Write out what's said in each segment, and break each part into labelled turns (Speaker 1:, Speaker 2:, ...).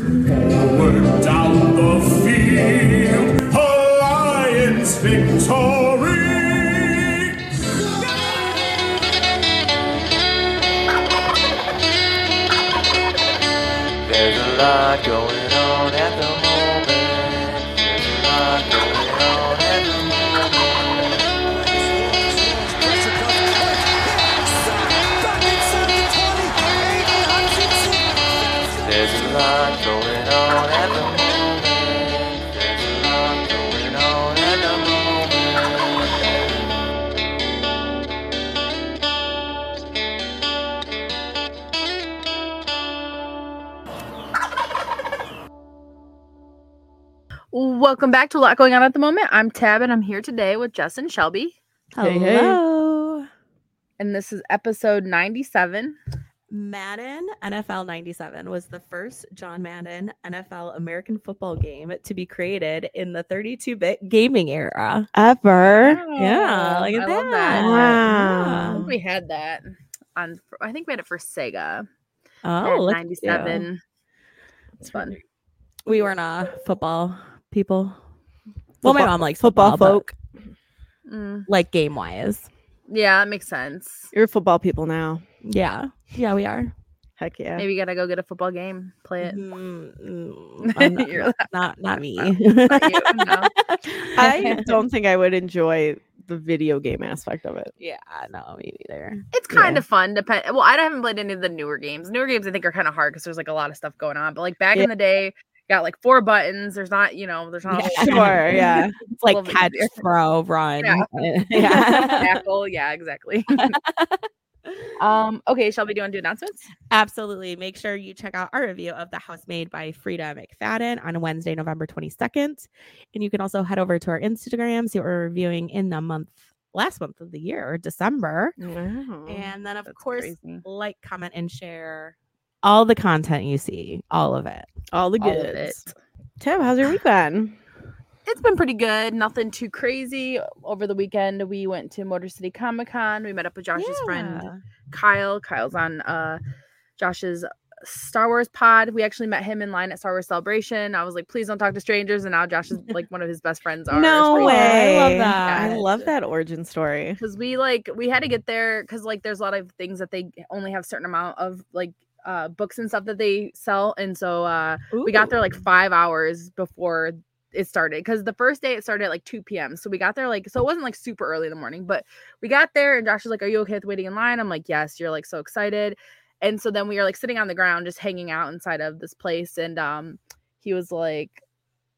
Speaker 1: Forward down the field, Alliance victory!
Speaker 2: There's a lot going on at the moment. There's a lot going on at the moment. There's a lot going on at the moment. There's a lot going on at the moment.
Speaker 3: Welcome back to a lot going on at the moment. I'm Tab, and I'm here today with Justin Shelby,
Speaker 4: Hey, hey.
Speaker 5: Hello.
Speaker 3: and this is episode 97.
Speaker 4: Madden NFL 97 was the first John Madden NFL American football game to be created in the 32 bit gaming era.
Speaker 5: Ever.
Speaker 4: Yeah,
Speaker 3: Wow,
Speaker 4: look at
Speaker 3: Oh, I
Speaker 4: that.
Speaker 3: love that. I
Speaker 5: Wow.
Speaker 3: think we had that on. I think we had it for Sega.
Speaker 4: Oh,
Speaker 3: at
Speaker 4: look at you.
Speaker 3: 97. It's fun.
Speaker 4: We weren't uh, football people. Well, my
Speaker 5: Football-
Speaker 4: mom likes
Speaker 5: football
Speaker 4: football, but,
Speaker 5: folk.
Speaker 3: Mm,
Speaker 4: like game wise.
Speaker 3: yeah, that makes sense.
Speaker 5: You're football people now.
Speaker 4: Yeah. Yeah, we are.
Speaker 5: Heck yeah.
Speaker 3: Maybe you gotta go get a football game, play it.
Speaker 4: Mm, mm, I'm not,
Speaker 3: You're
Speaker 4: not, not, not me.
Speaker 3: Not you, no.
Speaker 5: I don't think I would enjoy the video game aspect of it.
Speaker 4: yeah, no, me neither.
Speaker 3: It's kind
Speaker 5: Yeah.
Speaker 3: of fun. Depend. Well, I haven't played any of the newer games. Newer games, I think, are kind of hard because there's like a lot of stuff going on. But like back
Speaker 5: Yeah.
Speaker 3: in the day, got like four buttons. There's not, you know, there's not. a
Speaker 4: Yeah.
Speaker 3: whole lot
Speaker 5: Sure, yeah.
Speaker 4: It's like
Speaker 3: Love it
Speaker 4: catch,
Speaker 3: easier.
Speaker 4: throw, run.
Speaker 3: of
Speaker 4: yeah.
Speaker 3: tackle. Yeah, exactly. um. Okay, Shelby, do you want to do announcements?
Speaker 4: Absolutely. Make sure you check out our review of The House Made by Frida McFadden on Wednesday, November 22nd. And you can also head over to our Instagram, see what we're reviewing in the month, last month of the year, or December.
Speaker 5: Wow.
Speaker 3: Mm-hmm.
Speaker 4: and then, of
Speaker 3: That's
Speaker 4: course,
Speaker 3: crazy.
Speaker 4: like, comment, and share all the content you see, all of it.
Speaker 5: All the
Speaker 3: All of it.
Speaker 5: goods. Tim, how's your week been?
Speaker 3: It's been pretty good. Nothing too crazy. Over the weekend, we went to Motor City Comic Con. We met up with Josh's friend Kyle. Kyle's on uh Josh's Star Wars pod. We actually met him in line at Star Wars Celebration. I was like, please don't talk to strangers. And now Josh is like one of his best friends are.
Speaker 5: No
Speaker 4: I
Speaker 5: way.
Speaker 4: love
Speaker 5: I
Speaker 4: that.
Speaker 5: love that origin story.
Speaker 3: Because we like we had to get there because like there's a lot of things that they only have certain amount of like uh books and stuff that they sell. And so uh we got there like five hours before it started because the first day it started at like 2 p.m. So we got there like so it wasn't like super early in the morning, but we got there and Josh was like, Are you okay with waiting in line? I'm like, Yes, you're like so excited. And so then we were like sitting on the ground just hanging out inside of this place. And um he was like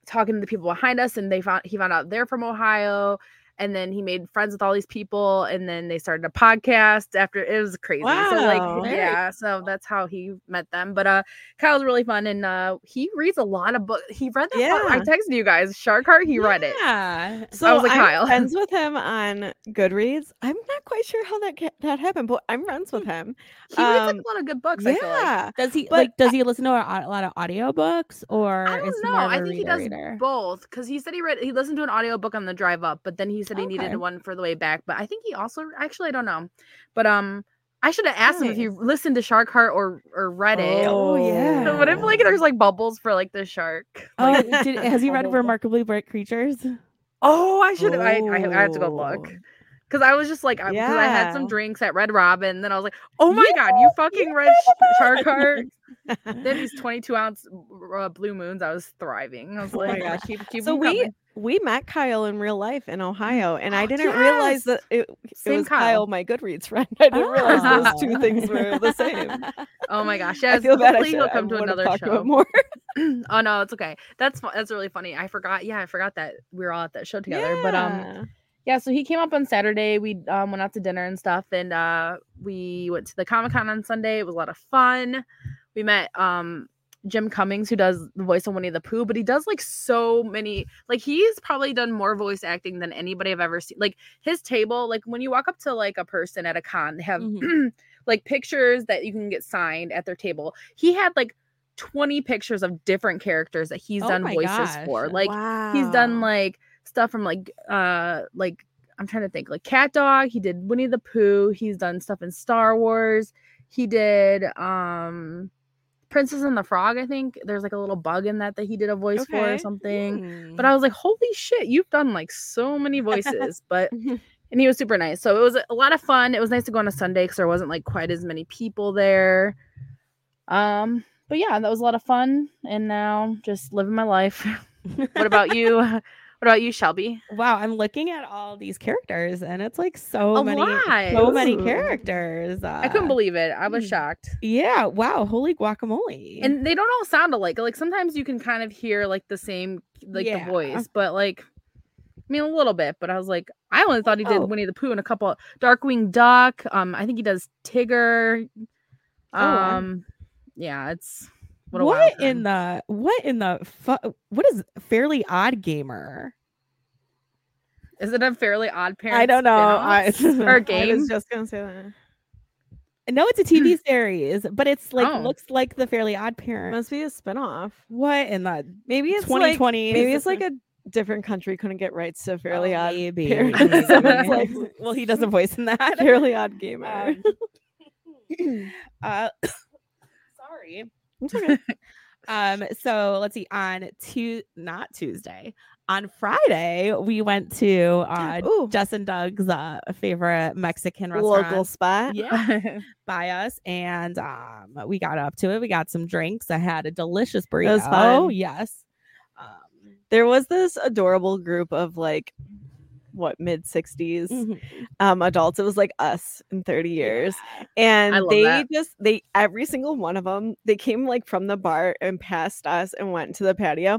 Speaker 3: talking to the people behind us and they found he found out they're from Ohio. And then he made friends with all these people and then they started a podcast after it was crazy. So
Speaker 5: Wow.
Speaker 3: like
Speaker 4: Very
Speaker 3: yeah, so that's how he met them. But uh Kyle's really fun and uh he reads a lot of books. He read that book- I
Speaker 5: Yeah.
Speaker 3: texted you guys, Shark Heart, he read it.
Speaker 4: Yeah.
Speaker 5: So
Speaker 3: was like,
Speaker 5: I'm
Speaker 3: Kyle.
Speaker 5: friends with him on Goodreads. I'm not quite sure how that ca- that happened, but I'm friends with him.
Speaker 3: He reads like,
Speaker 5: Um,
Speaker 3: a lot of good books, I feel Hmm. like.
Speaker 5: Yeah.
Speaker 4: Does he
Speaker 5: But
Speaker 4: like? Does he listen to a, a lot of audiobooks, or
Speaker 3: I
Speaker 4: is
Speaker 3: don't
Speaker 4: he
Speaker 3: know.
Speaker 4: more of
Speaker 3: I
Speaker 4: a
Speaker 3: think he
Speaker 4: reader,
Speaker 3: does
Speaker 4: reader?
Speaker 3: both because he said he read he listened to an audiobook on the drive up, but then he said he
Speaker 4: Okay.
Speaker 3: needed one for the way back. But I think he also actually I don't know. But um I should have asked him if he
Speaker 5: Nice.
Speaker 3: listened to Shark Heart or or read it.
Speaker 5: Oh, yeah.
Speaker 3: So what if like there's like bubbles for like the shark?
Speaker 4: Oh,
Speaker 3: Like,
Speaker 4: did, has he read
Speaker 3: Bubble.
Speaker 4: Remarkably Bright Creatures?
Speaker 3: oh, I should I, I I have to go look.
Speaker 5: Oh.
Speaker 3: Cause I was just like, because I had some
Speaker 5: Yeah.
Speaker 3: drinks at Red Robin, then I was like, oh my god, you fucking read Sh- Shark Heart. then these 22 ounce uh, blue moons, I was thriving. I was
Speaker 5: Oh my
Speaker 3: like,
Speaker 5: gosh.
Speaker 3: keep, keep
Speaker 5: So
Speaker 3: 'em
Speaker 5: we
Speaker 3: coming.
Speaker 5: we met Kyle in real life in Ohio, and I
Speaker 3: Oh,
Speaker 5: didn't realize that it, it
Speaker 3: Same
Speaker 5: was Kyle.
Speaker 3: Kyle. Ah.
Speaker 5: my Goodreads friend. I didn't realize those two
Speaker 4: Oh.
Speaker 5: things were the same.
Speaker 3: oh my gosh,
Speaker 5: I
Speaker 3: yes,
Speaker 5: feel bad. I
Speaker 3: hopefully
Speaker 5: should
Speaker 3: he'll
Speaker 5: I
Speaker 3: come to
Speaker 5: would've
Speaker 3: another
Speaker 5: talked about
Speaker 3: show.
Speaker 5: more.
Speaker 3: oh no, it's okay. That's fu- that's really funny. I forgot. Yeah, I forgot that we were all at that show together. But um,
Speaker 5: Yeah.
Speaker 3: yeah. So he came up on Saturday. We um went out to dinner and stuff, and uh we went to the Comic Con on Sunday. It was a lot of fun. We met um Jim Cummings, who does the voice of Winnie the Pooh, but he does like so many. Like he's probably done more voice acting than anybody I've ever seen. Like his table, like when you walk up to like a person at a con, they have
Speaker 4: Mm-hmm.
Speaker 3: like pictures that you can get signed at their table. He had like 20 pictures of different characters that he's
Speaker 4: Oh
Speaker 3: done
Speaker 4: my
Speaker 3: voices for.
Speaker 4: gosh.
Speaker 3: Like he's done
Speaker 5: Wow.
Speaker 3: like stuff from like uh like I'm trying to think like Cat Dog, he did Winnie the Pooh, he's done stuff in Star Wars. He did um Princess and the Frog, I think there's like a little bug in that that he did a voice for
Speaker 5: Okay.
Speaker 3: or something.
Speaker 5: Mm.
Speaker 3: But I was like, holy shit, you've done like so many voices. But and he was super nice. So it was a lot of fun. It was nice to go on a Sunday because there wasn't like quite as many people there. Um, but yeah, that was a lot of fun. And now just living my life. what about you? What about you, Shelby?
Speaker 4: wow, I'm looking at all these characters, and it's like so
Speaker 3: A
Speaker 4: many,
Speaker 3: lot.
Speaker 4: so many
Speaker 5: Ooh.
Speaker 4: characters. Uh,
Speaker 3: I couldn't believe it. I was
Speaker 4: Mm.
Speaker 3: shocked.
Speaker 4: Yeah, wow, holy guacamole!
Speaker 3: And they don't all sound alike. Like sometimes you can kind of hear like the same like
Speaker 4: Yeah.
Speaker 3: the voice, but like I mean a little bit, but I was like, I only thought he did
Speaker 4: Oh.
Speaker 3: Winnie the Pooh and a couple Darkwing Duck. Um, I think he does Tigger.
Speaker 4: wow.
Speaker 3: Um yeah, it's
Speaker 4: what,
Speaker 3: a wild
Speaker 4: in
Speaker 3: time.
Speaker 4: the what in the fu- what is Fairly Odd Gamer?
Speaker 3: is it a fairly odd parent?
Speaker 5: I don't know. I,
Speaker 3: spin-off or
Speaker 5: I
Speaker 3: game?
Speaker 5: was just gonna say that.
Speaker 4: No, it's a TV series, but it's like
Speaker 3: Oh.
Speaker 4: looks like the Fairly Odd Parent.
Speaker 5: Must be a spinoff.
Speaker 4: what in the
Speaker 5: Maybe it's
Speaker 4: twenty
Speaker 5: like
Speaker 4: twenty?
Speaker 5: maybe it's like a different country couldn't get rights to Fairly Odd.
Speaker 4: Maybe.
Speaker 5: Parent.
Speaker 4: maybe.
Speaker 5: So it's like-
Speaker 4: well, he doesn't voice in that.
Speaker 5: Fairly Odd Gamer.
Speaker 4: Um, uh, sorry.
Speaker 5: It's okay.
Speaker 4: Um, so let's see. On to not Tuesday, on Friday we went to uh,
Speaker 5: Ooh,
Speaker 4: Jess and Doug's uh, favorite Mexican restaurant.
Speaker 5: local spot.
Speaker 4: Yeah, by us, and um, we got up to it. We got some drinks. I had a delicious burrito.
Speaker 5: was fun.
Speaker 4: yes. Um,
Speaker 5: There was this adorable group of like what mid 60s
Speaker 4: mhm.
Speaker 5: um adults it was like us in 30 years
Speaker 3: I
Speaker 5: and
Speaker 3: love
Speaker 5: they
Speaker 3: that.
Speaker 5: just they every single one of them they came like from the bar and passed us and went to the patio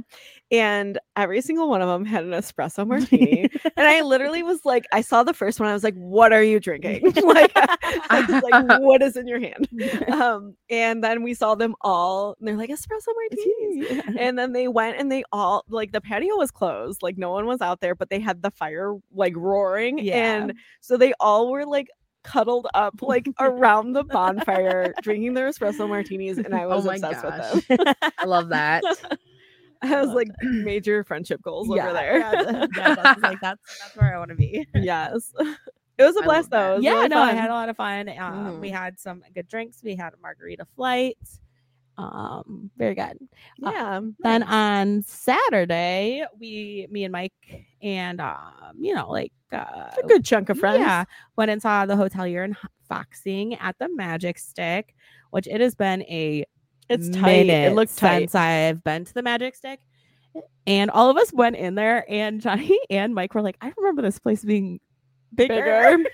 Speaker 5: and every single one of them had an espresso martini and i literally was like i saw the first one i was like what are you drinking like i was like what is in your hand um and then we saw them all and they're like espresso martinis and then they went and they all like the patio was closed like no one was out there but they had the fire like roaring
Speaker 4: Yeah.
Speaker 5: and so they all were like cuddled up like around the bonfire drinking their espresso martinis and i
Speaker 3: Oh
Speaker 5: was
Speaker 3: my
Speaker 5: obsessed
Speaker 3: gosh.
Speaker 5: with them
Speaker 3: I love that.
Speaker 5: i was
Speaker 4: love
Speaker 5: like major friendship goals
Speaker 4: yeah,
Speaker 5: over there
Speaker 4: yeah, th- yeah, that's like that's that's where I want to be.
Speaker 5: yes it was a
Speaker 3: I love
Speaker 5: blast
Speaker 3: that.
Speaker 5: though it was
Speaker 4: yeah,
Speaker 5: really
Speaker 4: no, I
Speaker 5: fun.
Speaker 4: had a lot of fun. Um, We had some good drinks. We had a margarita flight. Um, very good. uh,
Speaker 5: yeah
Speaker 4: Then on Saturday, we, me and Mike, and um, you know, like uh,
Speaker 5: a good chunk of friends
Speaker 4: Yeah, went and saw the hotelier and foxing at the Magic Stick, which it has been a
Speaker 5: it's tight it
Speaker 4: minute
Speaker 5: looked tight
Speaker 4: since I've been to the Magic Stick. And all of us went in there, and Johnny and Mike were like, "I remember this place being bigger."
Speaker 5: bigger
Speaker 4: I was like,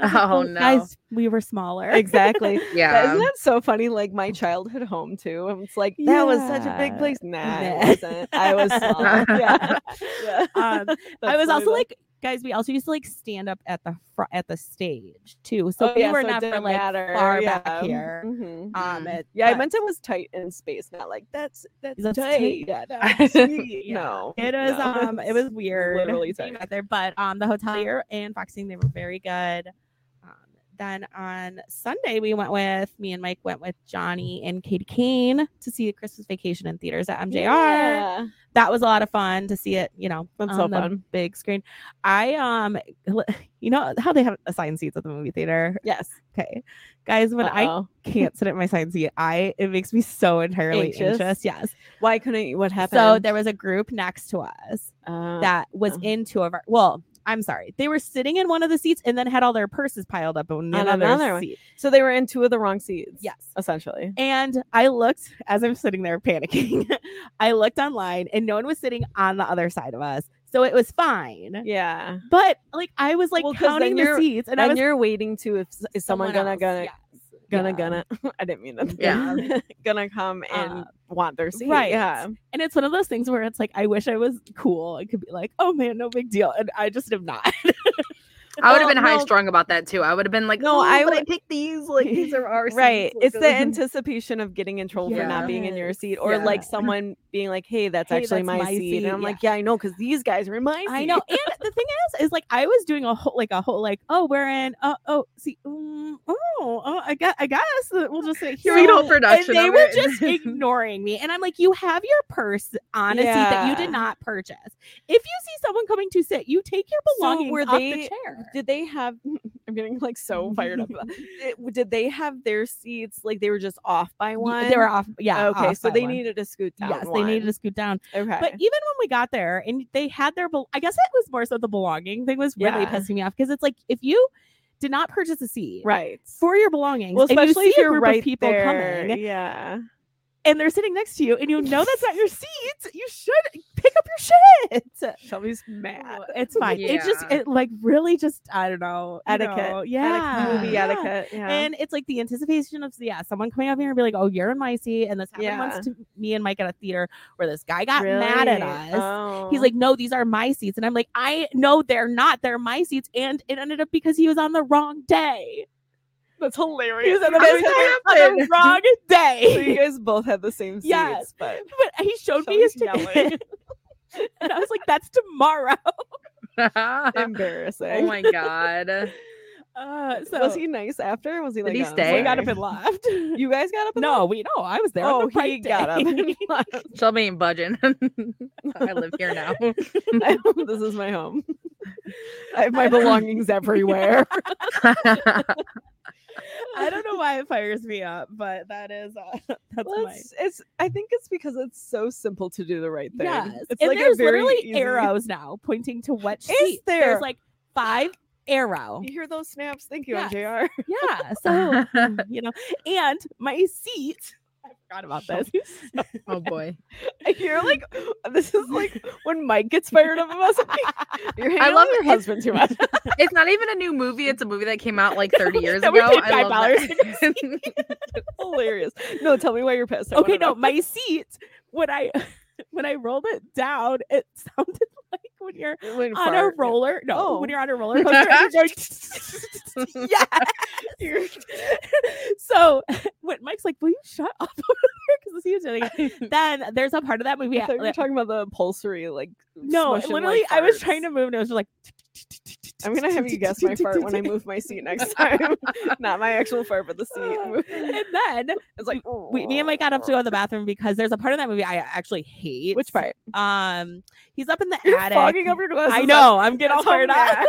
Speaker 3: Oh,
Speaker 4: "Well, Guys, we were smaller.
Speaker 5: exactly That-
Speaker 3: Yeah.
Speaker 4: Um,
Speaker 5: Isn't that so funny? Like my childhood home too. And it's like that was such a big
Speaker 4: Yeah.
Speaker 5: place. Nah,
Speaker 4: Nah.
Speaker 5: it wasn't. I was small. yeah. yeah.
Speaker 4: Um, I
Speaker 5: That's
Speaker 4: was
Speaker 5: really
Speaker 4: also
Speaker 5: low.
Speaker 4: like, guys, we also used to like stand up at the fr- at the stage too, so
Speaker 5: Oh,
Speaker 4: we
Speaker 5: yeah,
Speaker 4: were
Speaker 5: so it
Speaker 4: not for
Speaker 5: didn't
Speaker 4: like
Speaker 5: matter,
Speaker 4: far
Speaker 5: yeah.
Speaker 4: back here.
Speaker 5: Mhm.
Speaker 4: Um,
Speaker 3: Mm.
Speaker 4: it-
Speaker 5: Yeah, I
Speaker 4: but
Speaker 5: meant it was tight in space, not like that's that's,
Speaker 4: That's
Speaker 5: tight.
Speaker 4: tight.
Speaker 5: Yeah, that's sweet.
Speaker 4: Yeah.
Speaker 5: No.
Speaker 4: It was
Speaker 5: no.
Speaker 4: um it was weird
Speaker 5: literally
Speaker 4: being
Speaker 5: tight.
Speaker 4: out there, but um the hotelier and Foxing they were very good. Um, then on Sunday we went with me and Mike went with Johnny and Katie Kane to see the Christmas Vacation in theaters at MJR.
Speaker 5: Yeah.
Speaker 4: That was a lot of fun to see it, you know,
Speaker 5: That's
Speaker 4: on
Speaker 5: so
Speaker 4: the
Speaker 5: fun.
Speaker 4: big screen. I um you know how they have assigned seats at the movie theater.
Speaker 5: Yes.
Speaker 4: Okay. Guys, when I
Speaker 5: Uh-oh.
Speaker 4: can't sit at my assigned seat, I it makes me so entirely
Speaker 5: Anxious?
Speaker 4: anxious. Yes.
Speaker 5: why couldn't you what happened?
Speaker 4: So there was a group next to us
Speaker 5: uh,
Speaker 4: that was
Speaker 5: Oh.
Speaker 4: in two of our well i'm sorry they were sitting in one of the seats and then had all their purses piled up in
Speaker 5: On
Speaker 4: another,
Speaker 5: another one.
Speaker 4: seat
Speaker 5: so they were in two of the wrong seats.
Speaker 4: yes
Speaker 5: Essentially.
Speaker 4: and i looked as i'm sitting there panicking i looked online and no one was sitting on the other side of us so it was fine
Speaker 5: Yeah.
Speaker 4: but like i was like
Speaker 5: Well, 'cause
Speaker 4: counting
Speaker 5: then
Speaker 4: the
Speaker 5: you're-
Speaker 4: seats and
Speaker 5: And,
Speaker 4: i was
Speaker 5: you're waiting to if s- is someone, gonna
Speaker 4: else,
Speaker 5: gonna
Speaker 4: yes,
Speaker 5: gonna
Speaker 4: yeah.
Speaker 5: gonna I didn't mean that.
Speaker 3: Yeah.
Speaker 5: gonna come and
Speaker 4: Uh,
Speaker 5: want their seat.
Speaker 4: right.
Speaker 5: Yeah.
Speaker 4: and it's one of those things where it's like i wish i was cool i could be like oh man no big deal and i just am not
Speaker 3: I would have
Speaker 5: Well,
Speaker 3: been high
Speaker 5: no.
Speaker 3: strung about that too. I would have been like,
Speaker 5: No,
Speaker 3: no,
Speaker 5: I
Speaker 3: I would I
Speaker 5: would-
Speaker 3: pick these. Like these are our
Speaker 5: Right.
Speaker 3: seats, like,
Speaker 5: It's the
Speaker 3: uh,
Speaker 5: anticipation of getting in trouble for not being in your seat or
Speaker 3: Yes.
Speaker 5: like someone being like, hey, that's
Speaker 4: Hey,
Speaker 5: actually
Speaker 4: that's
Speaker 5: my,
Speaker 4: my
Speaker 5: seat. And
Speaker 4: seat,
Speaker 5: I'm
Speaker 4: yeah.
Speaker 5: like, yeah, I know, because these guys are in my seat.
Speaker 4: I know. And the thing is, is like I was doing a whole like a whole like oh we're in oh oh see mm, oh oh I guess I guess that we'll just sit here.
Speaker 3: Sweet whole
Speaker 4: And
Speaker 3: production
Speaker 4: they
Speaker 3: of
Speaker 4: were
Speaker 3: it.
Speaker 4: just ignoring me, and I'm like, you have your purse on a seat that you
Speaker 5: Yeah.
Speaker 4: did not purchase. If you see someone coming to sit, you take your
Speaker 5: So
Speaker 4: belongings
Speaker 5: were
Speaker 4: off
Speaker 5: they-
Speaker 4: the chair.
Speaker 5: did they have? I'm getting like so fired up. about- It- did they have their seats like they were just off by one?
Speaker 4: They were off. Yeah.
Speaker 5: okay,
Speaker 4: off
Speaker 5: so
Speaker 4: by
Speaker 5: they
Speaker 4: one.
Speaker 5: needed to scoot down.
Speaker 4: Yes, they needed to scoot down.
Speaker 5: to. Okay,
Speaker 4: But e even when we got there, and they had their, bel- I guess it was more so the belonging thing was really
Speaker 5: Yeah.
Speaker 4: pissing me off because it's like if you did not purchase a seat
Speaker 5: right.
Speaker 4: for your belongings,
Speaker 5: Well,
Speaker 4: and you
Speaker 5: especially
Speaker 4: see
Speaker 5: if
Speaker 4: a
Speaker 5: you're
Speaker 4: group of
Speaker 5: right
Speaker 4: people
Speaker 5: there.
Speaker 4: coming,
Speaker 5: Yeah.
Speaker 4: and they're sitting next to you, and you know that's not your seat, you should pick up your shit.
Speaker 5: Shelby's
Speaker 4: Oh,
Speaker 5: mad.
Speaker 4: It's fine. It just
Speaker 3: Yeah.
Speaker 4: it like really just I don't know you
Speaker 5: Etiquette.
Speaker 4: know, yeah,
Speaker 5: Etiquette, movie
Speaker 4: yeah.
Speaker 5: etiquette. Yeah.
Speaker 4: And it's like the anticipation of yeah, someone coming up here and be like, "Oh, you're in my seat," and this happened
Speaker 5: Yeah.
Speaker 4: once to me and Mike at a theater where this guy got mad at
Speaker 5: Really?
Speaker 4: us. He's
Speaker 5: Oh.
Speaker 4: like, "No, these are my seats," and I'm like, "I no, they're not. They're my seats." And it ended up because he was on the wrong day.
Speaker 5: that's
Speaker 4: He
Speaker 5: hilarious.
Speaker 4: was on the,
Speaker 5: I
Speaker 4: wrong-
Speaker 5: was like,
Speaker 4: on the wrong
Speaker 5: So you
Speaker 4: day.
Speaker 5: guys both had the same seats,
Speaker 4: Yes.
Speaker 5: but
Speaker 4: but he showed me his
Speaker 5: Shelby's
Speaker 4: ticket, and I was like, "That's tomorrow."
Speaker 5: Uh,
Speaker 3: oh
Speaker 5: embarrassing.
Speaker 3: my god.
Speaker 4: Uh, so
Speaker 5: was he nice after? Was he like?
Speaker 3: Did he
Speaker 5: "Oh, I'm
Speaker 3: stay?
Speaker 4: We got up
Speaker 5: sorry."
Speaker 4: and left.
Speaker 5: You guys got up. And
Speaker 4: no, we no, I was there.
Speaker 5: Oh,
Speaker 4: on the right
Speaker 5: he got up.
Speaker 4: day.
Speaker 5: and left.
Speaker 3: Shelby ain't budging. I live here now.
Speaker 5: I- this is my home. I have my belongings everywhere.
Speaker 4: I don't know why it fires me up, but that is uh, that's
Speaker 5: Well,
Speaker 4: my
Speaker 5: it's, it's. I think it's because it's so simple to do the right thing.
Speaker 4: yes.
Speaker 5: It's
Speaker 4: and
Speaker 5: like
Speaker 4: there's
Speaker 5: a very
Speaker 4: literally
Speaker 5: easy-
Speaker 4: arrows now pointing to what
Speaker 5: Is
Speaker 4: seat.
Speaker 5: there?
Speaker 4: There's like five arrow.
Speaker 5: You hear those snaps? Thank you,
Speaker 4: Yes.
Speaker 5: MJR.
Speaker 4: Yeah, so mm, you know, and my seat. I forgot about this.
Speaker 3: oh boy.
Speaker 5: I hear like this is like when Mike gets fired up about something. You're hanging out
Speaker 3: love
Speaker 5: with your
Speaker 3: it.
Speaker 5: husband too much.
Speaker 3: It's not even a new movie. It's a movie that came out like 30 years
Speaker 4: That
Speaker 3: ago.
Speaker 4: we paid
Speaker 3: I love
Speaker 4: $5
Speaker 3: that.
Speaker 5: Hilarious. No, tell me why you're pissed. I
Speaker 4: Okay,
Speaker 5: wanna know.
Speaker 4: no, my seat when I when I rolled it down, it sounded like when you're
Speaker 5: When
Speaker 4: on a
Speaker 5: fart-
Speaker 4: roller. No, when
Speaker 5: Oh.
Speaker 4: you're on a roller coaster, and you're going. yes. so when Mike's like, "Will you shut up over there?" Because he was doing it. Then there's a part of that movie.
Speaker 5: I thought you were
Speaker 4: like-
Speaker 5: talking about the upholsory, like
Speaker 4: no,
Speaker 5: smushing, like,
Speaker 4: literally, I was trying
Speaker 5: farts.
Speaker 4: to move, and it was just like.
Speaker 5: I'm gonna have you guess my fart when I move my seat next time. Not my actual fart, but the seat. move.
Speaker 4: and then
Speaker 5: It's like
Speaker 4: we, me and Mike got up to go to the bathroom because there's a part of that movie I actually hate.
Speaker 5: Which part?
Speaker 4: Um, he's up in the
Speaker 5: You're
Speaker 4: attic.
Speaker 5: fogging up your glasses.
Speaker 4: I
Speaker 5: up.
Speaker 4: know. I'm getting all
Speaker 5: That's how
Speaker 4: fired up.
Speaker 5: mad.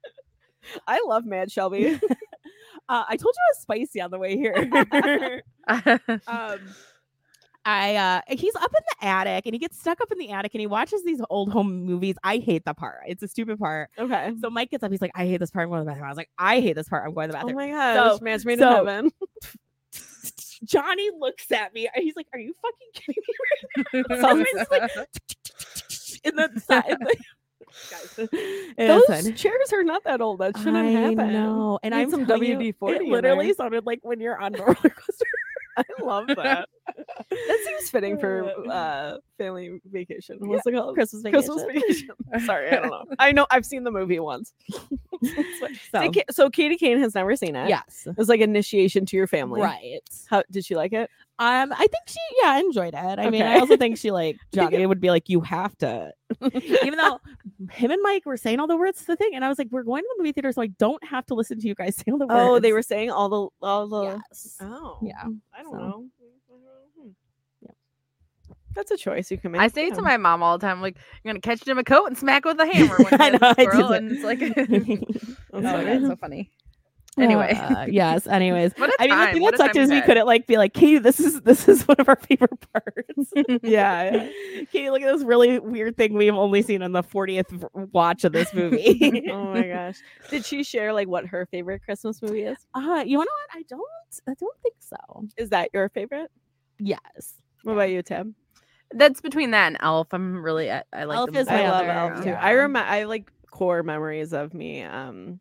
Speaker 5: I love Mad Shelby.
Speaker 4: Uh, I told you I was spicy on the way here. um I uh he's up in the attic and he gets stuck up in the attic and he watches these old home movies. I hate the part. It's a stupid part.
Speaker 5: Okay.
Speaker 4: So Mike gets up, he's like, I hate this part, I'm going to the bathroom. I was like, I hate this part, I'm going to the
Speaker 5: Oh
Speaker 4: bathroom.
Speaker 5: my gosh,
Speaker 4: So-
Speaker 5: Mad's made
Speaker 4: so-
Speaker 5: in heaven.
Speaker 4: Johnny looks at me and he's like, Are you fucking kidding me? So it's like in the side. Like, guys, it was
Speaker 5: Those
Speaker 4: fun.
Speaker 5: chairs are not that old. That shouldn't
Speaker 4: I
Speaker 5: happen.
Speaker 4: know. And
Speaker 5: Need
Speaker 4: I'm
Speaker 5: some
Speaker 4: telling you,
Speaker 5: WD-40
Speaker 4: It
Speaker 5: in
Speaker 4: literally
Speaker 5: there.
Speaker 4: sounded like when you're on a roller coaster.
Speaker 5: I love that. that seems fitting for
Speaker 4: Uh,
Speaker 5: uh family vacation. What's it called?
Speaker 4: Christmas vacation.
Speaker 5: Christmas vacation. Sorry, I don't know. I know I've seen the movie once.
Speaker 4: So,
Speaker 5: Did Ka- so Katie Kane has never seen it.
Speaker 4: yes.
Speaker 5: It was like initiation to your family.
Speaker 4: Right.
Speaker 5: How did she like it?
Speaker 4: Um, I think she yeah enjoyed it. I mean, I
Speaker 5: Okay.
Speaker 4: also think she like Johnny would be like, you have to, even though him and Mike were saying all the words to the thing, and I was like, we're going to the movie theater, so I don't have to listen to you guys say all the words.
Speaker 5: Oh, they were saying all the all the
Speaker 4: yes,
Speaker 5: Oh.
Speaker 4: yeah.
Speaker 5: I don't
Speaker 4: so.
Speaker 5: know. Hmm.
Speaker 4: Yeah.
Speaker 5: That's a choice you can make.
Speaker 3: I say it
Speaker 5: yeah.
Speaker 3: to my mom all the time, like, I'm gonna catch it in a coat and smack with a hammer when
Speaker 4: I
Speaker 3: I
Speaker 4: know, I did
Speaker 3: squirrel,
Speaker 4: that.
Speaker 3: and it's like
Speaker 5: That's
Speaker 3: Oh,
Speaker 5: funny.
Speaker 3: that's so funny. Anyway.
Speaker 4: Uh, yes. Anyways,
Speaker 3: What a
Speaker 4: I mean,
Speaker 3: time.
Speaker 4: the thing
Speaker 3: what
Speaker 4: that
Speaker 3: a
Speaker 4: sucked
Speaker 3: time
Speaker 4: is we
Speaker 3: had.
Speaker 4: couldn't like be like, Katie, this is this is one of our favorite parts.
Speaker 5: yeah. yeah.
Speaker 4: Katie, look at this really weird thing we've only seen on the 40th watch of this movie.
Speaker 5: oh my gosh. Did she share like what her favorite Christmas movie is?
Speaker 4: uh, you wanna know what? I don't. I don't think so.
Speaker 5: Is that your favorite?
Speaker 4: Yes.
Speaker 5: What about you, Tim?
Speaker 3: That's between that and Elf. I'm really I, I like
Speaker 4: Elf
Speaker 3: them
Speaker 4: is
Speaker 3: both.
Speaker 4: my
Speaker 5: I love
Speaker 4: other,
Speaker 3: Oh,
Speaker 5: Elf too. I
Speaker 4: yeah.
Speaker 3: um
Speaker 5: remember I like core memories of me um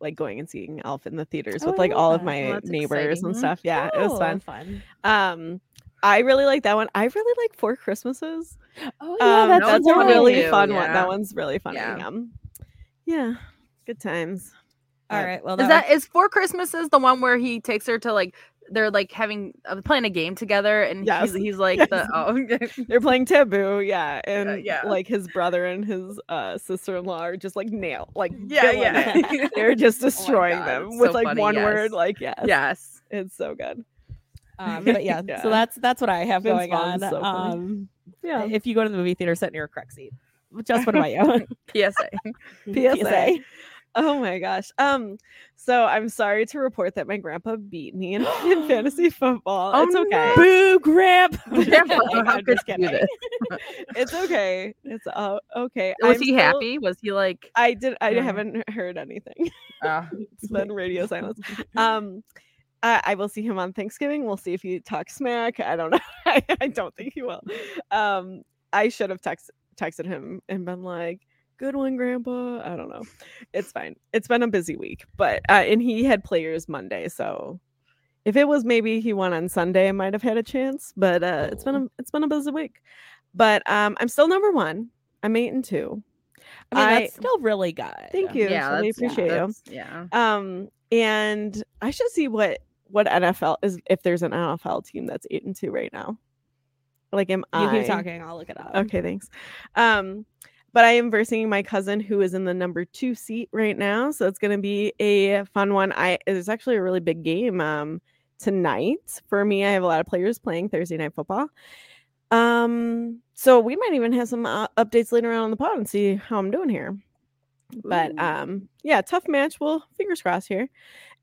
Speaker 5: like going and seeing Elf in the theaters
Speaker 4: Oh,
Speaker 5: with
Speaker 4: I
Speaker 5: like
Speaker 4: love
Speaker 5: all of
Speaker 4: that.
Speaker 5: my
Speaker 3: Well, that's
Speaker 5: neighbors
Speaker 3: exciting.
Speaker 5: and
Speaker 3: Mm-hmm.
Speaker 5: stuff. Yeah, it was
Speaker 4: Oh,
Speaker 5: fun.
Speaker 4: Fun.
Speaker 5: Um I really like that one. I really like Four Christmases.
Speaker 4: Oh
Speaker 5: um,
Speaker 3: that's
Speaker 5: that's,
Speaker 3: another
Speaker 5: a
Speaker 3: one
Speaker 5: really
Speaker 3: too,
Speaker 5: fun one.
Speaker 3: yeah.
Speaker 5: That one's really fun.
Speaker 3: Yeah.
Speaker 5: Yeah. Um, yeah. Good times.
Speaker 4: All
Speaker 5: uh,
Speaker 4: right. Well,
Speaker 3: Is
Speaker 4: that
Speaker 3: that is Four Christmases the one where he takes her to like they're like having uh, playing a game together and
Speaker 5: Yes.
Speaker 3: he's, he's like the oh
Speaker 5: They're playing taboo, yeah, and
Speaker 3: Uh, yeah.
Speaker 5: like his brother and his uh, sister-in-law are just like nail, like
Speaker 3: yeah
Speaker 5: killing it.
Speaker 3: yeah
Speaker 5: They're just destroying
Speaker 3: Oh God,
Speaker 5: them
Speaker 3: it's
Speaker 5: with
Speaker 3: so
Speaker 5: like
Speaker 3: funny,
Speaker 5: one word,
Speaker 3: yes.
Speaker 5: like yes,
Speaker 3: yes
Speaker 5: it's so good.
Speaker 4: um, but yeah,
Speaker 5: Yeah.
Speaker 4: So that's that's what I have
Speaker 5: Vince
Speaker 4: going on.
Speaker 5: Vaughn's so funny.
Speaker 4: um,
Speaker 5: Yeah.
Speaker 4: If you
Speaker 3: Mm,
Speaker 4: go to the movie theater, sit in your correct seat. Just what about you?
Speaker 3: PSA
Speaker 5: PSA. Oh my gosh. Um, so I'm sorry to report that my grandpa beat me in, in fantasy football.
Speaker 3: Oh,
Speaker 5: it's okay.
Speaker 4: Boo, grip.
Speaker 3: Grandpa, how could you do this?
Speaker 5: It's okay. It's uh, okay.
Speaker 3: Was
Speaker 5: I'm
Speaker 3: he
Speaker 5: still-
Speaker 3: happy? Mm-hmm. Was he like,
Speaker 5: I did. I
Speaker 3: Yeah.
Speaker 5: haven't heard anything.
Speaker 3: uh,
Speaker 5: It's been radio silence. Um, I, I will see him on Thanksgiving. We'll see if he talks smack. I don't know. I, I don't think he will. Um, I should have text, texted him and been like, "Good one, Grandpa." I don't know. It's fine. It's been a busy week, but uh, and he had players Monday, so if it was maybe he won on Sunday, I might have had a chance. But uh, it's been
Speaker 3: Oh.
Speaker 5: a it's been a busy week. But um, I'm still number one. I'm eight and two.
Speaker 4: I mean,
Speaker 5: I-
Speaker 4: that's still really good.
Speaker 5: Thank you.
Speaker 3: yeah,
Speaker 5: really
Speaker 3: that's- yeah,
Speaker 5: appreciate you.
Speaker 3: that's- Yeah.
Speaker 5: Um, and I should see what what NFL is if there's an NFL team that's eight and two right now. Like, am
Speaker 4: You
Speaker 5: I
Speaker 4: keep talking. I'll look it up.
Speaker 5: Okay, thanks. Um, but I am versing my cousin who is in the number two seat right now, so it's gonna be a fun one. I it's actually a really big game um tonight for me. I have a lot of players playing Thursday night football. Um, so we might even have some uh, updates later on in the pod and see how I'm doing here.
Speaker 4: Mm-hmm.
Speaker 5: But um, yeah, tough match. Well, fingers crossed here.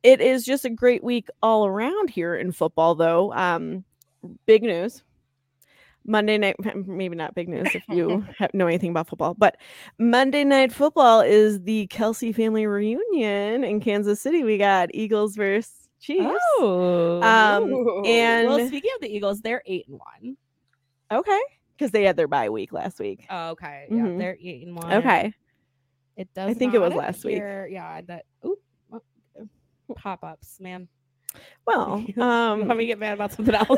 Speaker 5: It is just a great week all around here in football, though. Um, big news. Monday night, maybe not big news if you ha- know anything about football, but Monday night football is the Kelsey family reunion in Kansas City. We got Eagles versus Chiefs.
Speaker 4: Oh.
Speaker 5: Um, and
Speaker 4: well, speaking of the Eagles, they're eight and one.
Speaker 5: okay, because they had their bye week last week.
Speaker 4: Oh, okay. Yeah,
Speaker 5: Mhm.
Speaker 4: they're eight and one.
Speaker 5: Okay,
Speaker 4: It does.
Speaker 5: think it was
Speaker 4: not
Speaker 5: last week.
Speaker 4: appear- Yeah. That. Oop. oh, Pop ups, man. Hmm.
Speaker 5: well,
Speaker 4: Let
Speaker 5: um,
Speaker 4: me get mad about something else.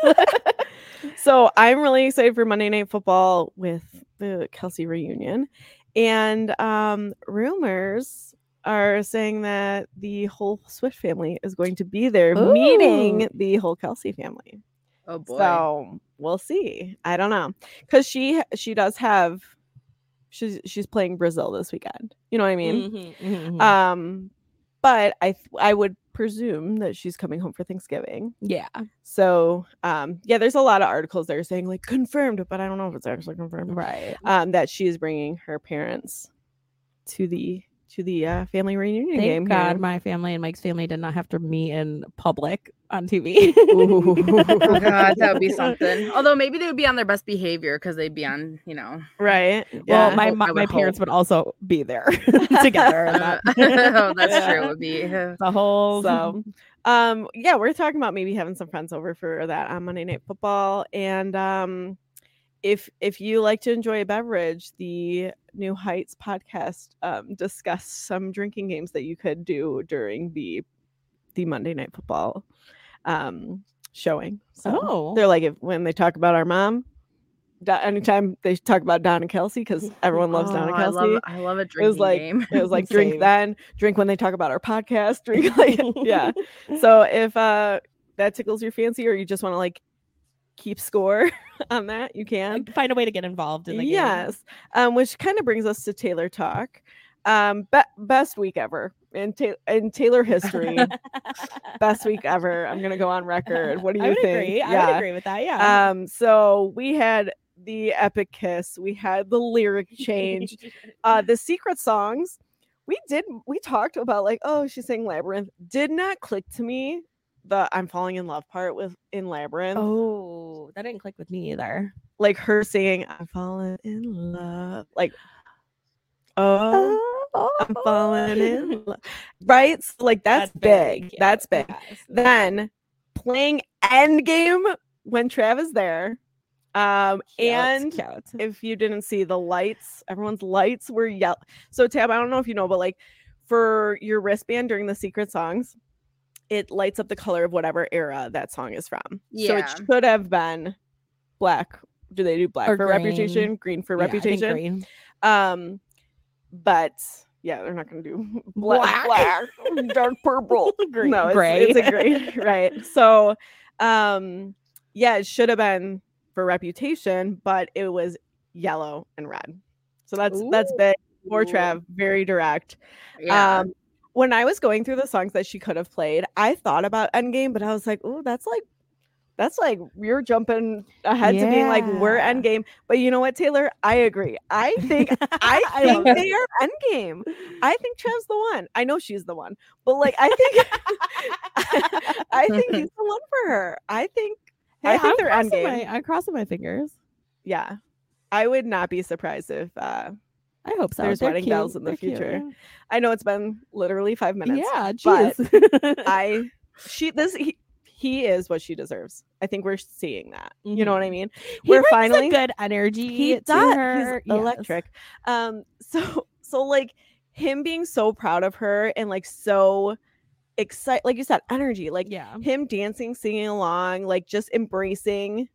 Speaker 5: so I'm really excited for Monday Night Football with the Kelsey reunion, and um, rumors are saying that the whole Swift family is going to be there, meeting
Speaker 4: Ooh.
Speaker 5: the whole Kelsey family.
Speaker 3: Oh boy.
Speaker 5: So we'll see. I don't know because she she does have she's she's playing Brazil this weekend. You know what I
Speaker 4: Mhm,
Speaker 5: mean?
Speaker 4: mhm,
Speaker 3: Mm-hmm.
Speaker 4: mhm.
Speaker 5: Um, but I th- I would presume that she's coming home for Thanksgiving.
Speaker 4: yeah.
Speaker 5: So, um, yeah, there's a lot of articles that are saying like confirmed, but I don't know if it's actually confirmed.
Speaker 4: Right.
Speaker 5: Um, that she is bringing her parents to the to the uh, family reunion
Speaker 4: Thank
Speaker 5: game.
Speaker 4: God
Speaker 5: here.
Speaker 4: my family and Mike's family did not have to meet in public on TV.
Speaker 3: Oh god, that would be something. Although maybe they would be on their best behavior because they'd be on, you know.
Speaker 5: right?
Speaker 4: Well,
Speaker 5: Yeah.
Speaker 4: my
Speaker 3: hope- I
Speaker 4: my,
Speaker 3: would
Speaker 4: my parents would also be there together. and
Speaker 3: Uh,
Speaker 4: that-
Speaker 3: oh, that's
Speaker 5: Yeah.
Speaker 3: true. It would be. uh,
Speaker 4: The whole
Speaker 5: So, um, yeah, we're talking about maybe having some friends over for that on Monday Night Football. And um, if if you like to enjoy a beverage, the New Heights podcast um, discussed some drinking games that you could do during the the Monday Night Football um, showing. So
Speaker 4: oh,
Speaker 5: they're like if, when they talk about our mom. Do- anytime they talk about Donna Kelsey, because everyone loves Donna
Speaker 3: oh, I
Speaker 5: Kelsey.
Speaker 3: love. I love a drinking
Speaker 5: like-
Speaker 3: game.
Speaker 5: It was like drink
Speaker 4: Same.
Speaker 5: then, drink when they talk about our podcast, drink like yeah. So if uh that tickles your fancy or you just want to like keep score on that, you can.
Speaker 4: Like, find a way to get involved in the game.
Speaker 5: Yes. Um which kind of brings us to Taylor talk. Um be- best week ever in ta- in Taylor history. best week ever. I'm going to go on record. What do you
Speaker 4: I would
Speaker 5: think?
Speaker 4: agree. I would
Speaker 5: Yeah.
Speaker 4: agree with that. Yeah. Uh,
Speaker 5: Um so we had the epic kiss, we had the lyric change uh the secret songs we did we talked about like oh she sang labyrinth did not click to me the i'm falling in love part with in labyrinth
Speaker 4: oh, that didn't click with me either.
Speaker 5: like her singing i'm falling in love like oh i'm falling in love right so, like that's, big,
Speaker 4: yeah,
Speaker 5: that's big
Speaker 4: yes.
Speaker 5: then playing endgame when trav is there um
Speaker 4: Cute,
Speaker 5: and
Speaker 4: cute.
Speaker 5: if you didn't see the lights, everyone's lights were yellow. So Tab, I don't know if you know, but like for your wristband during the secret songs, it lights up the color of whatever era that song is from. So
Speaker 3: Yeah.
Speaker 5: it should have been black. Do they do black
Speaker 4: Or
Speaker 5: for reputation, green for
Speaker 4: Yeah, I think
Speaker 5: reputation?
Speaker 4: green.
Speaker 5: Um, but yeah, they're not gonna do
Speaker 4: Black.
Speaker 5: black, black, dark purple,
Speaker 4: Green.
Speaker 5: No, it's,
Speaker 4: Gray.
Speaker 5: it's a gray, right? So, um, yeah, it should have been for reputation, but it was yellow and red. So that's that's
Speaker 4: Ooh.
Speaker 5: big for Trav, very direct.
Speaker 3: yeah.
Speaker 5: Um, when I was going through the songs that she could have played, I thought about Endgame, but I was like, oh, that's like That's like you're jumping ahead to being like we're
Speaker 4: Yeah.
Speaker 5: endgame. But you know what, Taylor? I agree. I think I
Speaker 4: I
Speaker 5: think
Speaker 4: love
Speaker 5: they are endgame. I think Trev's the one. I know she's the one, but like I think I think he's the one for her. I think I think they're
Speaker 4: crossing
Speaker 5: endgame.
Speaker 4: My, I'm crossing my fingers.
Speaker 5: yeah. I would not be surprised if uh
Speaker 4: I hope so.
Speaker 5: There's
Speaker 4: They're
Speaker 5: wedding bells
Speaker 4: cute.
Speaker 5: in the
Speaker 4: They're cute,
Speaker 5: future. I know it's been literally five minutes.
Speaker 4: Yeah,
Speaker 5: but
Speaker 4: jeez.
Speaker 5: I she this he, he is what she deserves. I think we're seeing that. You know what I mean? we're
Speaker 4: Mm-hmm. brings
Speaker 5: finally-
Speaker 4: a good energy.
Speaker 5: He
Speaker 4: to
Speaker 5: does.
Speaker 4: her.
Speaker 5: He's electric. Um so so like him being so proud of her and like so excited like you said energy like
Speaker 4: Yeah.
Speaker 5: him dancing, singing along, like just embracing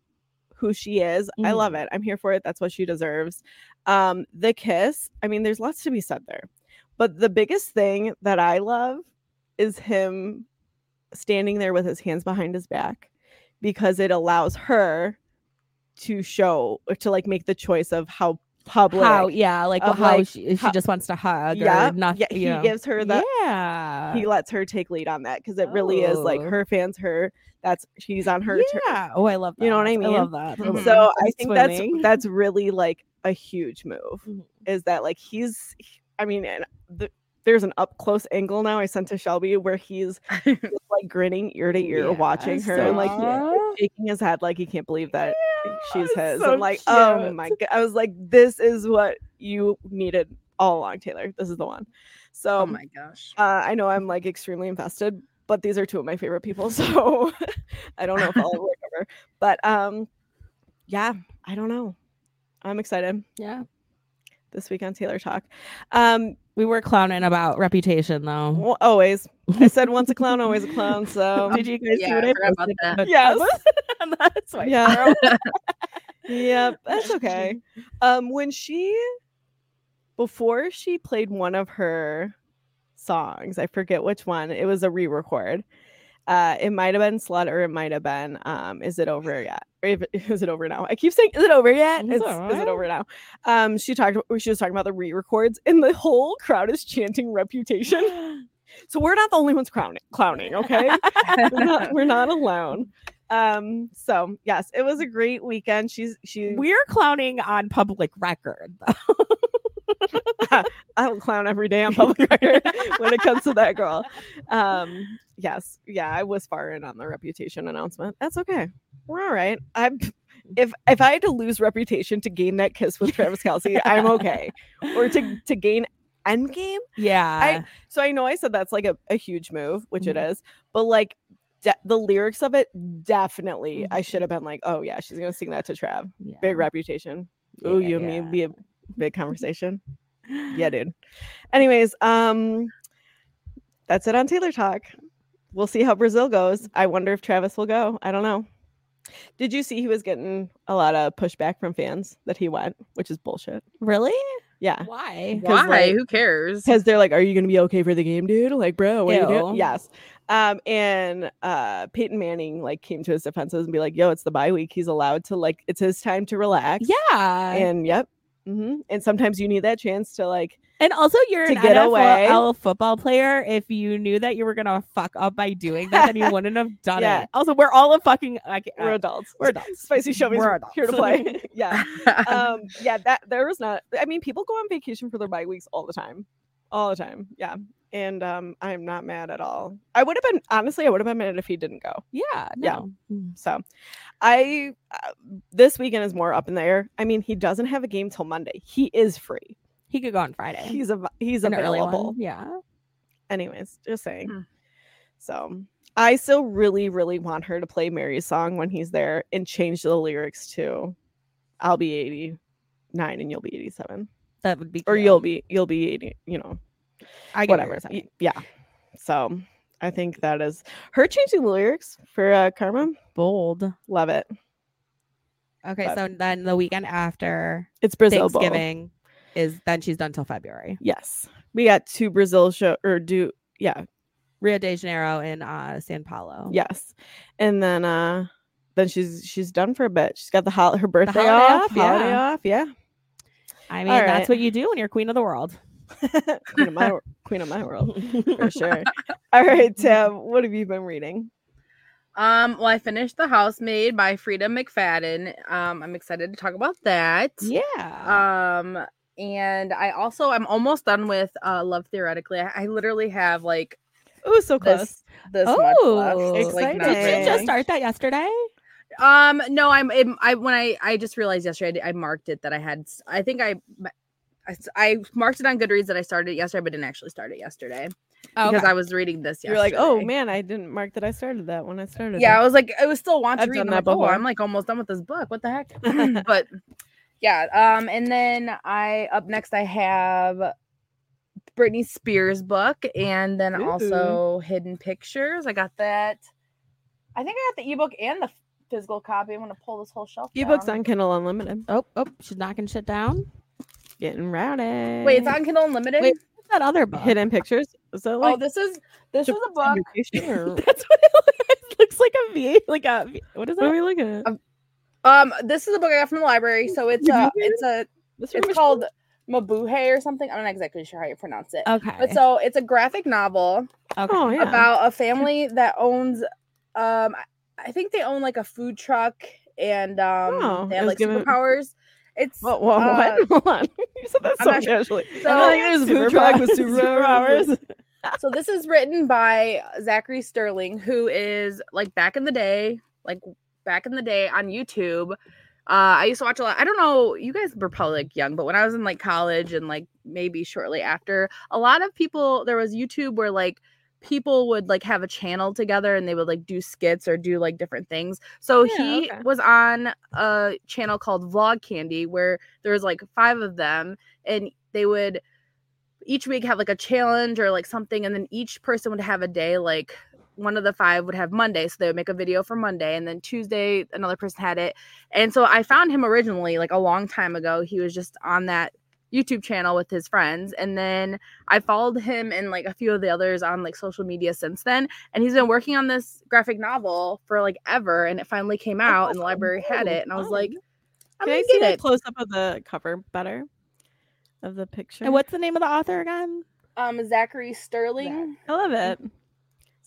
Speaker 5: who she is. I love
Speaker 4: Mm.
Speaker 5: it. I'm here for it. That's what she deserves. Um, the kiss, I mean, there's lots to be said there. But the biggest thing that I love is him standing there with his hands behind his back because it allows her to show or to like make the choice of how public
Speaker 4: How? Yeah, like
Speaker 5: Of,
Speaker 4: how
Speaker 5: like,
Speaker 4: she,
Speaker 5: how-
Speaker 4: she just wants to hug
Speaker 5: yeah,
Speaker 4: or nothing.
Speaker 5: yeah, he gives her the
Speaker 4: Yeah.
Speaker 5: he lets her take lead on that because it really is like
Speaker 4: Oh.
Speaker 5: her fans her that's she's on her turn.
Speaker 4: yeah. Oh, I love that.
Speaker 5: You know what I mean? Mm-hmm.
Speaker 4: I love that.
Speaker 3: Mhm.
Speaker 5: So I
Speaker 4: That's
Speaker 5: think
Speaker 4: winning.
Speaker 5: that's that's really like a huge move.
Speaker 4: Mhm.
Speaker 5: Is that like he's? he- I mean, and the, there's an up close angle now I sent to Shelby where he's just, like grinning ear to ear,
Speaker 4: Yeah,
Speaker 5: watching her
Speaker 4: so
Speaker 5: and like
Speaker 3: cute.
Speaker 5: shaking his head like he can't believe that she's
Speaker 4: it's
Speaker 5: his.
Speaker 4: so
Speaker 5: I'm like, oh
Speaker 4: cute.
Speaker 5: my god! I was like, this is what you needed all along, Taylor. This is the one. So
Speaker 3: Oh my gosh.
Speaker 5: uh, I know I'm like extremely invested, but these are two of my favorite people, so I don't know if I'll recover. But um, yeah, I don't know. I'm excited
Speaker 4: yeah.
Speaker 5: this week on Taylor Talk. Um,
Speaker 4: We were clowning about reputation though.
Speaker 5: w- always, I said once a clown, always a clown. So
Speaker 4: Did you guys see
Speaker 3: Um, yeah,
Speaker 4: what
Speaker 3: I
Speaker 4: I
Speaker 3: forgot about
Speaker 4: posted?
Speaker 3: that.
Speaker 4: But-
Speaker 5: Yes.
Speaker 4: that's why.
Speaker 5: yeah, yeah, that's okay. Um, when she before she played one of her songs, I forget which one. It was a re-record. Uh, it might have been "Slut" or it might have been um, "Is It Over Yet?" Or if, is it over now? I keep saying "Is it over yet?"
Speaker 4: It's
Speaker 5: It's,
Speaker 4: all
Speaker 5: Is it
Speaker 4: right.
Speaker 5: over now? Um, she talked. She was talking about the re-records, and the whole crowd is chanting "Reputation." So we're not the only ones crowning. Clowning, okay? we're, not, we're not alone. Um, so yes, it was a great weekend. She's she.
Speaker 4: We're clowning on public record. though.
Speaker 5: I don't clown every day on public record when it comes to that girl. Um, yes, yeah, I was far in on the reputation announcement. That's okay. We're all right. I'm if if I had to lose reputation to gain that kiss with Travis Kelsey, I'm okay. Or to to gain endgame.
Speaker 4: Yeah.
Speaker 5: So I know I said that's like a, a huge move, which it
Speaker 4: Mhm.
Speaker 5: is, but like de- the lyrics of it, definitely I should have been like, oh yeah, she's gonna sing that to Trav.
Speaker 4: yeah.
Speaker 5: Big reputation. Ooh,
Speaker 4: Yeah,
Speaker 5: you and me
Speaker 4: yeah.
Speaker 5: would be a big conversation yeah dude anyways um that's it on taylor talk we'll see how brazil goes i wonder if travis will go i don't know did you see he was getting a lot of pushback from fans that he went which is bullshit
Speaker 4: Really?
Speaker 5: yeah
Speaker 4: Why?
Speaker 3: Why?
Speaker 5: like-
Speaker 3: Who cares?
Speaker 5: because they're like are you gonna be okay for the game dude like bro what are you doing
Speaker 4: Ew.
Speaker 5: yes um and uh peyton manning like came to his defenses and be like yo it's the bye week he's allowed to like it's his time to relax
Speaker 4: Yeah. And,
Speaker 5: and yep hmm and sometimes you need that chance to like
Speaker 4: also you're
Speaker 5: To
Speaker 4: an
Speaker 5: get
Speaker 4: NFL
Speaker 5: away.
Speaker 4: football player. If you knew that you were gonna fuck up by doing that, then you wouldn't have done
Speaker 5: Yeah.
Speaker 4: it. Also, we're all a fucking like
Speaker 5: we're
Speaker 4: uh,
Speaker 5: adults
Speaker 4: we're adults.
Speaker 5: spicy Shelby's
Speaker 4: We're
Speaker 5: here to
Speaker 4: adults.
Speaker 5: play. yeah. Um, yeah, that there was not I mean, people go on vacation for their bye weeks all the time. All the time. Yeah. And um, I'm not mad at all. I would have been honestly, I would have been mad if he didn't go.
Speaker 4: Yeah.
Speaker 5: Yeah.
Speaker 4: No. Mm.
Speaker 5: So I uh, this weekend is more up in the air. I mean, he doesn't have a game till Monday. He is free.
Speaker 4: He could go on Friday.
Speaker 5: He's a he's
Speaker 4: an early
Speaker 5: available.
Speaker 4: one. Yeah.
Speaker 5: Anyways, just saying.
Speaker 3: Mm.
Speaker 5: So I still really, really want her to play Mary's song when he's there and change the lyrics to I'll be 89 and you'll be 87.
Speaker 4: That would be cool.
Speaker 5: Or you'll be you'll be 80, you know,
Speaker 4: I get what
Speaker 5: whatever.
Speaker 4: you're saying.
Speaker 5: Y- Yeah. So I think that is her changing the lyrics for uh Karma.
Speaker 4: bold.
Speaker 5: Love it.
Speaker 4: Okay,
Speaker 5: But-
Speaker 4: so then the weekend after
Speaker 5: It's Brazil Bowl.
Speaker 4: Thanksgiving is then she's done till February.
Speaker 5: Yes. We got two Brazil show or do yeah,
Speaker 4: Rio de Janeiro and uh San Paulo.
Speaker 5: yes. And then uh then she's she's done for a bit. She's got the hol- her birthday
Speaker 4: holiday
Speaker 5: off,
Speaker 4: off, yeah.
Speaker 5: holiday off, yeah.
Speaker 4: I mean
Speaker 5: All right.
Speaker 4: that's what you do when you're queen of the world.
Speaker 5: queen of my wor- queen of my world for sure. All right, Tab, what have you been reading?
Speaker 3: Um, well, I finished The Housemaid by Frida McFadden. Um, I'm excited to talk about that.
Speaker 4: Yeah.
Speaker 3: Um, and I also I'm almost done with uh Love Theoretically. I, I literally have like
Speaker 5: Oh, so close.
Speaker 3: this this much
Speaker 4: oh,
Speaker 3: left. Like,
Speaker 5: exciting.
Speaker 4: Did you
Speaker 3: nothing.
Speaker 4: just start that yesterday?
Speaker 3: Um, no, I'm. It, I when I I just realized yesterday I, I marked it that I had. s- I think I, I s- I marked it on Goodreads that I started it yesterday, but didn't actually start it yesterday
Speaker 5: Oh,
Speaker 3: because I was reading this.
Speaker 5: You're like, oh
Speaker 3: yesterday."
Speaker 5: man, I didn't mark that I started that when I started.
Speaker 3: Yeah, I
Speaker 5: it."
Speaker 3: was like, I was still want to
Speaker 5: I've
Speaker 3: read.
Speaker 5: done
Speaker 3: and I'm
Speaker 5: that
Speaker 3: like, oh,
Speaker 5: before. Mm-hmm.
Speaker 3: I'm like almost done with this book. What the heck? but yeah, um, and then I up next I have Britney Spears book, and then also Hidden Pictures. I got that. I think I got the ebook and the f- physical copy. I'm gonna pull this whole shelf.
Speaker 5: ebooks
Speaker 3: down.
Speaker 5: on Kindle Unlimited.
Speaker 4: Oh, oh, she's knocking shit down.
Speaker 5: Getting routed.
Speaker 3: Wait, it's on Kindle Unlimited.
Speaker 5: Wait,
Speaker 4: What's that other book?
Speaker 5: Hidden Pictures. Is that
Speaker 3: oh,
Speaker 5: like
Speaker 3: this is this is a book.
Speaker 5: Education or-
Speaker 4: That's what it looks, looks like a V. Like a V- what is
Speaker 5: what are
Speaker 4: that?
Speaker 5: we looking at?
Speaker 3: Oh, Um, this is a book I got from the library. So it's
Speaker 5: Did you
Speaker 3: a
Speaker 5: get
Speaker 3: it's a
Speaker 5: This room
Speaker 3: it's
Speaker 5: is-
Speaker 3: called Mabuhay or something. I'm not exactly sure how you pronounce it.
Speaker 4: Okay.
Speaker 3: But so it's a graphic novel
Speaker 4: okay.
Speaker 5: Oh yeah.
Speaker 3: about a family that owns um I- I think they own like a food truck and um
Speaker 5: Oh,
Speaker 3: they
Speaker 5: it
Speaker 3: have
Speaker 5: was
Speaker 3: like
Speaker 5: given-
Speaker 3: superpowers. It's
Speaker 5: Whoa, whoa,
Speaker 3: uh,
Speaker 5: what? Hold on. you said that
Speaker 3: I'm
Speaker 5: so
Speaker 3: not sure.
Speaker 5: casually.
Speaker 3: So-
Speaker 5: I think it was food truck with superpowers.
Speaker 3: so this is written by Zachary Sterling, who is like back in the day, like back in the day on YouTube. Uh, I used to watch a lot. I don't know, you guys were probably like young, but when I was in like college and like maybe shortly after, a lot of people there was YouTube where like people would like have a channel together and they would like do skits or do like different things. So
Speaker 5: Yeah,
Speaker 3: he
Speaker 5: okay.
Speaker 3: was on a channel called Vlog Candy where there was like five of them and they would each week have like a challenge or like something and then each person would have a day like one of the five would have monday so they would make a video for monday and then tuesday another person had it and so i found him originally like a long time ago he was just on that youtube channel with his friends and then i followed him and like a few of the others on like social media since then and he's been working on this graphic novel for like ever and it finally came out and the
Speaker 5: awesome.
Speaker 3: library had
Speaker 5: Oh,
Speaker 3: it and i was
Speaker 5: fun.
Speaker 3: like i'm
Speaker 5: Can I
Speaker 3: gonna
Speaker 5: see
Speaker 3: get
Speaker 5: a
Speaker 3: it
Speaker 5: close up of the cover better? Of the picture.
Speaker 4: And what's the name of the author again?
Speaker 3: um zachary sterling
Speaker 5: I love it. Is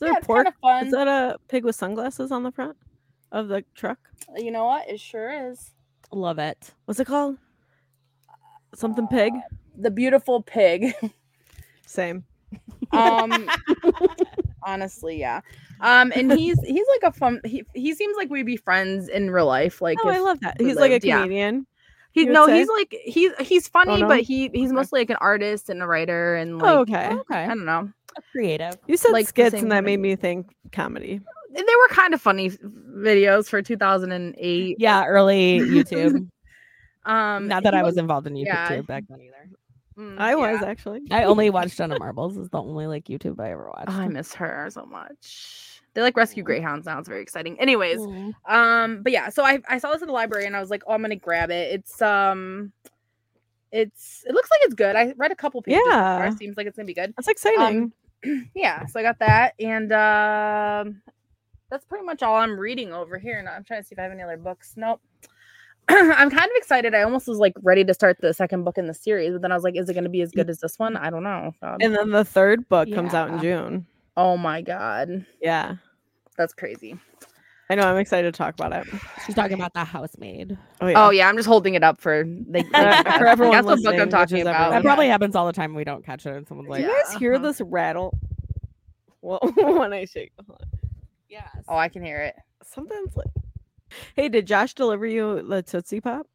Speaker 3: yeah,
Speaker 5: there a
Speaker 3: it's kind
Speaker 5: pork?
Speaker 3: of fun
Speaker 5: Is that a pig with sunglasses on the front of the truck?
Speaker 3: You know what? It sure is.
Speaker 4: Love it.
Speaker 5: What's it called? Something pig?
Speaker 3: The beautiful pig.
Speaker 5: Same.
Speaker 3: Um honestly, yeah. Um and he's he's like a fun he, he seems like we'd be friends in real life. Like
Speaker 5: oh, I
Speaker 3: if-
Speaker 5: love that.
Speaker 3: we
Speaker 5: He's like a
Speaker 3: lived, yeah.
Speaker 5: comedian.
Speaker 3: he
Speaker 5: you would
Speaker 3: no,
Speaker 5: say?
Speaker 3: he's like he's he's funny,
Speaker 5: no?
Speaker 3: but he he's
Speaker 5: Okay.
Speaker 3: mostly like an artist and a writer and like
Speaker 5: Oh, okay.
Speaker 3: I
Speaker 4: Okay.
Speaker 3: don't know.
Speaker 4: creative.
Speaker 5: You said
Speaker 3: like the
Speaker 5: skits,
Speaker 3: same
Speaker 5: and that
Speaker 3: comedy.
Speaker 5: made me think comedy.
Speaker 3: They were kind of funny videos for 2008.
Speaker 4: Yeah, early YouTube.
Speaker 3: Um
Speaker 4: Not that
Speaker 3: he
Speaker 4: I was involved in YouTube
Speaker 3: yeah.
Speaker 4: too back then either.
Speaker 3: mm,
Speaker 5: I was
Speaker 3: yeah.
Speaker 5: actually.
Speaker 4: I only watched Jenna Marbles. Is the only like YouTube I ever watched.
Speaker 3: Oh, I miss her so much. They like rescue
Speaker 4: Aw.
Speaker 3: greyhounds now. It's very exciting. Anyways,
Speaker 4: Mm.
Speaker 3: Um, but yeah, so I I saw this at the library and I was like, oh, I'm gonna grab it. It's um, it's it looks like it's good. I read a couple pages. so far.
Speaker 5: Yeah.
Speaker 3: seems like it's gonna be good.
Speaker 5: That's exciting.
Speaker 3: Um, yeah, so I got that, and um, that's pretty much all I'm reading over here. Now I'm trying to see if I have any other books. Nope. I'm kind of excited. I almost was like ready to start the second book in the series, but then I was like, is it gonna be as good as this one? I don't know. Um,
Speaker 5: and then the third book comes out in
Speaker 4: Yeah.
Speaker 5: June.
Speaker 3: oh my god,
Speaker 5: Yeah.
Speaker 3: that's crazy.
Speaker 5: I know. I'm excited to talk about it.
Speaker 4: She's talking about the housemaid.
Speaker 5: Oh, yeah.
Speaker 3: Oh yeah, I'm just holding it up for they, they
Speaker 5: Uh, for everyone
Speaker 3: That's what book
Speaker 5: listening,
Speaker 3: I'm
Speaker 5: which
Speaker 3: talking
Speaker 5: is
Speaker 3: about.
Speaker 5: everyone.
Speaker 4: That
Speaker 5: Oh, yeah.
Speaker 4: probably happens all the time. We don't catch it, and someone's
Speaker 5: Do
Speaker 4: like,
Speaker 5: you
Speaker 3: Yeah,
Speaker 5: guys hear
Speaker 3: uh-huh.
Speaker 5: this rattle? Well, when I shake. Hold on.
Speaker 4: "Yes."
Speaker 3: Oh, I can hear it.
Speaker 5: Something's like. Hey, did Josh deliver you the Tootsie Pop?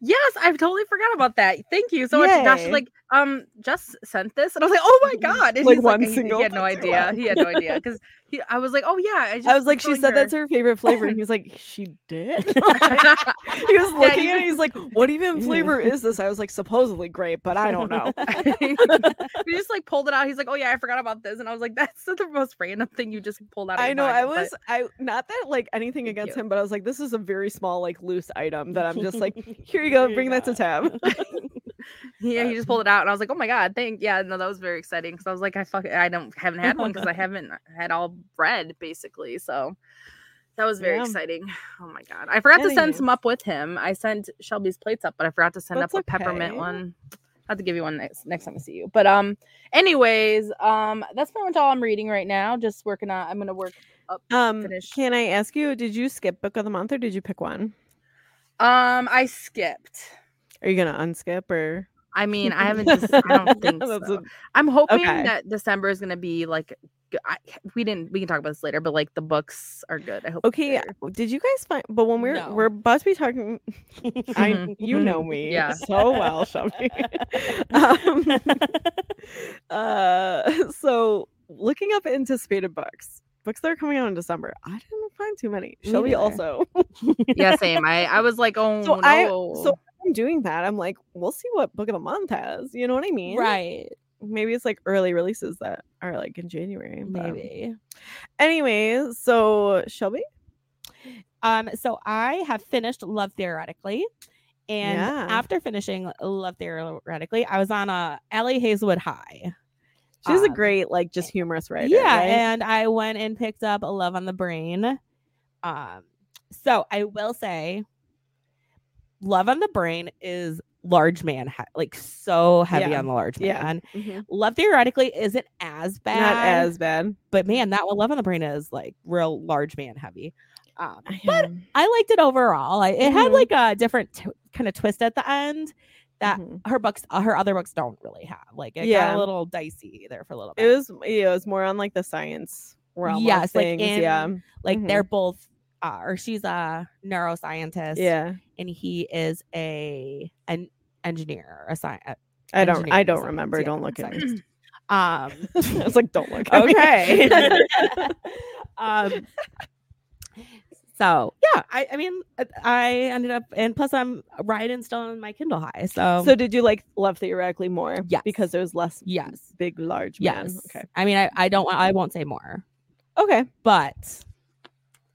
Speaker 3: Yes, I've totally forgot about that. Thank you so much, Josh.
Speaker 5: Yay. Mm-hmm.
Speaker 3: Like, um, just sent this, and I was like, "Oh my god!" And
Speaker 5: Like
Speaker 3: he's
Speaker 5: one
Speaker 3: he,
Speaker 5: single
Speaker 3: He had no
Speaker 5: thing.
Speaker 3: idea. He had no idea because I was like, "Oh yeah." I, just
Speaker 5: I was like, she
Speaker 3: telling
Speaker 5: said that's
Speaker 3: her.
Speaker 5: her favorite flavor. And he's like, she did. Like, he was
Speaker 3: Yeah,
Speaker 5: looking
Speaker 3: you
Speaker 5: at it. He's like, what even
Speaker 4: Ew.
Speaker 5: flavor is this? I was like, supposedly grape, but I don't know.
Speaker 3: he just like pulled it out. He's like, "Oh yeah, I forgot about this," and I was like, "That's the most random thing you just pulled out." Of
Speaker 5: I
Speaker 3: your
Speaker 5: know. I
Speaker 3: pocket," but-
Speaker 5: was. I not that like anything
Speaker 3: Thank
Speaker 5: against
Speaker 3: you.
Speaker 5: him, but I was like, this is a very small, like loose item that I'm just like, here you go,
Speaker 4: Here you
Speaker 5: bring that to
Speaker 4: go.
Speaker 5: tab.
Speaker 3: Yeah,
Speaker 5: Uh,
Speaker 3: he just pulled it out, and I was like, "Oh my god, thank yeah." No, that was very exciting because I was like, "I fuck, I don't haven't had one because I haven't had all bread basically." So that was very
Speaker 5: Yeah.
Speaker 3: exciting. Oh my god, I forgot to send
Speaker 5: Anyways.
Speaker 3: some up with him. I sent Shelby's plates up, but I forgot to send
Speaker 5: That's
Speaker 3: up a peppermint
Speaker 5: okay.
Speaker 3: one. I will have to give you one next next time I see you. But um, anyways, um, that's pretty much all I'm reading right now. Just working on. I'm gonna work up.
Speaker 5: Um,
Speaker 3: Finish.
Speaker 5: can I ask you? Did you skip book of the month or did you pick one?
Speaker 3: Um, I skipped.
Speaker 5: Are you gonna unskip or?
Speaker 3: I mean, I haven't. Just, I don't think so.
Speaker 5: That's a-
Speaker 3: I'm hoping
Speaker 5: Okay.
Speaker 3: that December is gonna be like. g- I, we didn't. We can talk about this later, but like the books are good. I hope.
Speaker 5: Okay,
Speaker 3: they're-
Speaker 5: did you guys find? But when we're
Speaker 4: No. Mm-hmm.
Speaker 5: we're about to be talking, I you know me
Speaker 3: Yeah.
Speaker 5: so well, Shelby. um, uh, so looking up anticipated books, books that are coming out in December, I didn't find too many.
Speaker 4: Me
Speaker 5: Shelby
Speaker 4: neither.
Speaker 5: also.
Speaker 3: Yeah, same. I I was like, oh
Speaker 5: So
Speaker 3: no.
Speaker 5: I- so I'm doing that. I'm like, we'll see what book of the month has. You know what I mean?
Speaker 4: right.
Speaker 5: Maybe it's like early releases that are like in January. but-
Speaker 4: Maybe.
Speaker 5: Anyway, so Shelby.
Speaker 4: Um, so I have finished Love Theoretically. And
Speaker 5: Yeah.
Speaker 4: after finishing Love Theoretically, I was on uh, a Ellie Hazelwood High.
Speaker 5: She's a
Speaker 4: Um,
Speaker 5: great, like, just humorous writer.
Speaker 4: yeah,
Speaker 5: right?
Speaker 4: and I went and picked up a Love on the Brain. Um, so I will say, Love on the Brain is large man, he- like so heavy
Speaker 5: Yeah.
Speaker 4: on the large
Speaker 5: Yeah.
Speaker 4: man.
Speaker 5: Mhm.
Speaker 4: Love theoretically isn't as bad,
Speaker 5: not as bad.
Speaker 4: but man, that one Love on the Brain is like real large man heavy. Um, but I liked it overall. I, it had
Speaker 5: Mhm.
Speaker 4: like a different t- kind of twist at the end that
Speaker 5: Mhm.
Speaker 4: her books, uh, her other books don't really have. Like it got
Speaker 5: Yeah.
Speaker 4: a little dicey there for a little bit.
Speaker 5: it was yeah, it was more on like the science realm. Yeah,
Speaker 4: Yes,
Speaker 5: of
Speaker 4: like,
Speaker 5: things.
Speaker 4: in-
Speaker 5: yeah,
Speaker 4: like they're
Speaker 5: Mm-hmm.
Speaker 4: both, uh, or she's a neuroscientist,
Speaker 5: yeah.
Speaker 4: and he is a an engineer, a sci- uh,
Speaker 5: I don't, I
Speaker 4: engineering
Speaker 5: don't
Speaker 4: science,
Speaker 5: remember.
Speaker 4: yeah,
Speaker 5: don't look at me.
Speaker 4: science. Um,
Speaker 5: I was like, don't look. At me.
Speaker 4: okay. um, so yeah, I, I mean, uh, I ended up, and plus I'm riding still on my Kindle high. So,
Speaker 5: so did you like love theoretically more?
Speaker 4: Um Yes.
Speaker 5: because there was less
Speaker 4: yes,
Speaker 5: big, large. man?
Speaker 4: yes.
Speaker 5: Okay.
Speaker 4: I mean, I, I don't, wa- I won't say more,
Speaker 5: Okay.
Speaker 4: but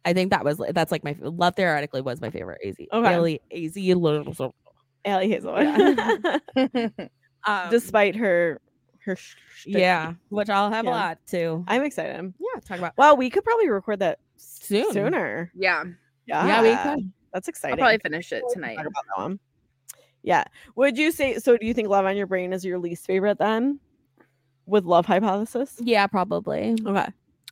Speaker 4: I think that was li- that's like my f- love theoretically was my favorite. AZ,
Speaker 5: Okay. Um,
Speaker 4: Really, AZ, little- so-
Speaker 5: Allie Hazel.
Speaker 4: Yeah. um,
Speaker 5: Despite her, her. sh- shtick.
Speaker 4: yeah, which I'll have
Speaker 5: Yeah.
Speaker 4: a lot to
Speaker 5: I'm excited.
Speaker 4: yeah talk about
Speaker 5: Wow, we could probably record that
Speaker 4: soon.
Speaker 5: sooner.
Speaker 3: yeah,
Speaker 5: Yeah,
Speaker 4: Yeah, we could.
Speaker 5: That's exciting.
Speaker 3: I'll probably finish it
Speaker 5: We can
Speaker 3: tonight.
Speaker 5: talk about that one. Yeah. Would you say so? Do you think Love on Your Brain is your least favorite then? With Love Hypothesis?
Speaker 4: Yeah, probably.
Speaker 5: Ah. Okay.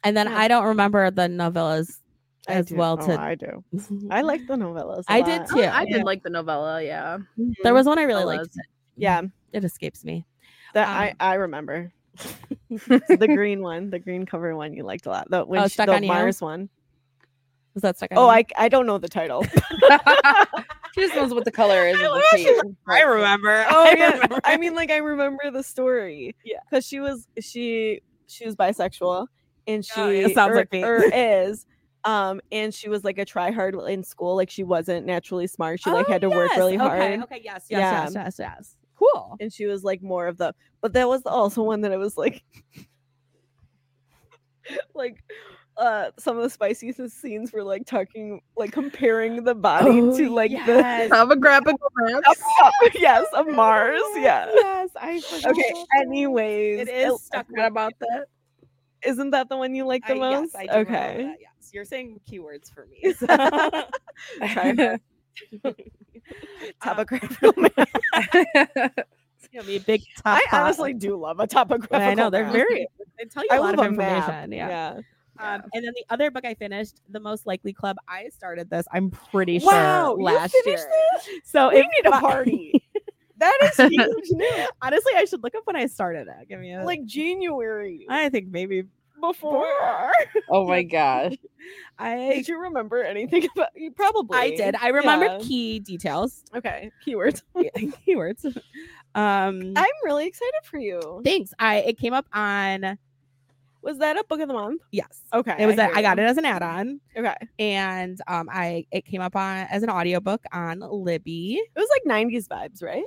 Speaker 4: And then
Speaker 5: Yeah.
Speaker 4: I don't remember the novellas as well
Speaker 5: Oh,
Speaker 4: to-
Speaker 5: I do. I like the novellas. I
Speaker 4: I did
Speaker 3: Oh,
Speaker 4: too. Mm-hmm.
Speaker 3: I did like the novella. Yeah,
Speaker 4: There was Mm-hmm. one Mm, I really
Speaker 3: Novellas.
Speaker 4: liked.
Speaker 5: Yeah.
Speaker 4: It escapes me.
Speaker 5: That
Speaker 4: Um,
Speaker 5: I, I remember. the green one, the green cover one you liked a lot. The, when
Speaker 4: Oh,
Speaker 5: she-
Speaker 4: Stuck
Speaker 5: the
Speaker 4: on You?
Speaker 5: Mars one.
Speaker 4: Was that stuck? on
Speaker 5: Oh,
Speaker 4: you?
Speaker 5: I I don't know the title.
Speaker 3: she just knows what the color is.
Speaker 5: I
Speaker 3: of the
Speaker 5: love how she's
Speaker 3: page.
Speaker 4: I remember.
Speaker 5: Oh
Speaker 4: I
Speaker 5: yeah.
Speaker 4: remember.
Speaker 5: I mean, like I remember the story.
Speaker 4: Yeah.
Speaker 5: Because she was she she was bisexual and she
Speaker 4: Oh, yeah, sounds
Speaker 5: or,
Speaker 4: like me.
Speaker 5: or is. Um, and she was like a try hard in school. Like she wasn't naturally smart. She like
Speaker 4: Oh,
Speaker 5: had to work
Speaker 4: yes.
Speaker 5: really
Speaker 4: okay,
Speaker 5: hard.
Speaker 4: Okay. Yes. Yes.
Speaker 5: Yeah.
Speaker 4: Yes. Yes. Yes. Cool.
Speaker 5: And she was like more of the but that was also one that I was like like uh some of the spiciest scenes were like talking like comparing the body
Speaker 4: Oh,
Speaker 5: to like the
Speaker 3: Have a grab a glance.
Speaker 5: yes of Mars. Yeah.
Speaker 4: Yes. I forgot.
Speaker 5: Okay. Anyways,
Speaker 4: It is
Speaker 5: I
Speaker 4: stuck
Speaker 5: forgot
Speaker 4: with
Speaker 5: about that. Isn't that the one you like the
Speaker 4: I- yes,
Speaker 5: most?
Speaker 4: I do remember
Speaker 5: okay.
Speaker 4: that, Yes. You're saying keywords for me. so.
Speaker 5: Uh, Topographical map.
Speaker 4: It's gonna be a big top.
Speaker 5: I honestly do love a topographical.
Speaker 4: I know they're
Speaker 5: map.
Speaker 4: very. They tell you
Speaker 5: I
Speaker 4: a lot
Speaker 5: love
Speaker 4: of
Speaker 5: a map,
Speaker 4: information. Yeah.
Speaker 3: Yeah.
Speaker 4: Um, and then the other book I finished, The Most Likely Club, I started this, I'm pretty sure,
Speaker 5: Wow, you
Speaker 4: last year.
Speaker 5: finished
Speaker 4: So
Speaker 5: We
Speaker 4: it
Speaker 5: need a
Speaker 4: fi-
Speaker 5: party. That is huge news.
Speaker 4: Honestly, I should look up when I started it. Give me a,
Speaker 5: Like January
Speaker 4: I think maybe
Speaker 5: before.
Speaker 3: oh my gosh.
Speaker 4: I
Speaker 5: Did you remember anything about you? Probably.
Speaker 4: I did. I remembered
Speaker 5: Yeah.
Speaker 4: key details,
Speaker 5: Okay. Keywords.
Speaker 4: keywords. Um,
Speaker 5: I'm really excited for you.
Speaker 4: thanks. I it came up on
Speaker 5: Was that a book of the month?
Speaker 4: yes.
Speaker 5: Okay.
Speaker 4: It was
Speaker 5: I
Speaker 4: that
Speaker 5: hear
Speaker 4: I got
Speaker 5: you.
Speaker 4: it as an add-on,
Speaker 5: Okay.
Speaker 4: and um, I it came up on as an audiobook on Libby.
Speaker 5: It was like 90s vibes, right?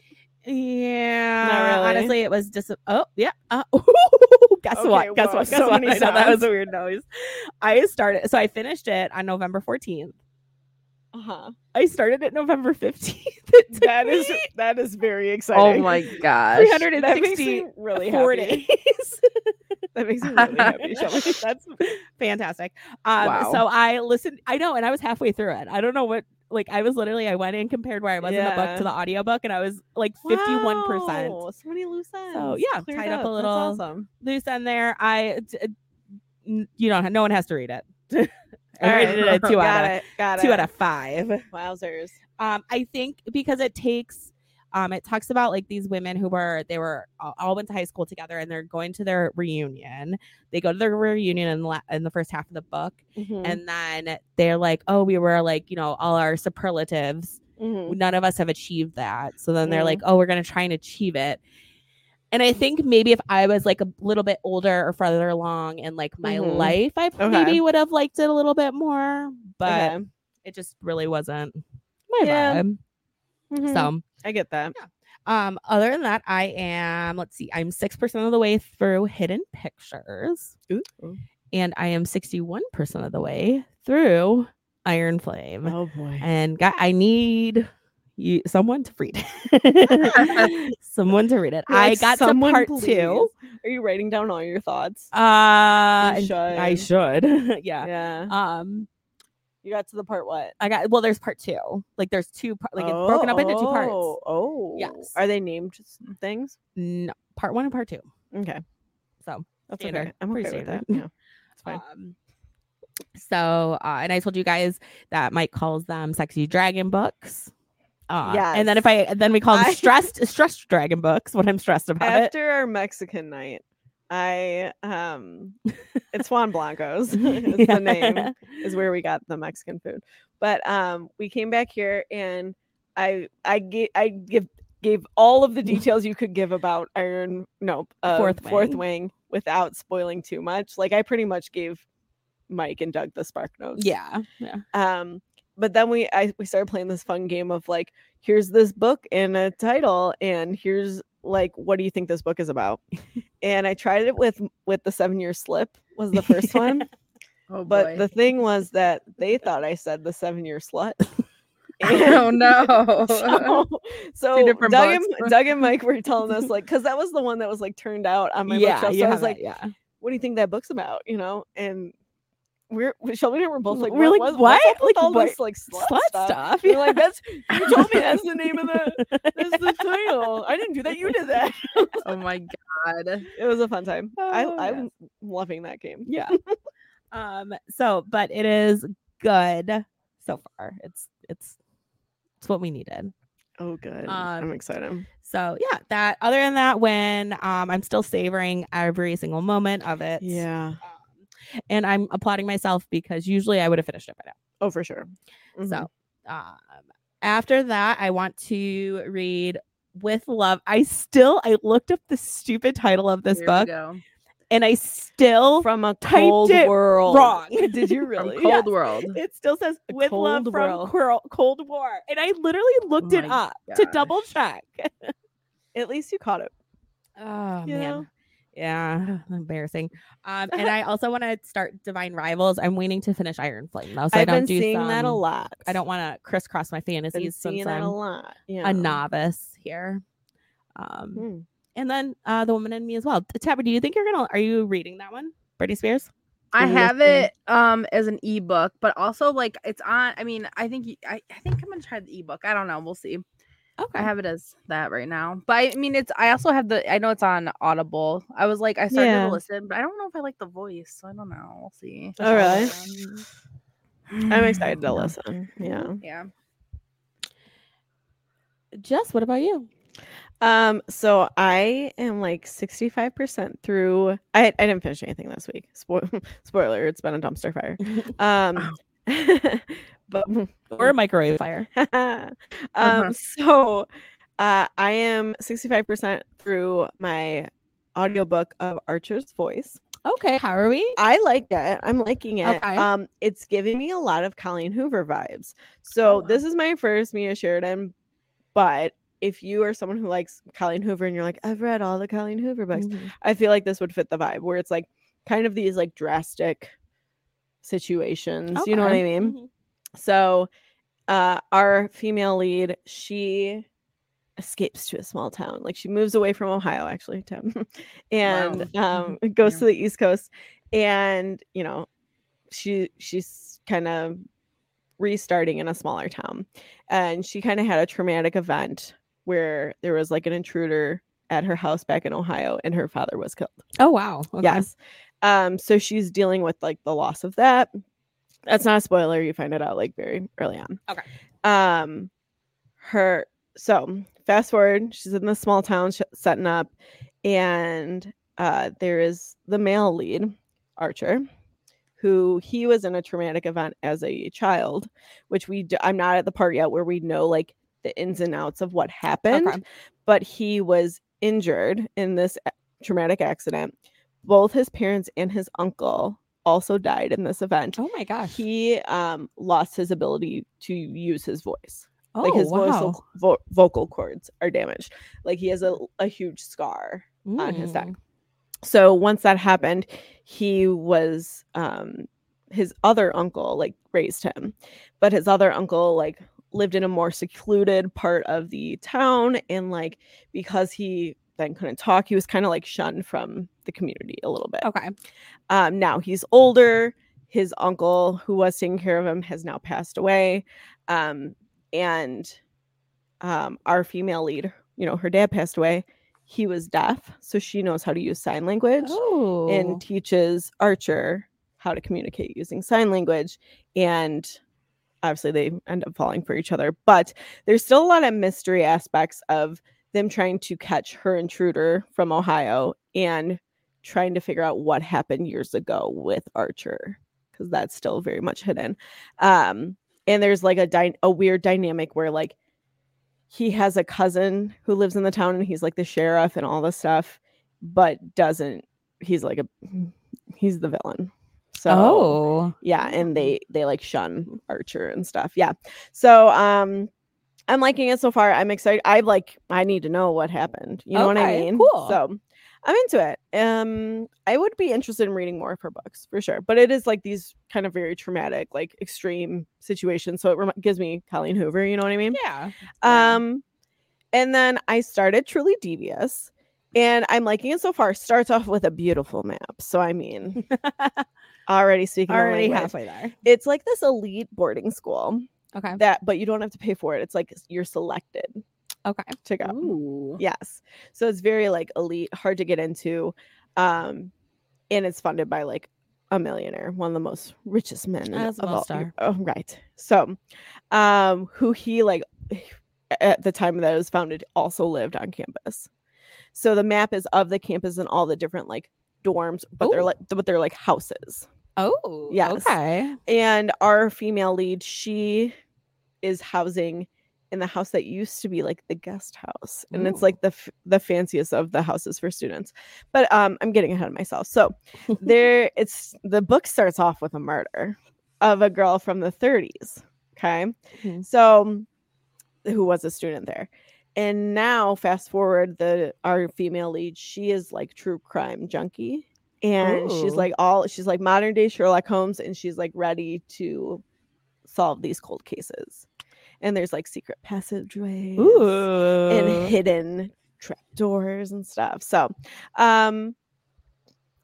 Speaker 4: Yeah.
Speaker 5: really.
Speaker 4: Honestly, it was just oh yeah. Uh, guess
Speaker 5: Okay,
Speaker 4: what? Guess
Speaker 5: whoa,
Speaker 4: what? Guess
Speaker 5: so
Speaker 4: what?
Speaker 5: many
Speaker 4: I know that was
Speaker 5: sounds.
Speaker 4: a weird noise. I started so I finished it on November 14th.
Speaker 5: Uh huh.
Speaker 4: I started it November 15th. It took
Speaker 5: That is
Speaker 4: me
Speaker 5: that is very
Speaker 3: Oh
Speaker 5: exciting.
Speaker 3: my gosh.
Speaker 4: 360
Speaker 5: really
Speaker 4: four
Speaker 5: happy.
Speaker 4: days.
Speaker 5: That makes me really happy. Shelby.
Speaker 4: That's fantastic. Um,
Speaker 3: Wow.
Speaker 4: So I listened. I know, and I was halfway through it. I don't know what. Like I was literally, I went and compared where I was in the book
Speaker 5: Yeah.
Speaker 4: to the audiobook, and I was like fifty-one percent.
Speaker 5: Wow, So many loose ends.
Speaker 4: yeah,
Speaker 5: cleared
Speaker 4: tied up a
Speaker 5: That's
Speaker 4: little-
Speaker 5: awesome.
Speaker 4: loose end there. I, d- n- you don't, ha- no one has to read it. I rated it a two
Speaker 5: got
Speaker 4: out of
Speaker 5: it. Got
Speaker 4: two
Speaker 5: it.
Speaker 4: out of five.
Speaker 5: Wowzers.
Speaker 4: Um, I think because it takes, um, it talks about like these women who were they were all, all went to high school together and they're going to their reunion. They go to their reunion in the, la- in the first half of the book,
Speaker 5: Mm-hmm,
Speaker 4: and then they're like, oh, we were like you know all our superlatives.
Speaker 5: mm-hmm.
Speaker 4: None of us have achieved that. So then they're
Speaker 5: Mm.
Speaker 4: like, oh, we're gonna try and achieve it. And I think maybe if I was like a little bit older or further along in like my
Speaker 5: Mhm.
Speaker 4: life, I
Speaker 5: Okay.
Speaker 4: maybe would have liked it a little bit more. But
Speaker 5: Okay.
Speaker 4: it just really wasn't my
Speaker 5: Yeah.
Speaker 4: vibe.
Speaker 5: Mhm.
Speaker 4: So,
Speaker 5: I get that.
Speaker 4: um, other than that, I am. Let's see, I'm six percent of the way through Hidden Pictures,
Speaker 5: Oh,
Speaker 4: and I am sixty-one percent of the way through Iron Flame.
Speaker 5: Oh boy.
Speaker 4: And God, I need you someone to read it. someone to read it.
Speaker 5: You're
Speaker 4: I
Speaker 5: like,
Speaker 4: got to
Speaker 5: "Someone,
Speaker 4: part
Speaker 5: please."
Speaker 4: two.
Speaker 5: Are you writing down all your thoughts?
Speaker 4: Uh,
Speaker 5: You
Speaker 4: and I should. yeah.
Speaker 5: Yeah.
Speaker 4: Um,
Speaker 5: You got to the part what?
Speaker 4: I got. Well, there's part two. Like, there's two. par- Like, it's broken up into two parts.
Speaker 5: Oh, Oh.
Speaker 4: Yes.
Speaker 5: Are they named s- things?
Speaker 4: No, part one and part two.
Speaker 5: Okay.
Speaker 4: So
Speaker 5: That's okay.
Speaker 4: Standard.
Speaker 5: I'm okay
Speaker 4: Pretty
Speaker 5: with
Speaker 4: standard.
Speaker 5: that. Yeah. It's fine.
Speaker 4: Um, so, uh, and I told you guys that Mike calls them sexy dragon books. Uh, And then if I then we call them
Speaker 5: I-
Speaker 4: stressed stressed dragon books when I'm stressed about
Speaker 5: After our Mexican night, I um it's Juan Blanco's
Speaker 4: it.
Speaker 5: is
Speaker 4: Yeah.
Speaker 5: the name. is where we got the Mexican food. But um, we came back here and I I gave I give gave all of the details you could give about Iron Nope uh,
Speaker 4: Fourth
Speaker 5: Fourth
Speaker 4: Wing.
Speaker 5: Wing without spoiling too much. Like I pretty much gave Mike and Doug the spark notes.
Speaker 4: Yeah. Yeah.
Speaker 5: Um, but then we I we started playing this fun game of like here's this book and a title and here's like what do you think this book is about? and I tried it with with the seven year slip was the first one.
Speaker 3: Oh
Speaker 5: But
Speaker 3: boy.
Speaker 5: the thing was that they thought I said the seven year slut.
Speaker 3: oh
Speaker 5: And
Speaker 3: no.
Speaker 5: So, so
Speaker 3: different
Speaker 5: Doug and,
Speaker 3: books.
Speaker 5: Doug and Mike were telling us like, because that was the one that was like turned out on my
Speaker 4: yeah.
Speaker 5: bookshelf. So
Speaker 4: you
Speaker 5: I
Speaker 4: have
Speaker 5: was like,
Speaker 4: that, yeah.
Speaker 5: "What do you think that book's about?" You know, and we're we- Shelby and I were both like,
Speaker 4: We're
Speaker 5: "What?
Speaker 4: like,
Speaker 5: was- what's
Speaker 4: what?
Speaker 5: up with
Speaker 4: Like,
Speaker 5: all
Speaker 4: what-
Speaker 5: this like slut,
Speaker 4: Slut
Speaker 5: stuff?"
Speaker 4: stuff.
Speaker 5: You're like, "That's you told me that's the name of the that's the title. I didn't do that. You did that."
Speaker 3: oh my god.
Speaker 5: It was a fun time. I
Speaker 4: Oh,
Speaker 5: I'm loving that game.
Speaker 4: yeah um so but it is good so far it's it's it's what we needed
Speaker 5: Oh, good.
Speaker 4: Um,
Speaker 5: I'm excited.
Speaker 4: so yeah that other than that when um i'm still savoring every single moment of it
Speaker 5: Yeah.
Speaker 4: um, and i'm applauding myself because usually i would have finished it by now
Speaker 5: Oh, for sure. Mhm.
Speaker 4: so, um, after that, I want to read with love. I still I looked up the stupid title of this
Speaker 3: Here we
Speaker 4: book,
Speaker 3: go.
Speaker 4: and I still
Speaker 5: from a
Speaker 4: typed
Speaker 5: cold
Speaker 4: it
Speaker 5: world.
Speaker 4: wrong.
Speaker 5: Did you
Speaker 3: From
Speaker 5: really?
Speaker 3: Cold World.
Speaker 4: it still says
Speaker 5: The
Speaker 4: with love
Speaker 5: Cold
Speaker 4: from
Speaker 5: World.
Speaker 4: Quirl- Cold War, and I literally looked
Speaker 3: Oh
Speaker 4: it
Speaker 3: my
Speaker 4: up to
Speaker 3: gosh.
Speaker 4: double check.
Speaker 5: At least you caught it.
Speaker 4: Oh
Speaker 5: You know?
Speaker 4: yeah, embarrassing. Um, and I also want to start Divine Rivals. I'm waiting to finish Iron Flame though, so I've I
Speaker 5: I've
Speaker 4: do not
Speaker 5: been
Speaker 4: do
Speaker 5: seeing that a
Speaker 4: some-
Speaker 5: lot.
Speaker 4: I don't want to crisscross my
Speaker 5: been
Speaker 4: fantasies
Speaker 5: seeing
Speaker 4: since
Speaker 5: that
Speaker 4: I'm
Speaker 5: a lot. Yeah.
Speaker 4: a novice here. Um,
Speaker 5: Hmm.
Speaker 4: and then uh, the woman in me as well. Tabby, do you think you're gonna? Are you reading that one, Britney Spears?
Speaker 3: I
Speaker 5: Mhm.
Speaker 3: have it um as an ebook, but also like it's on. I mean, I think you- I, I think I'm gonna try the ebook. I don't know. We'll see.
Speaker 4: Okay,
Speaker 3: I have it as that right now, but I mean, it's. I also have the. I know it's on Audible. I was like, I started
Speaker 5: Yeah.
Speaker 3: to listen, but I don't know if I like the voice, so I don't know. We'll see.
Speaker 5: Oh, really? I'm
Speaker 3: I'm
Speaker 5: excited to listen. Yeah.
Speaker 3: Yeah.
Speaker 4: Jess, what about you?
Speaker 5: Um. So I am like 65 percent through. I I didn't finish anything this week. Spoil spoiler. It's been a dumpster fire. Um. but
Speaker 4: or a microwave fire?
Speaker 5: um,
Speaker 3: Uh-huh.
Speaker 5: so uh, I am 65% through my audiobook of Archer's Voice.
Speaker 4: Okay, how are we?
Speaker 5: I like it. I'm liking it.
Speaker 4: Okay.
Speaker 5: Um, it's giving me a lot of Colleen Hoover vibes.
Speaker 4: Oh,
Speaker 5: So
Speaker 3: wow.
Speaker 5: this is my first Mia Sheridan, but if you are someone who likes Colleen Hoover and you're like, I've read all the Colleen Hoover books,
Speaker 4: Mhm.
Speaker 5: I feel like this would fit the vibe where it's like kind of these like drastic situations. You know what
Speaker 4: Okay.
Speaker 5: I mean?
Speaker 4: Mhm.
Speaker 5: So, uh, our female lead, she escapes to a small town. Like she moves away from Ohio, actually, Tim, and um, goes
Speaker 3: Yeah.
Speaker 5: to the East Coast. And you know, she she's kind of restarting in a smaller town, and she kind of had a traumatic event where there was like an intruder at her house back in Ohio, and her father was killed.
Speaker 4: Oh wow. Okay.
Speaker 5: Yes. Um, so she's dealing with like the loss of that, that's not a spoiler. You find it out like very early on.
Speaker 4: Okay.
Speaker 5: Um, her so fast forward. She's in this small town sh- setting up, and uh, there is the male lead, Archer, who he was in a traumatic event as a child, which we d- I'm not at the part yet where we know like the ins and outs of what happened
Speaker 4: Okay.
Speaker 5: but he was injured in this a- traumatic accident. Both his parents and his uncle also died in this event.
Speaker 4: Oh my gosh.
Speaker 5: He um, lost his ability to use his voice.
Speaker 4: oh,
Speaker 5: like his
Speaker 4: wow.
Speaker 5: voice, vo- vocal cords are damaged. Like he has a, a huge scar on his neck.
Speaker 4: Mm.
Speaker 5: So once that happened, he was um his other uncle like raised him. But his other uncle like lived in a more secluded part of the town and like because he then couldn't talk, he was kind of like shunned from the community a little bit.
Speaker 4: Mm. Okay.
Speaker 5: Um now he's older. His uncle who was taking care of him has now passed away. Um and um our female lead, you know, her dad passed away. He was deaf, so she knows how to use sign language
Speaker 4: Oh.
Speaker 5: and teaches Archer how to communicate using sign language. And obviously, they end up falling for each other. But there's still a lot of mystery aspects of them trying to catch her intruder from Ohio and trying to figure out what happened years ago with Archer because that's still very much hidden. Um, and there's like a dy- a weird dynamic where like he has a cousin who lives in the town and he's like the sheriff and all this stuff, but doesn't he's like a he's the villain. So
Speaker 4: oh.
Speaker 5: yeah and they they like shun archer and stuff yeah so um i'm liking it so far i'm excited i like i need to know what happened you know what i
Speaker 4: Okay,
Speaker 5: mean
Speaker 4: cool.
Speaker 5: so i'm into it um i would be interested in reading more of her books for sure but it is like these kind of very traumatic like extreme situations so it rem- gives me colleen hoover you know what i mean
Speaker 4: Yeah. Yeah.
Speaker 5: um, and then I started Truly Devious, and I'm liking it so far. Starts off with a beautiful map, so I mean, already speaking
Speaker 4: Already
Speaker 5: already
Speaker 4: halfway there.
Speaker 5: It's like this elite boarding school
Speaker 4: Okay.
Speaker 5: that, but you don't have to pay for it. It's like s- you're selected
Speaker 4: Okay.
Speaker 5: to go.
Speaker 3: Ooh.
Speaker 5: Yes, so it's very like elite, hard to get into, um, and it's funded by like a millionaire, one of the most richest men in-
Speaker 4: As
Speaker 5: of
Speaker 4: well
Speaker 5: all.
Speaker 4: star.
Speaker 5: Oh, right. So, um, who he like at the time that it was founded also lived on campus. So the map is of the campus and all the different like dorms, but they're
Speaker 4: Ooh.
Speaker 5: like but they're like houses.
Speaker 4: Oh.
Speaker 5: Yes.
Speaker 4: Okay.
Speaker 5: And our female lead, she is housing in the house that used to be like the guest house, and it's
Speaker 4: Ooh.
Speaker 5: like the f- the fanciest of the houses for students. But um, I'm getting ahead of myself. So there it's the book starts off with a murder of a girl from the 30s okay
Speaker 4: Mhm.
Speaker 5: so who was a student there and now fast forward the our female lead she is like true crime junkie and she's
Speaker 4: Ooh.
Speaker 5: like all she's like modern day sherlock holmes and she's like ready to solve these cold cases and there's like secret passageways
Speaker 4: Ooh.
Speaker 5: and hidden trapdoors and stuff. So, um,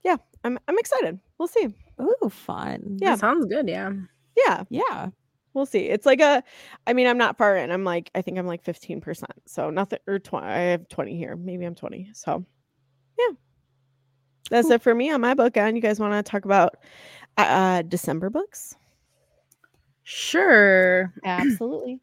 Speaker 5: yeah, I'm I'm excited. We'll see.
Speaker 4: Ooh, fun.
Speaker 5: Yeah.
Speaker 3: Sounds good, yeah.
Speaker 5: Yeah,
Speaker 4: Yeah.
Speaker 5: we'll see. It's like a, I mean, I'm not far in. I'm like, I think I'm like 15 percent. So nothing or 20. I have 20 here. Maybe I'm 20. So, yeah, that's
Speaker 4: Cool.
Speaker 5: it for me on my book. And you guys want to talk about uh, uh December books?
Speaker 3: Sure.
Speaker 5: Absolutely.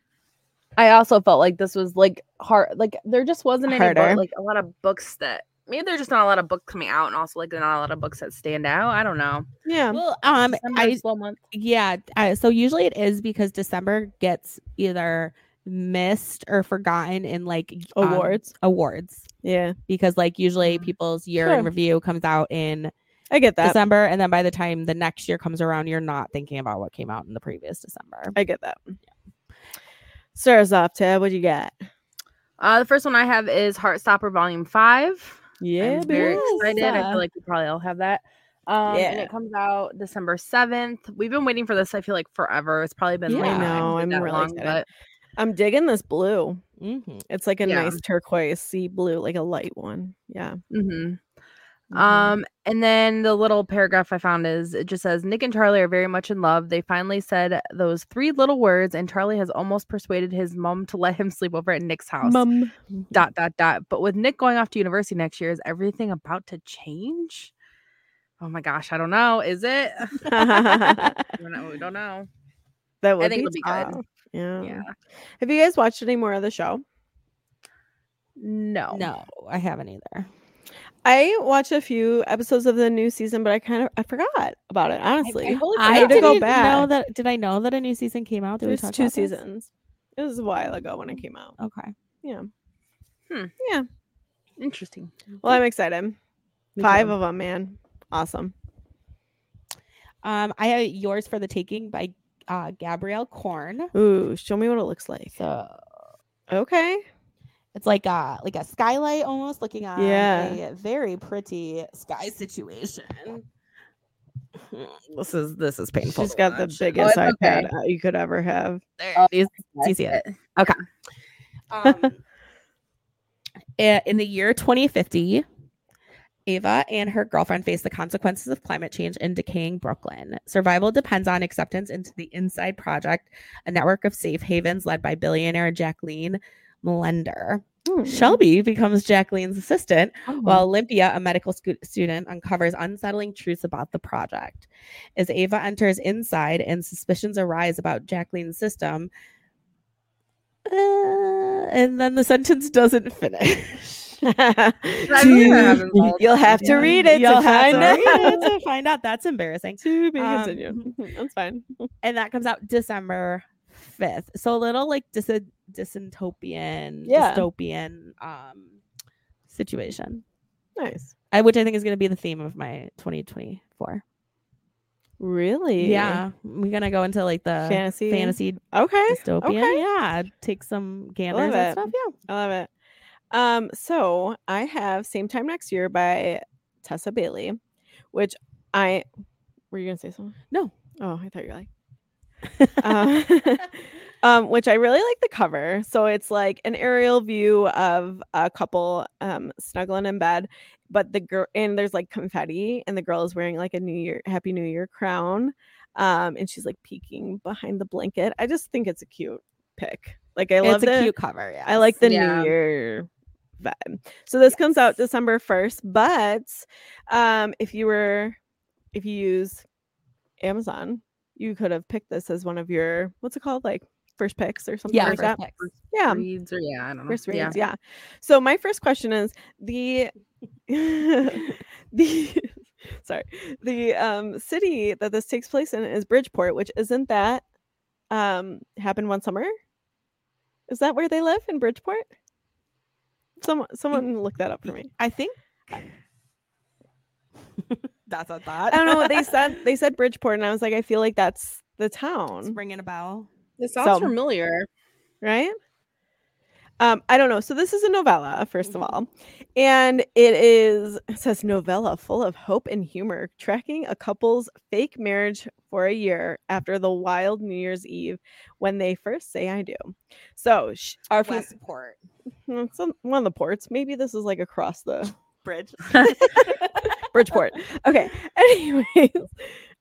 Speaker 3: I also felt like this was like hard. Like there just wasn't any
Speaker 5: Harder.
Speaker 3: book, like a lot of books that maybe there's just not a lot of books coming out, and also like not a lot of books that stand out. I don't know.
Speaker 5: Yeah.
Speaker 4: Well, um,
Speaker 3: December
Speaker 4: I
Speaker 3: is slow month.
Speaker 4: yeah. I, so usually it is because December gets either missed or forgotten in like um,
Speaker 5: Awards.
Speaker 4: awards
Speaker 5: yeah,
Speaker 4: because like usually people's year in
Speaker 5: Sure.
Speaker 4: review comes out in
Speaker 5: I get that.
Speaker 4: December, and then by the time the next year comes around, you're not thinking about what came out in the previous December.
Speaker 5: I get that. Start us off, Tab. What you got?
Speaker 3: Uh, the first one I have is Heartstopper Volume Five.
Speaker 5: Yeah,
Speaker 3: I'm very
Speaker 5: baby.
Speaker 3: excited. I
Speaker 4: Lisa.
Speaker 3: feel like we probably all have that. Um, and
Speaker 5: Yeah.
Speaker 3: it comes out December seventh. We've been waiting for this. I feel like forever. It's probably been.
Speaker 4: Yeah.
Speaker 3: like,
Speaker 4: I
Speaker 5: know,
Speaker 3: been
Speaker 5: I'm
Speaker 3: that
Speaker 5: really excited.
Speaker 3: but
Speaker 5: I'm digging this blue.
Speaker 4: Mhm.
Speaker 5: It's like a
Speaker 3: Yeah.
Speaker 5: nice turquoise sea blue, like a light one. Yeah.
Speaker 3: mhm.
Speaker 5: Mhm.
Speaker 3: Um, and then the little paragraph I found is it just says Nick and Charlie are very much in love. They finally said those three little words, and Charlie has almost persuaded his mom to let him sleep over at Nick's house.
Speaker 5: Mum.
Speaker 3: Dot dot dot. But with Nick going off to university next year, is everything about to change? Oh my gosh, I don't know. Is it?
Speaker 5: that
Speaker 3: We don't know- we don't know.
Speaker 5: would
Speaker 3: think
Speaker 5: be,
Speaker 3: it'll be good.
Speaker 5: tough. Yeah.
Speaker 3: Yeah.
Speaker 5: Have you guys watched any more of the show?
Speaker 3: No.
Speaker 4: No, I haven't either.
Speaker 5: I watched a few episodes of the new season, but I kind of I forgot about it. Honestly,
Speaker 4: I
Speaker 5: had to
Speaker 4: didn't
Speaker 5: go
Speaker 4: know
Speaker 5: back.
Speaker 4: that. Did I know that a new season came out? Did
Speaker 5: it
Speaker 4: we
Speaker 5: was
Speaker 4: talk
Speaker 5: two
Speaker 4: about this?
Speaker 5: seasons. It was a while ago when it came out.
Speaker 4: Okay.
Speaker 5: Yeah.
Speaker 3: Interesting.
Speaker 5: Well, I'm excited.
Speaker 4: Me
Speaker 5: Five
Speaker 4: too.
Speaker 5: of them, man. Awesome.
Speaker 4: Um, I have yours for the taking by uh, Gabrielle Korn.
Speaker 5: Ooh, show me what it looks like.
Speaker 4: So
Speaker 5: Okay.
Speaker 4: it's like a like a skylight almost looking on
Speaker 5: Yeah.
Speaker 4: a very pretty sky situation. This is this is painful.
Speaker 5: She's
Speaker 4: to
Speaker 5: got the
Speaker 4: watch.
Speaker 5: biggest
Speaker 3: Oh, it's okay.
Speaker 5: iPad uh, you could ever have.
Speaker 4: There,
Speaker 3: Oh,
Speaker 4: these-
Speaker 3: That's
Speaker 4: you see it.
Speaker 3: it.
Speaker 4: Um, i- in the year 2050, Ava and her girlfriend face the consequences of climate change in decaying Brooklyn. Survival depends on acceptance into the Inside Project, a network of safe havens led by billionaire Jacqueline Melender. Shelby becomes Jacqueline's assistant, while Olympia, a medical scu- student, uncovers unsettling truths about the project. As Ava enters inside and suspicions arise about Jacqueline's system, uh, and then the sentence doesn't finish.
Speaker 3: I believe I have involved
Speaker 5: You'll have to
Speaker 3: Yeah.
Speaker 5: read it
Speaker 4: You'll
Speaker 5: to
Speaker 4: have
Speaker 5: find
Speaker 4: to
Speaker 5: out.
Speaker 4: read it to find out. That's embarrassing.
Speaker 5: To be
Speaker 4: Um,
Speaker 5: continued. That's fine.
Speaker 4: And that comes out December 5th. So a little like dis- dystopian,
Speaker 5: Yeah.
Speaker 4: dystopian um, situation,
Speaker 5: Nice.
Speaker 4: I, which I think is going to be the theme of my 2024.
Speaker 5: Really?
Speaker 4: Yeah, we're gonna go into like the fantasy,
Speaker 5: Fantasy. Okay.
Speaker 4: dystopia.
Speaker 5: Okay.
Speaker 4: Yeah, take some
Speaker 5: Love
Speaker 4: ganders and
Speaker 5: it.
Speaker 4: stuff. Yeah,
Speaker 5: I love it. Um, so I have Same Time Next Year by Tessa Bailey, which I were you gonna say something?
Speaker 4: No.
Speaker 5: Oh, I thought you were like um, um, which I really like the cover. So it's like an aerial view of a couple um snuggling in bed, but the girl and there's like confetti, and the girl is wearing like a New Year Happy New Year crown, um, and she's like peeking behind the blanket. I just think it's a cute pick. Like I love
Speaker 4: it's
Speaker 5: the
Speaker 4: a cute cover. Yeah,
Speaker 5: I like the
Speaker 3: Yeah.
Speaker 5: New Year vibe. So this comes out December 1st, but um if you were if you use Amazon, you could have picked this as one of your what's it called? Like first picks or something
Speaker 4: yeah.
Speaker 5: like that.
Speaker 4: first picks.
Speaker 5: Yeah.
Speaker 3: reads or yeah, I don't know.
Speaker 5: First
Speaker 3: Mm, yeah.
Speaker 5: reads, yeah. So my first question is the the sorry the um city that this takes place in is Bridgeport, which isn't that um happened one summer? Is that where they live in Bridgeport? Someone someone look that up for me.
Speaker 4: I think that's a
Speaker 5: I
Speaker 4: thought.
Speaker 5: don't know what they said. They said Bridgeport, and I was like, I feel like that's the town.
Speaker 4: It's ringing a bell.
Speaker 3: This
Speaker 5: sounds So-
Speaker 3: familiar.
Speaker 5: right? Um, I don't know. So this is a novella, first of all, and it is it says novella full of hope and humor, tracking a couple's fake marriage for a year after the wild New Year's Eve when they first say "I do." So sh- our fr-
Speaker 4: Westport
Speaker 5: mm, some, one of the ports. Maybe this is like across the
Speaker 4: Bridge.
Speaker 5: Bridgeport. Okay. Anyways,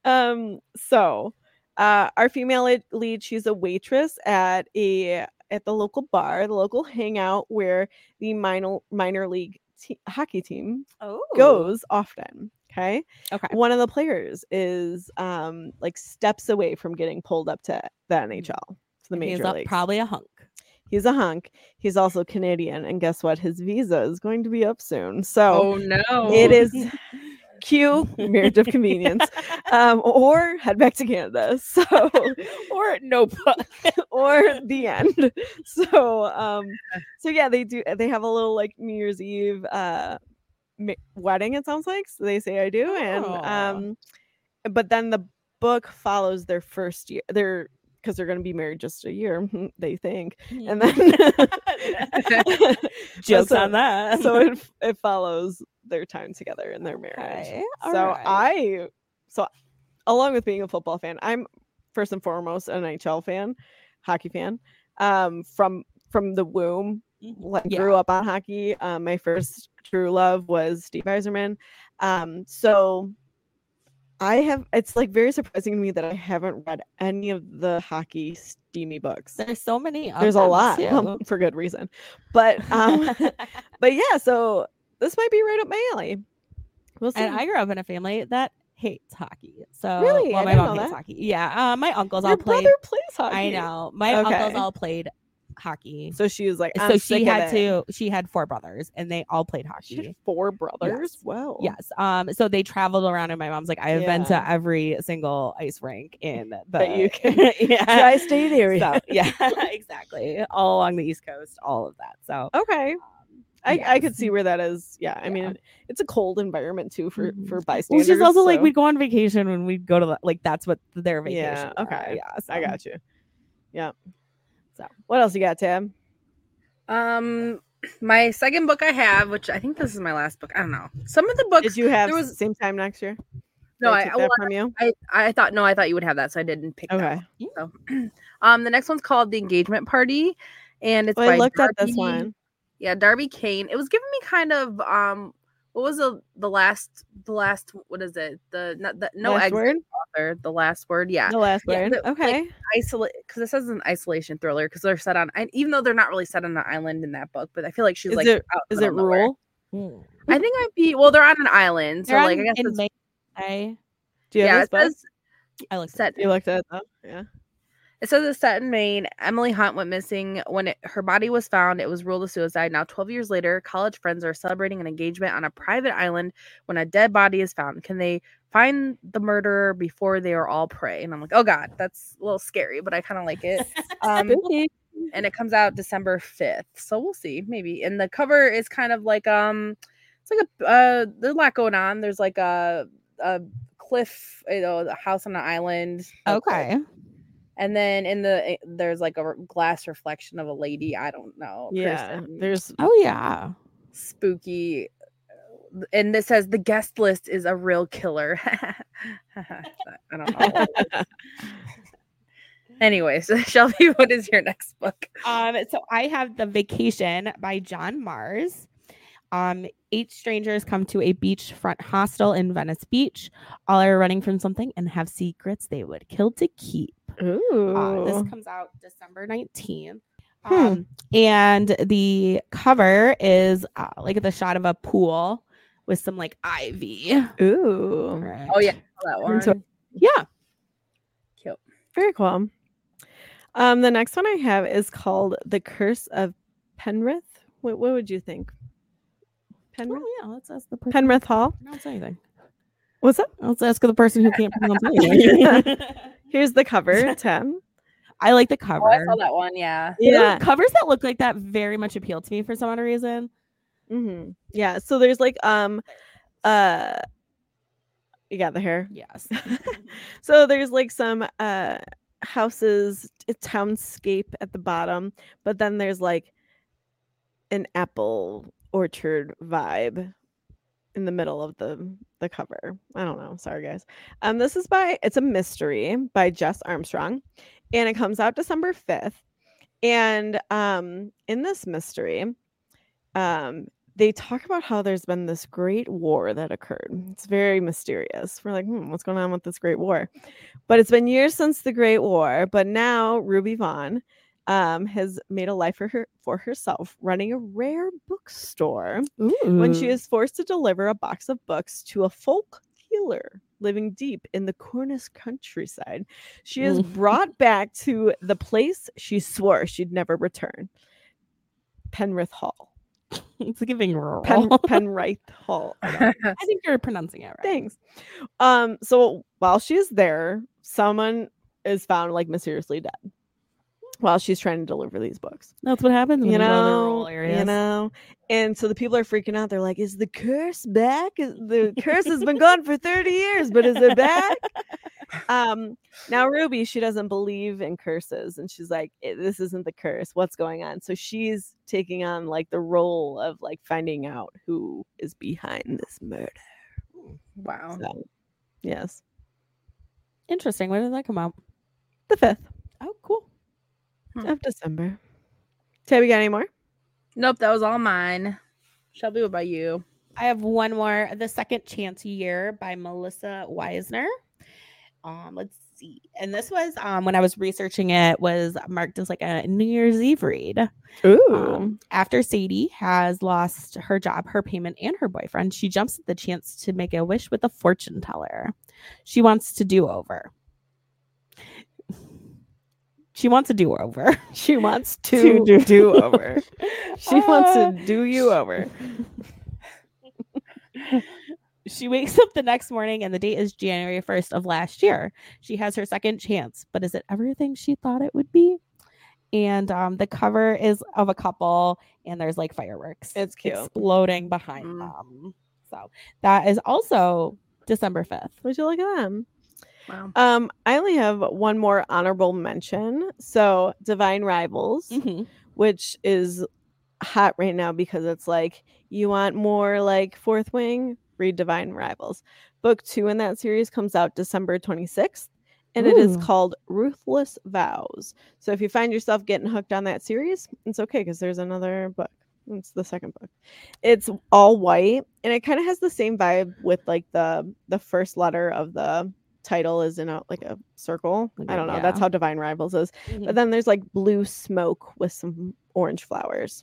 Speaker 5: um, so uh, our female lead- lead, she's a waitress at a at the local bar, the local hangout where the minor minor league te- hockey team
Speaker 4: Oh,
Speaker 5: goes often. Okay.
Speaker 4: Okay.
Speaker 5: One of the players is um like steps away from getting pulled up to the NHL, to the
Speaker 4: He's
Speaker 5: major
Speaker 4: a-
Speaker 5: leagues.
Speaker 4: probably a hunk.
Speaker 5: He's a hunk. He's also Canadian, and guess what? His visa is going to be up soon.
Speaker 3: Oh,
Speaker 5: So
Speaker 3: no.
Speaker 5: it is cue marriage of convenience um or head back to canada so
Speaker 4: or no.
Speaker 5: or the end so um so yeah they do they have a little like new year's eve uh ma- wedding it sounds like so they say i do and
Speaker 4: Oh.
Speaker 5: um but then the book follows their first year their because they're going to be married just a year they think and then
Speaker 4: jokes
Speaker 5: so-
Speaker 4: on that.
Speaker 5: so it, f- it follows their time together in their marriage
Speaker 4: Okay,
Speaker 5: so
Speaker 4: alright.
Speaker 5: I, so along with being a football fan, I'm first and foremost an NHL fan, hockey fan. Um, from from the womb,
Speaker 4: Mhm.
Speaker 5: like
Speaker 4: Yeah.
Speaker 5: grew up on hockey. Um, my first true love was Steve Eiserman. Um, so I have. It's like very surprising to me that I haven't read any of the hockey steamy books.
Speaker 4: there's so many. of
Speaker 5: There's a
Speaker 4: them,
Speaker 5: lot
Speaker 4: too.
Speaker 5: um, for good um, reason, but um, but yeah. So this might be right up my alley. We'll see.
Speaker 4: And I grew up in a family that hates hockey. So
Speaker 5: Really?
Speaker 4: well,
Speaker 5: I
Speaker 4: my
Speaker 5: didn't
Speaker 4: mom
Speaker 5: know
Speaker 4: hates
Speaker 5: that.
Speaker 4: hockey. Yeah. Uh, my uncles
Speaker 5: Your
Speaker 4: all played.
Speaker 5: brother plays hockey.
Speaker 4: I know. My
Speaker 5: Okay.
Speaker 4: uncles all played hockey.
Speaker 5: So she was like,
Speaker 4: So,
Speaker 5: I'm sick
Speaker 4: she
Speaker 5: of
Speaker 4: had
Speaker 5: it."
Speaker 4: to. She had four brothers, and they all played
Speaker 5: She had
Speaker 4: hockey.
Speaker 5: four brothers.
Speaker 4: Yes.
Speaker 5: Wow.
Speaker 4: Yes. Um. So they traveled around, and my mom's like, "I have been
Speaker 5: Yeah.
Speaker 4: to every single ice rink in the
Speaker 5: That you can.
Speaker 4: yeah.
Speaker 5: state area.
Speaker 4: So, yeah, exactly. All along the East Coast, all of that. So
Speaker 5: Okay. I, I
Speaker 4: yes.
Speaker 5: could see where that is. Yeah. I mean,
Speaker 4: Yeah.
Speaker 5: it- it's a cold environment too for
Speaker 4: Mhm.
Speaker 5: for
Speaker 4: Well,
Speaker 5: bystanders.
Speaker 4: it's just also like
Speaker 5: so-
Speaker 4: we'd go on vacation when we'd go to the, like that's what their vacation.
Speaker 5: Yeah,
Speaker 4: are,
Speaker 5: okay.
Speaker 4: Yeah.
Speaker 5: I
Speaker 4: so.
Speaker 5: got you. Yeah.
Speaker 4: So.
Speaker 5: what else you got, Tab?
Speaker 3: Um, my second book I have, which I think this is my last book. I don't know. Some of the books.
Speaker 5: Did you have
Speaker 3: there
Speaker 5: s-
Speaker 3: was-
Speaker 5: same time next year?
Speaker 3: no,
Speaker 5: Did
Speaker 3: I,
Speaker 5: took
Speaker 3: well,
Speaker 5: that from you.
Speaker 3: I I thought no, I thought you would have that, so I didn't pick. that
Speaker 5: Okay.
Speaker 3: one. Um, the next one's called The Engagement Party, and it's
Speaker 5: Well, I
Speaker 3: by
Speaker 5: looked at this
Speaker 3: Darby-
Speaker 5: one.
Speaker 3: Yeah, Darby Kane. It was giving me kind of um, what was the the last the last what is it the not the no
Speaker 5: last
Speaker 3: exit
Speaker 5: word.
Speaker 3: author the last word yeah
Speaker 5: The last
Speaker 3: Yeah,
Speaker 5: word.
Speaker 3: the- like,
Speaker 5: okay.
Speaker 3: isolate because it says an isolation thriller because they're set on and even though they're not really set on an island in that book but I feel like she's
Speaker 5: Is
Speaker 3: like
Speaker 5: it-
Speaker 3: out in
Speaker 5: is
Speaker 3: the
Speaker 5: it
Speaker 3: middle of nowhere.
Speaker 5: rural?
Speaker 4: Mm.
Speaker 3: I think I'd be well. They're on an island, so
Speaker 4: They're
Speaker 3: like
Speaker 4: on
Speaker 3: I guess
Speaker 4: in
Speaker 3: it's,
Speaker 4: May. I
Speaker 5: Do you
Speaker 3: yeah.
Speaker 5: have
Speaker 3: It
Speaker 5: this book?
Speaker 3: says
Speaker 4: I like
Speaker 3: set.
Speaker 5: You looked at it. though? Yeah.
Speaker 3: It says it's set in Maine. Emily Hunt went missing when it, her body was found. It was ruled a suicide. Now, twelve years later, college friends are celebrating an engagement on a private island when a dead body is found. Can they find the murderer before they are all prey? And I'm like, oh god, that's a little scary, but I kind of like it. Um,
Speaker 5: Spooky.
Speaker 3: and it comes out December 5th. So we'll see, maybe. And the cover is kind of like um it's like a uh there's a lot going on. There's like a a cliff, you know, a house on an island. a cliff.
Speaker 4: Oh, Okay.
Speaker 3: And then in the eh, there's like a re- glass reflection of a lady, I don't know.
Speaker 5: Yeah.
Speaker 3: person.
Speaker 5: There's
Speaker 4: Oh yeah.
Speaker 3: spooky uh, and this says the guest list is a real killer. I don't know. Anyways, Shelby, what is your next book?
Speaker 4: Um, so I have The Vacation by John Mars. Um, eight strangers come to a beachfront hostel in Venice Beach. All are running from something and have secrets they would kill to keep.
Speaker 5: ooh.
Speaker 4: Uh, this comes out December 19th.
Speaker 5: Hmm.
Speaker 4: Um, and the cover is uh, like the shot of a pool with some like ivy.
Speaker 5: ooh.
Speaker 3: Oh yeah,
Speaker 4: Correct.
Speaker 3: that
Speaker 4: And
Speaker 3: one.
Speaker 4: so- yeah.
Speaker 3: Cute.
Speaker 5: Very cool. Um, the next one I have is called "The Curse of Penrith." What, what would you think? Penrith.
Speaker 4: Oh, yeah. Let's ask the person.
Speaker 5: Penrith Hall.
Speaker 4: Don't say anything.
Speaker 5: What's up?
Speaker 4: Let's ask the person who can't pronounce anything.
Speaker 5: Here's the cover, Tim.
Speaker 4: I like the cover.
Speaker 3: Oh, I saw that one. Yeah.
Speaker 4: You know, covers that look like that very much appeal to me for some odd reason.
Speaker 5: hmm Yeah. So there's like um uh you got the hair.
Speaker 4: Yes.
Speaker 5: So there's like some uh houses, a townscape at the bottom, but then there's like an apple orchard vibe in the middle of the the cover. I don't know. Sorry guys. Um this is by it's a mystery by Jess Armstrong and it comes out December 5th. And um in this mystery, um they talk about how there's been this great war that occurred. It's very mysterious. We're like, hmm, what's going on with this great war? But it's been years since the Great War. But now Ruby Vaughn um, has made a life for her for herself, running a rare bookstore when
Speaker 4: Mm.
Speaker 5: she is forced to deliver a box of books to a folk healer living deep in the Cornish countryside. She is
Speaker 4: Mm.
Speaker 5: brought back to the place she swore she'd never return, Penrith Hall.
Speaker 4: it's giving rural.
Speaker 5: Pen, Penrith Hall. I don't-
Speaker 4: I think you're pronouncing it right.
Speaker 5: Thanks. Um, so while she's there, someone is found like mysteriously dead while she's trying to deliver these books.
Speaker 4: That's what happens when
Speaker 5: You
Speaker 4: you, go to the
Speaker 5: know,
Speaker 4: rural areas.
Speaker 5: you know, and so the people are freaking out. They're like, "Is the curse back? Is, the curse has been gone for thirty years, but is it back?" um, now Ruby, she doesn't believe in curses, and she's like, "Eh, "This isn't the curse. What's going on?" So she's taking on like the role of like finding out who is behind this murder.
Speaker 3: Wow.
Speaker 5: So, yes,
Speaker 4: Interesting. When did that come out?
Speaker 5: the fifth.
Speaker 4: Oh, cool.
Speaker 5: of December. Tabby, got any more?
Speaker 3: Nope, that was all mine. Shelby, what about you?
Speaker 4: I have one more. The Second Chance Year by Melissa Weisner. Um, let's see. And this was um, when I was researching it was marked as like a New Year's Eve read.
Speaker 5: Ooh.
Speaker 4: Um, after Sadie has lost her job, her payment, and her boyfriend, she jumps at the chance to make a wish with a fortune teller. She wants to do over. She wants a do over.
Speaker 5: she wants
Speaker 4: to
Speaker 5: to,
Speaker 4: do-
Speaker 5: do, over. She wants to do you over.
Speaker 4: She wakes up the next morning and the date is January 1st of last year. She has her second chance, but is it everything she thought it would be? And um, the cover is of a couple and there's like fireworks
Speaker 5: It's cute.
Speaker 4: exploding behind
Speaker 3: Mm.
Speaker 4: them. So that is also December 5th.
Speaker 5: Would you look at them?
Speaker 3: Wow.
Speaker 5: Um, I only have one more honorable mention. So, Divine Rivals,
Speaker 4: Mm-hmm.
Speaker 5: which is hot right now because it's like you want more like Fourth Wing, read Divine Rivals. Book two in that series comes out December 26th, and it is
Speaker 4: Ooh.
Speaker 5: called Ruthless Vows. So, if you find yourself getting hooked on that series, it's okay because there's another book. It's the second book. It's all white, and it kind of has the same vibe with like the the first letter of the title is in a like a circle.
Speaker 4: Like a-
Speaker 5: I don't know. That's
Speaker 4: yeah.
Speaker 5: how Divine Rivals is. But then there's like blue smoke with some orange flowers.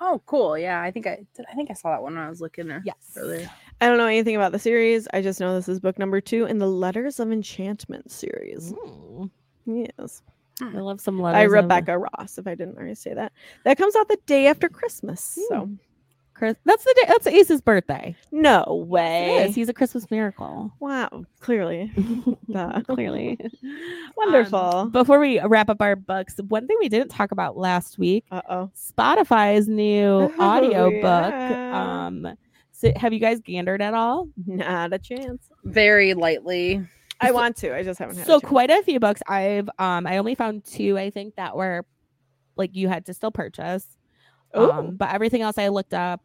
Speaker 3: Oh, cool. Yeah, I think I did. I think I saw that one when I was looking there.
Speaker 4: Yes.
Speaker 3: earlier.
Speaker 5: I don't know anything about the series. I just know this is book number two in the Letters of Enchantment series.
Speaker 4: Mm.
Speaker 5: Yes.
Speaker 4: I love some letters.
Speaker 5: By
Speaker 4: of-
Speaker 5: Rebecca Ross, if I didn't already say that. That comes out the day after Christmas.
Speaker 4: Hmm.
Speaker 5: So
Speaker 4: Chris- That's the day. That's Ace's birthday.
Speaker 5: no way.
Speaker 4: Yes, he's a Christmas miracle.
Speaker 5: Wow. Clearly.
Speaker 4: Hmm.
Speaker 5: Duh.
Speaker 4: Clearly.
Speaker 5: Wonderful.
Speaker 4: Um, before we wrap up our books, one thing we didn't talk about last week
Speaker 5: uh oh.
Speaker 4: Spotify's new
Speaker 5: Oh,
Speaker 4: audiobook.
Speaker 5: yeah.
Speaker 4: Um, so have you guys gandered at all?
Speaker 5: Not a chance.
Speaker 3: Very lightly.
Speaker 5: I want to. I just haven't had
Speaker 4: So
Speaker 5: a chance.
Speaker 4: quite a few books. I've um I only found two I think that were like you had to still purchase.
Speaker 5: Ooh.
Speaker 4: Um, but everything else I looked up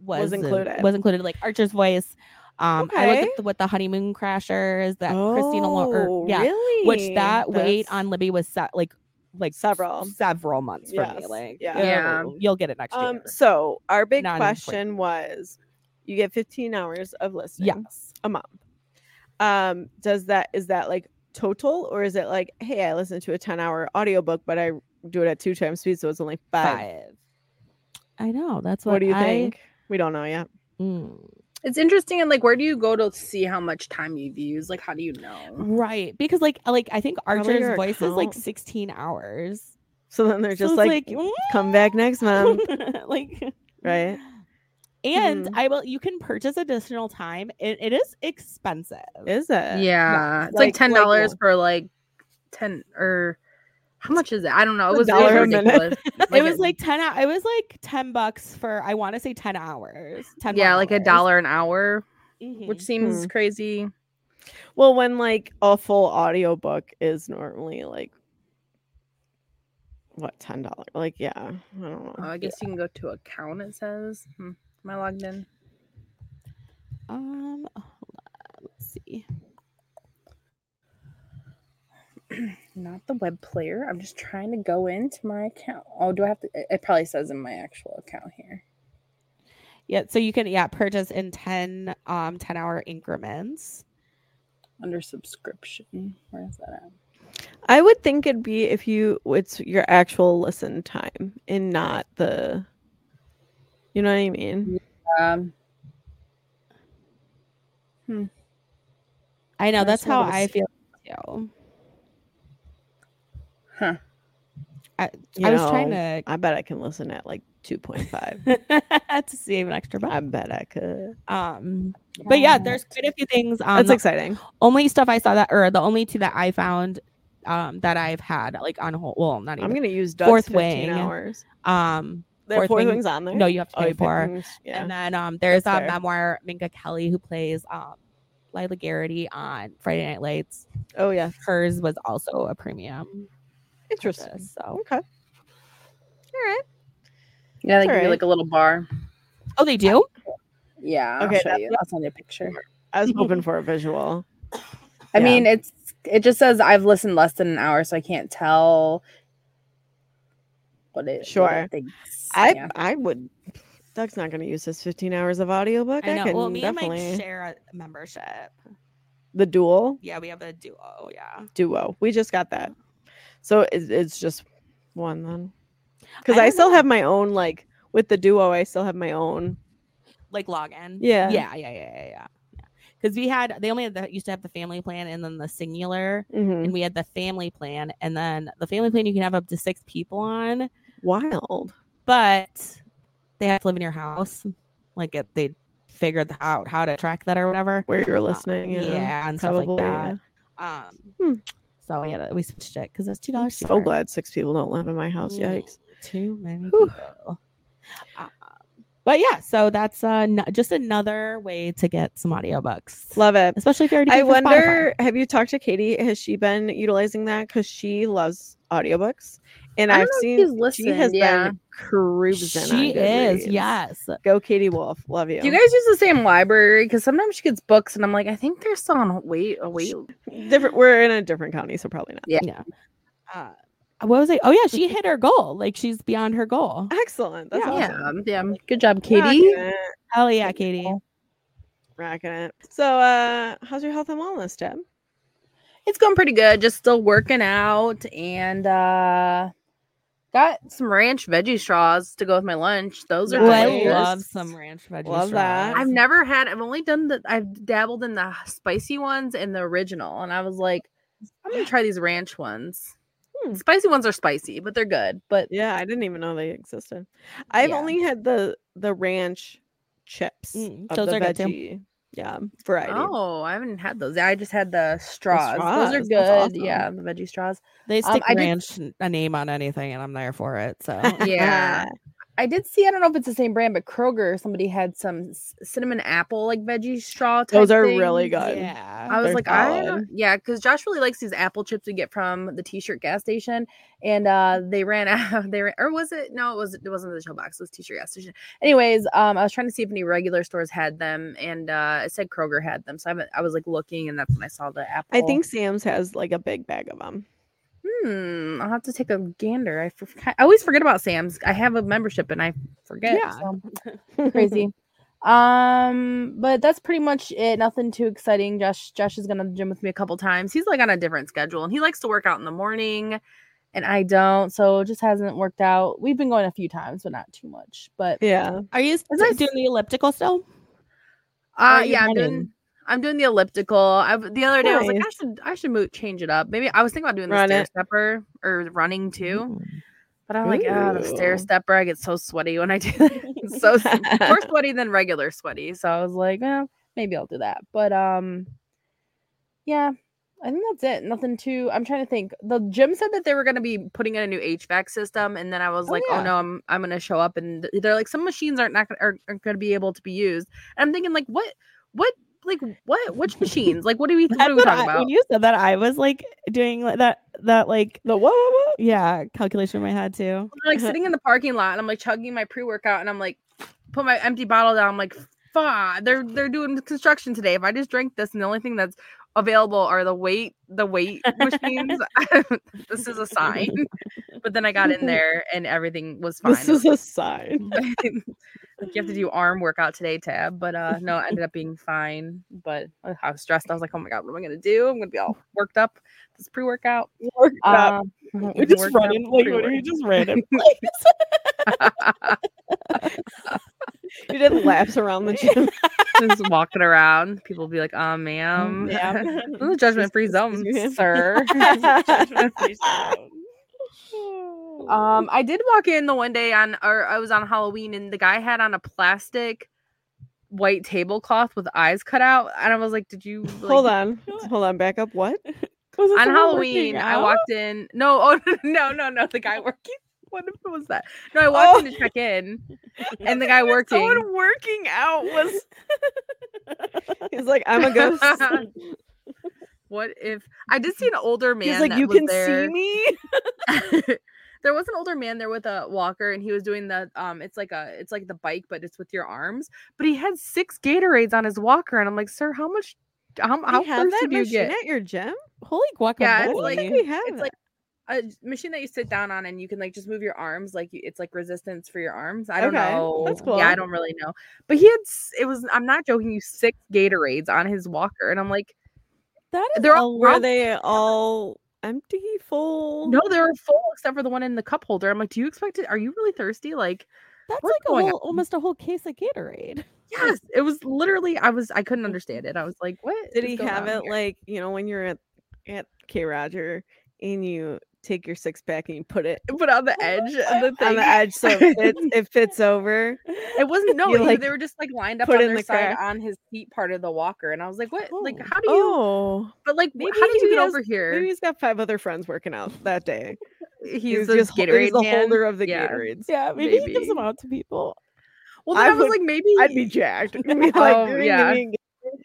Speaker 4: was,
Speaker 5: Was
Speaker 4: in-
Speaker 5: included.
Speaker 4: Was included like Archer's Voice. Um, I looked
Speaker 5: Okay.
Speaker 4: at the, what the Honeymoon Crashers that Christina Lo- or-
Speaker 5: Oh,
Speaker 4: yeah,
Speaker 5: Really?
Speaker 4: which that wait
Speaker 5: That's-
Speaker 4: on Libby was set like like s-
Speaker 5: Several.
Speaker 4: several months for me.
Speaker 5: Yes.
Speaker 4: Like
Speaker 5: Yeah.
Speaker 3: Yeah.
Speaker 4: oh, you'll get it next
Speaker 5: Um,
Speaker 4: year.
Speaker 5: so our big
Speaker 4: Not important.
Speaker 5: question was you get 15 hours of listening
Speaker 4: Yes.
Speaker 5: a month. Um, does that is that like total or is it like, hey, I listened to a 10 hour audiobook, but I do it at two times speed, so it's only five.
Speaker 4: Five. I know. That's what,
Speaker 5: What do you
Speaker 4: I-
Speaker 5: think? We don't know yet.
Speaker 4: Mm.
Speaker 3: It's interesting and like where do you go to see how much time you've used? Like how do you know?
Speaker 4: Right. Because like like I think
Speaker 5: Probably
Speaker 4: Archer's
Speaker 5: your
Speaker 4: voice is like
Speaker 5: account.
Speaker 4: 16 hours.
Speaker 5: So then they're
Speaker 4: So
Speaker 5: just
Speaker 4: it's
Speaker 5: like, come back next month,
Speaker 4: "Mm," like
Speaker 5: right?
Speaker 4: And
Speaker 5: Mhm.
Speaker 4: I will you can purchase additional time. It, it is expensive.
Speaker 5: Is it?
Speaker 3: Yeah. It's like,
Speaker 5: Like-
Speaker 3: ten
Speaker 5: like
Speaker 3: dollars
Speaker 5: what?
Speaker 3: for like ten or how much is it? I don't know. It
Speaker 5: A
Speaker 3: was, it was
Speaker 5: dollar a minute.
Speaker 3: ridiculous.
Speaker 4: it was
Speaker 3: a-
Speaker 4: like 10 hou- it was like 10 bucks for I want to say 10 hours. 10
Speaker 3: yeah, like a
Speaker 4: hours.
Speaker 3: dollar an hour, which
Speaker 5: Mm-hmm.
Speaker 4: Mhm.
Speaker 3: seems crazy.
Speaker 5: Well, when like a full audiobook is normally like what, ten dollars? Like, yeah. I don't know.
Speaker 3: Oh, I guess you can go to account. It says. Hmm. Am I logged in?
Speaker 4: Um hold on, let's see.
Speaker 3: Not the web player. I'm just trying to go into my account. Oh, do I have to? It it probably says in my actual account here.
Speaker 4: Yeah, so you can yeah, purchase in 10 um 10 hour increments.
Speaker 3: under subscription. Where is that at?
Speaker 5: I would think it'd be if you it's your actual listen time and not the you know what I
Speaker 4: Mm,
Speaker 5: mean?
Speaker 3: Um,
Speaker 4: I know
Speaker 3: Or
Speaker 4: that's how
Speaker 3: service.
Speaker 4: I feel too.
Speaker 3: Huh.
Speaker 4: I,
Speaker 5: You
Speaker 4: I was trying
Speaker 5: know,
Speaker 4: to
Speaker 5: I bet I can listen at like 2.5.
Speaker 4: to save an extra
Speaker 5: I
Speaker 4: buck.
Speaker 5: bet I could.
Speaker 4: Um, but yeah,
Speaker 3: Oh.
Speaker 4: there's quite a few things. Um,
Speaker 5: That's
Speaker 4: the
Speaker 5: exciting.
Speaker 4: only stuff I saw that, or the only two that I found, um, that I've had like on hold. Well, not
Speaker 5: I'm
Speaker 4: even.
Speaker 5: gonna use
Speaker 4: Fourth
Speaker 5: Doug's 15
Speaker 4: Wing.
Speaker 5: hours.
Speaker 4: Um,
Speaker 5: That
Speaker 4: Fourth
Speaker 5: fourth,
Speaker 4: Wing-
Speaker 5: wing's on there.
Speaker 4: no, you have to
Speaker 5: Oh,
Speaker 4: pay
Speaker 5: you pick-
Speaker 4: for.
Speaker 5: mm, Yeah.
Speaker 4: And then um, there's
Speaker 5: That's
Speaker 4: a
Speaker 5: fair.
Speaker 4: memoir Minka Kelly who plays um, Lila Garrity on Friday Night Lights.
Speaker 5: oh yeah.
Speaker 4: Hers was also a premium. purchase,
Speaker 5: Interesting.
Speaker 4: So
Speaker 5: Okay. All right.
Speaker 3: Yeah, they
Speaker 5: It's
Speaker 3: give you
Speaker 5: alright.
Speaker 3: like a little bar.
Speaker 4: oh, they do.
Speaker 3: Yeah. I'll
Speaker 5: Okay,
Speaker 3: show
Speaker 5: that's
Speaker 3: you. I'll send you a picture.
Speaker 5: I was hoping for a visual.
Speaker 3: I
Speaker 5: Yeah.
Speaker 3: mean, it's it just says I've listened less than an hour, so I can't tell what it what it
Speaker 5: Sure.
Speaker 3: thinks.
Speaker 5: I
Speaker 3: Yeah.
Speaker 5: I would Doug's not gonna use his 15 hours of audiobook. I,
Speaker 4: I know.
Speaker 5: can
Speaker 4: Well, me
Speaker 5: definitely
Speaker 4: and Mike share a membership.
Speaker 5: the duel
Speaker 4: Yeah, we have a duo. Yeah.
Speaker 5: duo. We just got that, so it, it's just one then. Because
Speaker 4: I
Speaker 5: I,
Speaker 4: don't
Speaker 5: still
Speaker 4: know.
Speaker 5: have my own like with the duo. I still have my own.
Speaker 4: Like login.
Speaker 5: Yeah.
Speaker 4: Yeah. Yeah. Yeah. Yeah. yeah. Because we had, they only had the, used to have the family plan and then the singular,
Speaker 5: Mhm.
Speaker 4: and we had the family plan. And then the family plan, you can have up to six people on,
Speaker 5: Wild.
Speaker 4: but they have to live in your house. Like it, they figured out how to track that or whatever.
Speaker 5: Where you're
Speaker 4: Uh,
Speaker 5: listening.
Speaker 4: yeah,
Speaker 5: Yeah.
Speaker 4: and
Speaker 5: Probably.
Speaker 4: stuff like
Speaker 5: yeah.
Speaker 4: that.
Speaker 5: Hmm.
Speaker 4: Um, so we had to, we switched it because it's two dollars.
Speaker 5: So glad six people don't live in my house.
Speaker 4: Mm.
Speaker 5: Yikes.
Speaker 4: Too many
Speaker 5: Whew.
Speaker 4: people. Um, but yeah, so that's uh, no- just another way to get some audiobooks.
Speaker 5: Love it.
Speaker 4: Especially if you're already
Speaker 5: I
Speaker 4: paying for Spotify.
Speaker 5: wonder, have you talked to Katie? Has she been utilizing that? Because she loves audiobooks. And
Speaker 3: I don't know
Speaker 5: I've
Speaker 3: if
Speaker 5: seen
Speaker 3: she's
Speaker 5: she has
Speaker 3: listened, yeah.
Speaker 5: been cruising. on
Speaker 4: She is,
Speaker 5: Goodreads.
Speaker 4: yes.
Speaker 5: Go Katie Wolf. Love you.
Speaker 3: Do you guys use the same library? Because sometimes she gets books, and I'm like, I think they're still on wait a
Speaker 5: oh,
Speaker 3: wait.
Speaker 5: different we're in a different county, so probably not.
Speaker 4: Uh, what was I? Oh yeah, she hit her goal. Like she's beyond her goal.
Speaker 5: Excellent. That's
Speaker 4: Yeah.
Speaker 5: awesome.
Speaker 3: Yeah, yeah. Good job,
Speaker 5: Rocking
Speaker 3: Katie.
Speaker 5: it,
Speaker 4: Hell yeah, Katie.
Speaker 5: Rocking it. So uh how's your health and wellness, Deb?
Speaker 3: It's going pretty good. Just still working out, and uh got some ranch veggie straws to go with my lunch. Those are
Speaker 4: Ooh, I
Speaker 5: delicious.
Speaker 4: love some ranch veggies.
Speaker 5: Love that.
Speaker 3: I've never had. I've only done the. I've dabbled in the spicy ones and the original, and I was like, I'm gonna try these ranch ones.
Speaker 5: Hmm.
Speaker 3: Spicy ones are spicy, but they're good. But
Speaker 5: Yeah, I didn't even know they existed. I've
Speaker 3: Yeah.
Speaker 5: only had the the ranch chips.
Speaker 4: Mm,
Speaker 5: of
Speaker 4: those
Speaker 5: the
Speaker 4: are good too.
Speaker 5: veggie, Yeah, variety.
Speaker 3: oh, I haven't had those. I just had the straws. Those are
Speaker 5: straws,
Speaker 3: good.
Speaker 5: that's awesome.
Speaker 3: Yeah, the veggie straws.
Speaker 4: They
Speaker 3: Um,
Speaker 4: stick
Speaker 3: I did-
Speaker 4: ranch n- a name on anything, and I'm there for it. So
Speaker 3: Yeah. I did see. I don't know if it's the same brand, but Kroger somebody had some c- cinnamon apple like veggie straw. Type
Speaker 5: Those are really
Speaker 3: things.
Speaker 5: good.
Speaker 4: yeah.
Speaker 3: I was
Speaker 5: They're
Speaker 3: like, I
Speaker 5: solid.
Speaker 3: don't, yeah, because Josh really likes these apple chips we get from the T-shirt gas station, and uh, they ran out. They ran, or was it? No, it was. It wasn't the show box. It was T-shirt gas station. Anyways, um, I was trying to see if any regular stores had them, and uh, it said Kroger had them. So I, haven't- I was like looking, and that's when I saw the apple.
Speaker 5: I think Sam's has like a big bag of them.
Speaker 3: Hmm. I'll have to take a gander. I, forgot, I always forget about Sam's. I have a membership, and I forget.
Speaker 4: Yeah.
Speaker 3: so crazy. um, but that's pretty much it. Nothing too exciting. Josh Josh is gonna the gym with me a couple times. He's like on a different schedule and he likes to work out in the morning and I don't, so it just hasn't worked out. We've been going a few times, but not too much. But
Speaker 5: yeah.
Speaker 4: Are you still
Speaker 3: nice.
Speaker 4: doing the elliptical still?
Speaker 3: uh
Speaker 4: are you
Speaker 3: yeah, I'm doing
Speaker 4: running?
Speaker 3: I'm doing the elliptical. I w- the other day I was like, I
Speaker 5: Nice.
Speaker 3: should I should move change it up. Maybe I was thinking about doing the
Speaker 5: Run
Speaker 3: stair
Speaker 5: it.
Speaker 3: stepper or running too. But I'm like, oh, the
Speaker 5: Ooh.
Speaker 3: stair stepper. I get so sweaty when I do that. It's so s- more sweaty than regular sweaty. So I was like, eh, maybe I'll do that. But um, yeah, I think that's it. Nothing too. I'm trying to think. The gym said that they were going to be putting in a new HVAC system, and then I was
Speaker 4: Oh,
Speaker 3: like,
Speaker 4: yeah.
Speaker 3: oh no, I'm I'm going to show up, and th- they're like, some machines aren't not gonna- are, aren't going to be able to be used. And I'm thinking like, what what like what which machines? like, what do we what
Speaker 4: That's
Speaker 3: are we
Speaker 4: what
Speaker 3: talking
Speaker 4: I-
Speaker 3: about?
Speaker 4: When you said that, I was like doing like that that like
Speaker 5: The what? what,
Speaker 4: yeah calculation in my head too.
Speaker 3: I'm, like sitting in the parking lot and I'm like chugging my pre-workout and I'm like put my empty bottle down. I'm like, fuck, they're they're doing construction today. If I just drink this and the only thing that's available are the weight, the weight machines, this is a sign. But then I got in there and everything was
Speaker 5: what?
Speaker 3: fine. Mm.
Speaker 5: This is a sign.
Speaker 3: you have to do arm workout today, Tab. But uh no, it ended up being fine. But uh, I was stressed. I was like, oh my god, what am I gonna do? I'm gonna be all worked up. This pre-workout. Um,
Speaker 4: We just run in like what do we just ran in place.
Speaker 5: you did laps around the gym.
Speaker 3: just walking around. People be like, "Ah, ma'am,
Speaker 4: yeah.
Speaker 3: This is a judgment-free
Speaker 5: Mm, Excuse-
Speaker 3: zone,
Speaker 5: excuse me.
Speaker 3: sir." um, I did walk in the one day on, or I was on Halloween, and the guy had on a plastic white tablecloth with eyes cut out, and I was like, "Did you like,
Speaker 5: Hold on. Hold on. Back up. What?
Speaker 4: Was it
Speaker 3: on
Speaker 4: someone working
Speaker 3: Halloween, I
Speaker 4: out?
Speaker 3: walked in. No, oh no, no, no, the guy working. What was that? No, I walked in to check in, and the guy working.
Speaker 5: Someone working out was. He's like, I'm a ghost.
Speaker 3: what if I did see an older man?
Speaker 5: He's like,
Speaker 3: that
Speaker 5: you
Speaker 3: was
Speaker 5: can
Speaker 3: there.
Speaker 5: see me.
Speaker 3: there was an older man there with a walker and he was doing the um it's like a it's like the bike but it's with your arms but he had six gatorades on his walker and i'm like sir how much how, how
Speaker 5: you have
Speaker 3: thirsty
Speaker 5: that
Speaker 3: do you
Speaker 5: machine
Speaker 3: get
Speaker 5: at your gym?
Speaker 4: Holy guacamole!
Speaker 3: Yeah, it's
Speaker 5: I
Speaker 3: like-
Speaker 5: think we have
Speaker 3: it's like a j- machine that you sit down on and you can like just move your arms like you, it's like resistance for your arms i don't
Speaker 5: Okay,
Speaker 3: know
Speaker 5: that's
Speaker 3: yeah
Speaker 5: cool.
Speaker 3: i don't really know but he had s- it was i'm not joking you six gatorades on his walker and i'm like
Speaker 5: That is
Speaker 3: They're
Speaker 5: all,
Speaker 3: all
Speaker 5: were
Speaker 3: round-
Speaker 5: they all empty, full?
Speaker 3: No, they were full except for the one in the cup holder. I'm like, do you expect it? Are you really thirsty? Like,
Speaker 4: That's
Speaker 3: What's
Speaker 4: like a
Speaker 3: going
Speaker 4: whole,
Speaker 3: on?
Speaker 4: almost a whole case of Gatorade.
Speaker 3: yes, it was literally. I was. I couldn't understand it. I was like, what?
Speaker 5: Did
Speaker 3: is
Speaker 5: he
Speaker 3: going
Speaker 5: have
Speaker 3: on
Speaker 5: it
Speaker 3: here?
Speaker 5: like you know when you're at at K Roger and you take your six pack and you put it
Speaker 3: But on the edge of the
Speaker 5: on
Speaker 3: thing.
Speaker 5: the edge so it fits, it fits over?
Speaker 3: It wasn't no.
Speaker 5: You,
Speaker 3: either
Speaker 5: like,
Speaker 3: they were just like lined up
Speaker 5: put
Speaker 3: on
Speaker 5: in
Speaker 3: their
Speaker 5: the
Speaker 3: side
Speaker 5: crack.
Speaker 3: on his seat part of the walker, and I was like, "What? Like,
Speaker 4: Oh.
Speaker 3: how do you?
Speaker 5: Oh,
Speaker 3: but like, wh-
Speaker 5: maybe
Speaker 3: how did
Speaker 5: he
Speaker 3: you get
Speaker 5: has-
Speaker 3: over here?
Speaker 5: maybe he's got five other friends working out that day.
Speaker 3: he's
Speaker 5: He was
Speaker 3: a
Speaker 5: just hol- he was
Speaker 3: Gatorade
Speaker 5: the
Speaker 3: man.
Speaker 5: holder of the
Speaker 3: Yeah.
Speaker 5: Gatorades.
Speaker 4: Yeah, maybe, he gives
Speaker 3: Maybe.
Speaker 4: them out to people.
Speaker 3: Well, then
Speaker 5: I
Speaker 3: I, was
Speaker 5: would-
Speaker 3: like, maybe
Speaker 5: I'd be jacked. I'd be like,
Speaker 3: Oh,
Speaker 5: "Give me- give
Speaker 3: yeah.
Speaker 5: me a Gatorade."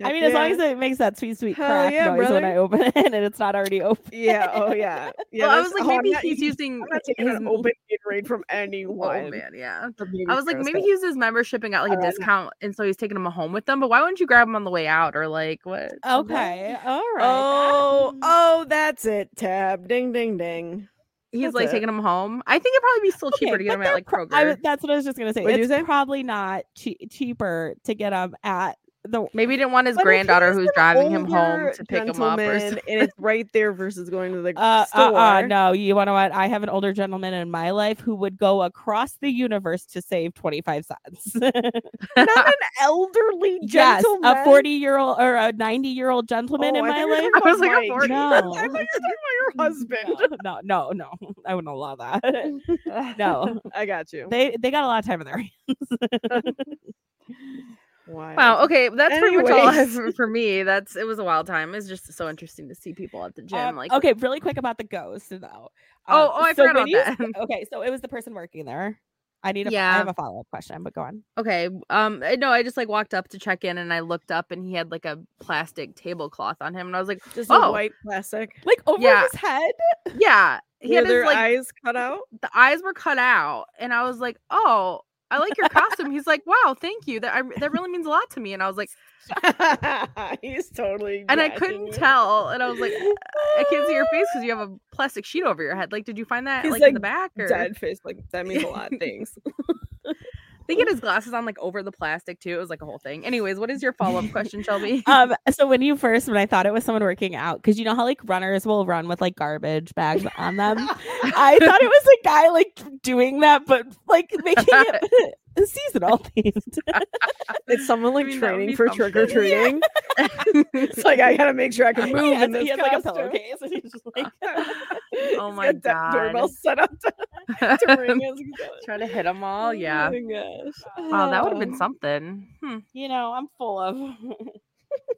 Speaker 4: I mean, as long
Speaker 5: Yeah.
Speaker 4: as it makes that sweet, sweet
Speaker 5: Hell
Speaker 4: crack
Speaker 5: yeah,
Speaker 4: noise when
Speaker 5: brother.
Speaker 4: I open it and it's not already open.
Speaker 5: Yeah. Oh, yeah. yeah
Speaker 3: well, I
Speaker 5: that's-
Speaker 3: was like,
Speaker 5: oh, I'm
Speaker 3: maybe
Speaker 5: not
Speaker 3: he's
Speaker 5: eating-
Speaker 3: using
Speaker 5: I'm not taking
Speaker 3: his
Speaker 5: an open Gatorade from anyone.
Speaker 3: Oh man, yeah.
Speaker 5: That'd be
Speaker 3: I was like, maybe
Speaker 5: disgusting.
Speaker 3: he uses his membership and got like a
Speaker 5: Alright.
Speaker 3: discount, and so he's taking him home with them. But why wouldn't you grab him on the way out or like what?
Speaker 4: Okay, all right.
Speaker 5: Oh,
Speaker 4: Mm.
Speaker 5: oh, that's it. Tab, ding, ding, ding.
Speaker 3: He's
Speaker 5: That's
Speaker 3: like
Speaker 5: it.
Speaker 3: taking him home. I think it'd probably be still cheaper
Speaker 4: Okay,
Speaker 3: to get
Speaker 4: but
Speaker 3: him at
Speaker 4: they're
Speaker 3: like
Speaker 4: pro-
Speaker 3: Kroger.
Speaker 4: I, w- that's what I was just gonna say.
Speaker 5: What'd you
Speaker 4: it's
Speaker 5: say?
Speaker 4: probably not che- cheaper to get them at the.
Speaker 3: maybe he didn't want his
Speaker 5: But if
Speaker 3: granddaughter
Speaker 5: he's
Speaker 3: who's
Speaker 5: an
Speaker 3: driving him
Speaker 5: older
Speaker 3: home to pick him up or
Speaker 5: gentleman
Speaker 3: something.
Speaker 5: and it's right there versus going to the
Speaker 4: Uh, uh,
Speaker 5: store.
Speaker 4: uh, no, you want to what? I have an older gentleman in my life who would go across the universe to save twenty five cents.
Speaker 5: Not an elderly
Speaker 4: yes,
Speaker 5: gentleman.
Speaker 4: a forty year old or a ninety year old gentleman
Speaker 5: Oh,
Speaker 4: in
Speaker 5: I
Speaker 4: my
Speaker 5: thought you were
Speaker 4: life.
Speaker 5: talking
Speaker 3: I was like,
Speaker 5: about
Speaker 3: I'm
Speaker 5: Mike.
Speaker 3: already-
Speaker 4: No.
Speaker 5: I thought you were talking about your husband.
Speaker 4: No, no, no, no. I wouldn't allow that. no,
Speaker 5: I got you.
Speaker 4: they they got a lot of time in their hands.
Speaker 3: Wow. Okay, that's pretty much all I have
Speaker 5: Anyways.
Speaker 3: for- for me. That's it was a wild time. It's just so interesting to see people
Speaker 5: Uh,
Speaker 3: at the gym.
Speaker 4: Um,
Speaker 3: like,
Speaker 4: okay, really quick about the ghost though. Um,
Speaker 3: Oh, oh, I forgot
Speaker 4: when
Speaker 3: about
Speaker 4: you
Speaker 3: that.
Speaker 4: s- okay, so it was the person working there. I need a, I
Speaker 3: Yeah.
Speaker 4: have a follow up question, but go on.
Speaker 3: okay, um, I- no, I just like walked up to check in and I looked up and he had like a plastic tablecloth on him and I was like,
Speaker 5: Just
Speaker 3: a
Speaker 5: a
Speaker 3: Oh.
Speaker 5: white plastic.
Speaker 4: Like over
Speaker 3: Yeah.
Speaker 4: his head.
Speaker 3: yeah, he
Speaker 5: Were
Speaker 3: had his
Speaker 5: their
Speaker 3: like
Speaker 5: eyes cut out?
Speaker 3: the eyes were cut out and I was like, oh. I like your costume. He's like, "Wow, thank you. That I, that really means a lot to me." And I was like,
Speaker 5: He's totally.
Speaker 3: and I
Speaker 5: jacking
Speaker 3: couldn't
Speaker 5: you.
Speaker 3: tell. And I was like, "I can't see your face because you have a plastic sheet over your head. Like, did you find that
Speaker 5: He's
Speaker 3: like, in the
Speaker 5: like,
Speaker 3: back?" Or
Speaker 5: Dead face. Like that means a lot. Thanks.
Speaker 3: They get his glasses on like over the plastic too. It was like a whole thing. Anyways, what is your follow up question, Shelby?
Speaker 4: Um, so when you first, when I thought it was someone working out, because you know how like runners will run with like garbage bags on them. I thought it was a guy like doing that, but like making it seasonal themed.
Speaker 5: It's someone like
Speaker 3: mean, that would
Speaker 5: training
Speaker 3: be
Speaker 5: for trick or
Speaker 3: something.
Speaker 5: treating. It's like I gotta make sure I can move
Speaker 4: he has,
Speaker 5: in this
Speaker 4: he has, like a
Speaker 5: costume.
Speaker 4: pillowcase, and he's just like,
Speaker 3: Oh
Speaker 5: He's
Speaker 3: my
Speaker 5: got that Doorbell
Speaker 3: God.
Speaker 5: set up to, to ring his.
Speaker 3: Trying to hit them all. Um, Yeah.
Speaker 5: Oh my gosh.
Speaker 3: Wow, that would have been
Speaker 4: Um,
Speaker 3: something. Hmm.
Speaker 4: You know, I'm full of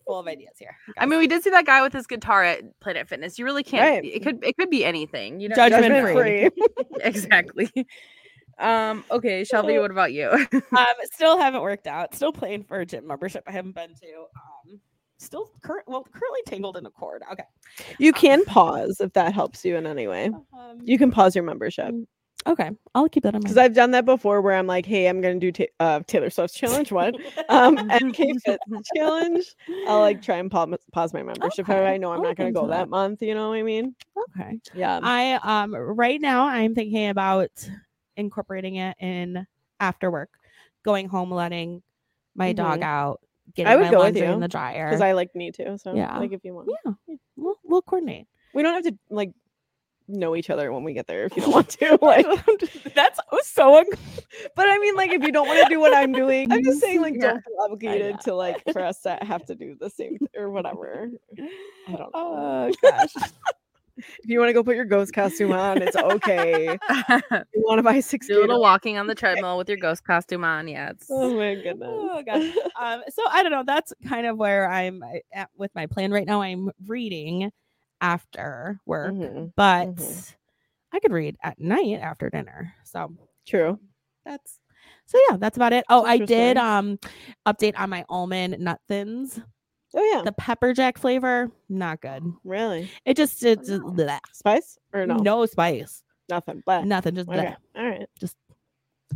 Speaker 4: full of ideas here.
Speaker 3: I mean, we did see that guy with his guitar at Planet Fitness. You really can't.
Speaker 5: Right.
Speaker 3: It could. It could be anything. You know.
Speaker 4: Judgment
Speaker 5: Judgment
Speaker 4: free.
Speaker 5: free.
Speaker 3: exactly. Um. Okay, Shelby. What about you?
Speaker 4: um, still haven't worked out. Still playing for a gym membership. I haven't been to. Um, still current. Well, currently tangled in a cord. Okay.
Speaker 5: You can pause if that helps you in any way.
Speaker 4: Um,
Speaker 5: You can pause your membership
Speaker 4: okay? I'll keep that in
Speaker 5: because I've done that before where I'm like, hey, I'm gonna do ta- uh, Taylor Swift's challenge. What? Um, MK Fit challenge. I'll like try and pa- pause my membership. However,
Speaker 4: Okay,
Speaker 5: I know I'm
Speaker 4: I'll
Speaker 5: not
Speaker 4: look
Speaker 5: gonna go
Speaker 4: into
Speaker 5: that.
Speaker 4: that.
Speaker 5: month. You know what I mean?
Speaker 4: okay.
Speaker 5: Yeah.
Speaker 4: I um right now I'm thinking about incorporating it in after work, going home, letting my dog
Speaker 5: Mhm.
Speaker 4: out, getting
Speaker 5: would
Speaker 4: my
Speaker 5: go with
Speaker 4: laundry
Speaker 5: you,
Speaker 4: in the dryer.
Speaker 5: Because I like need to. So
Speaker 4: Yeah.
Speaker 5: like if you want,
Speaker 4: yeah, we'll, we'll coordinate.
Speaker 5: we don't have to like know each other when we get there if you don't want to. Like,
Speaker 4: That's so un-
Speaker 5: but I mean, like if you don't want to do what I'm doing, I'm just saying like
Speaker 3: Yeah.
Speaker 5: don't feel obligated to like for us to have to do the same th- or whatever. I don't know.
Speaker 4: Oh gosh.
Speaker 5: If you want to go put your ghost costume on, it's okay. you want to buy six
Speaker 3: Do a little
Speaker 5: Gatorade-
Speaker 3: walking on the treadmill with your ghost costume on. Yeah. It's,
Speaker 5: Oh my goodness.
Speaker 4: Oh, gosh. um, so I don't know. That's kind of where I'm uh, at with my plan right now. I'm reading after work,
Speaker 5: Mhm,
Speaker 4: but
Speaker 5: mhm.
Speaker 4: I could read at night after dinner. So
Speaker 5: True.
Speaker 4: that's so yeah, that's about it. Oh, I did
Speaker 5: Interesting.
Speaker 4: um update on my almond nut thins.
Speaker 5: Oh yeah.
Speaker 4: The pepper jack flavor, not good.
Speaker 5: Really?
Speaker 4: It just
Speaker 5: Oh,
Speaker 4: it's just bleh.
Speaker 5: Spice or no?
Speaker 4: no. spice,
Speaker 5: Nothing. But
Speaker 4: nothing, just bleh.
Speaker 5: Uh, okay. All right.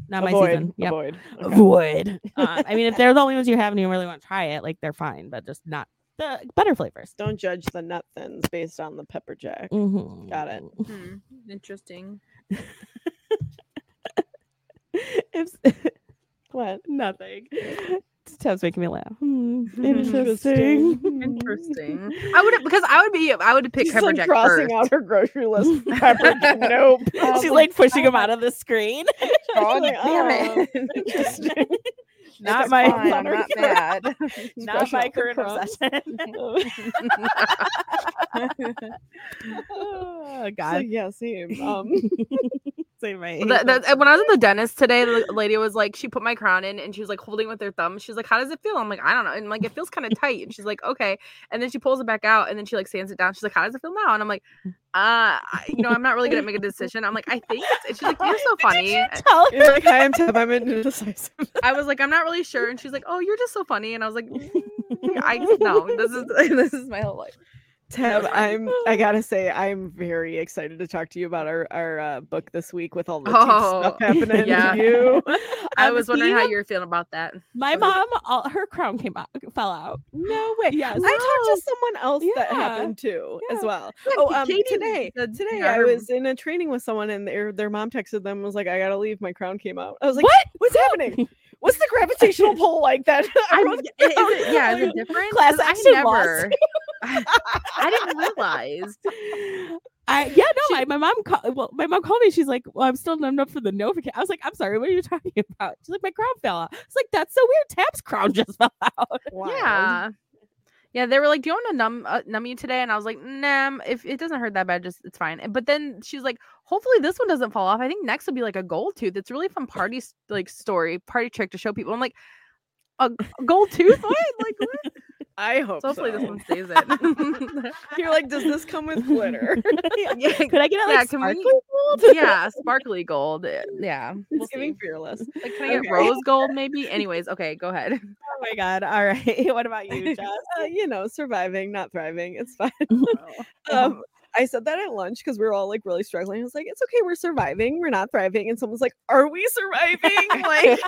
Speaker 4: not my
Speaker 5: Avoid.
Speaker 4: season. Yep.
Speaker 5: Avoid. Okay.
Speaker 4: Avoid. um, I mean, if they're the only ones you have and you really want to try it, like they're fine, but just not the better flavors.
Speaker 5: Don't judge the nut thins based on the pepper jack.
Speaker 4: Mhm.
Speaker 5: Got it.
Speaker 3: hmm, interesting.
Speaker 4: If-
Speaker 5: What?
Speaker 4: nothing. tabs making me laugh. Hmm,
Speaker 5: Interesting.
Speaker 4: interesting.
Speaker 3: Interesting. I would because I would be I would pick
Speaker 5: She's
Speaker 3: pepper
Speaker 5: like
Speaker 3: jack
Speaker 5: crossing
Speaker 3: first.
Speaker 5: out her grocery list. Pepper, nope.
Speaker 4: She's like pushing him out of the screen.
Speaker 5: God
Speaker 3: damn
Speaker 5: it. Interesting.
Speaker 4: Not
Speaker 3: It's
Speaker 4: my
Speaker 3: fine,
Speaker 4: summer
Speaker 3: not bad.
Speaker 4: Not my
Speaker 5: Special
Speaker 4: current obsession. oh,
Speaker 5: So,
Speaker 4: God.
Speaker 5: yeah, same. Um,
Speaker 4: Say my
Speaker 3: The- the- when I was at the dentist today, the lady was like, she put my crown in and she was like holding it with her thumb. She's like, "How does it feel?" I'm like, "I don't know." And like, it feels kind of tight. And she's like, "Okay." And then she pulls it back out and then she like sands it down. She's like, "How does it feel now?" And I'm like, "Uh, I- you know, I'm not really gonna make a decision." I'm like, "I think." It's, and she's like, "You're so funny." I-
Speaker 4: tell
Speaker 5: you're like, hi, I'm Tim. I'm indecisive.
Speaker 3: I was like, "I'm not really sure," and she's like, "Oh, you're just so funny." And I was like, "Mm, "I no, this is this is my whole life."
Speaker 5: Tab, I'm. I gotta say, I'm very excited to talk to you about our our uh, book this week with all the deep
Speaker 3: Oh,
Speaker 5: stuff happening
Speaker 3: yeah.
Speaker 5: to you.
Speaker 3: I
Speaker 4: Um,
Speaker 3: was wondering how
Speaker 4: speaking
Speaker 3: you're feeling about that.
Speaker 4: of- my
Speaker 3: was-
Speaker 4: mom, all her crown came out, fell out.
Speaker 5: No way.
Speaker 4: Yes.
Speaker 5: I talked to someone else that
Speaker 4: Yeah.
Speaker 5: happened too, as
Speaker 4: Yeah.
Speaker 5: well.
Speaker 3: Yeah,
Speaker 5: Oh,
Speaker 3: K-
Speaker 5: um,
Speaker 3: Katie
Speaker 5: today,
Speaker 3: said-
Speaker 5: today
Speaker 3: yeah,
Speaker 5: I
Speaker 3: her-
Speaker 5: was in a training with someone, and their their mom texted them and was like, "I gotta leave. My crown came out." I was like,
Speaker 4: What?
Speaker 5: What's happening? What's the gravitational pull like that?"
Speaker 3: I
Speaker 5: Everyone's
Speaker 3: mean, i- is it, yeah, is it different? 'Cause
Speaker 4: Class action
Speaker 3: I
Speaker 4: laws.
Speaker 3: never. I, didn't realize.
Speaker 4: I yeah no my, my mom called well my mom called me she's like well I'm still numbed up for the Novocaine I was like I'm sorry what are you talking about she's like my crown fell out it's like that's so weird Tab's crown just fell out
Speaker 5: wild.
Speaker 3: Yeah, yeah. They were like, "Do you want to numb uh, numb you today?" And I was like, "Nah, if it doesn't hurt that bad, just it's fine." But then she's like, "Hopefully this one doesn't fall off." I think next will be like a gold tooth. It's a really fun party s- like story, party trick to show people. I'm like, a a gold tooth? What? Like, what?
Speaker 5: I hope.
Speaker 3: So hopefully this
Speaker 5: so.
Speaker 3: one stays in.
Speaker 5: You're like, does this come with glitter?
Speaker 3: yeah,
Speaker 4: could I get it
Speaker 3: Yeah,
Speaker 4: like
Speaker 3: can we-
Speaker 4: sparkly Oh gold?
Speaker 3: yeah, sparkly gold. eh, Yeah.
Speaker 5: it's
Speaker 3: we'll see.
Speaker 5: giving fearless.
Speaker 3: Like, can I get
Speaker 5: Okay.
Speaker 3: rose gold maybe? Anyways, okay, go ahead.
Speaker 4: oh my god all right what about you Jess
Speaker 5: Uh, you know, surviving, not thriving. It's fine.
Speaker 4: Yeah.
Speaker 5: um, I said that at lunch because we were all like really struggling. I was like, it's okay, we're surviving, we're not thriving. And someone's like, are we surviving? like,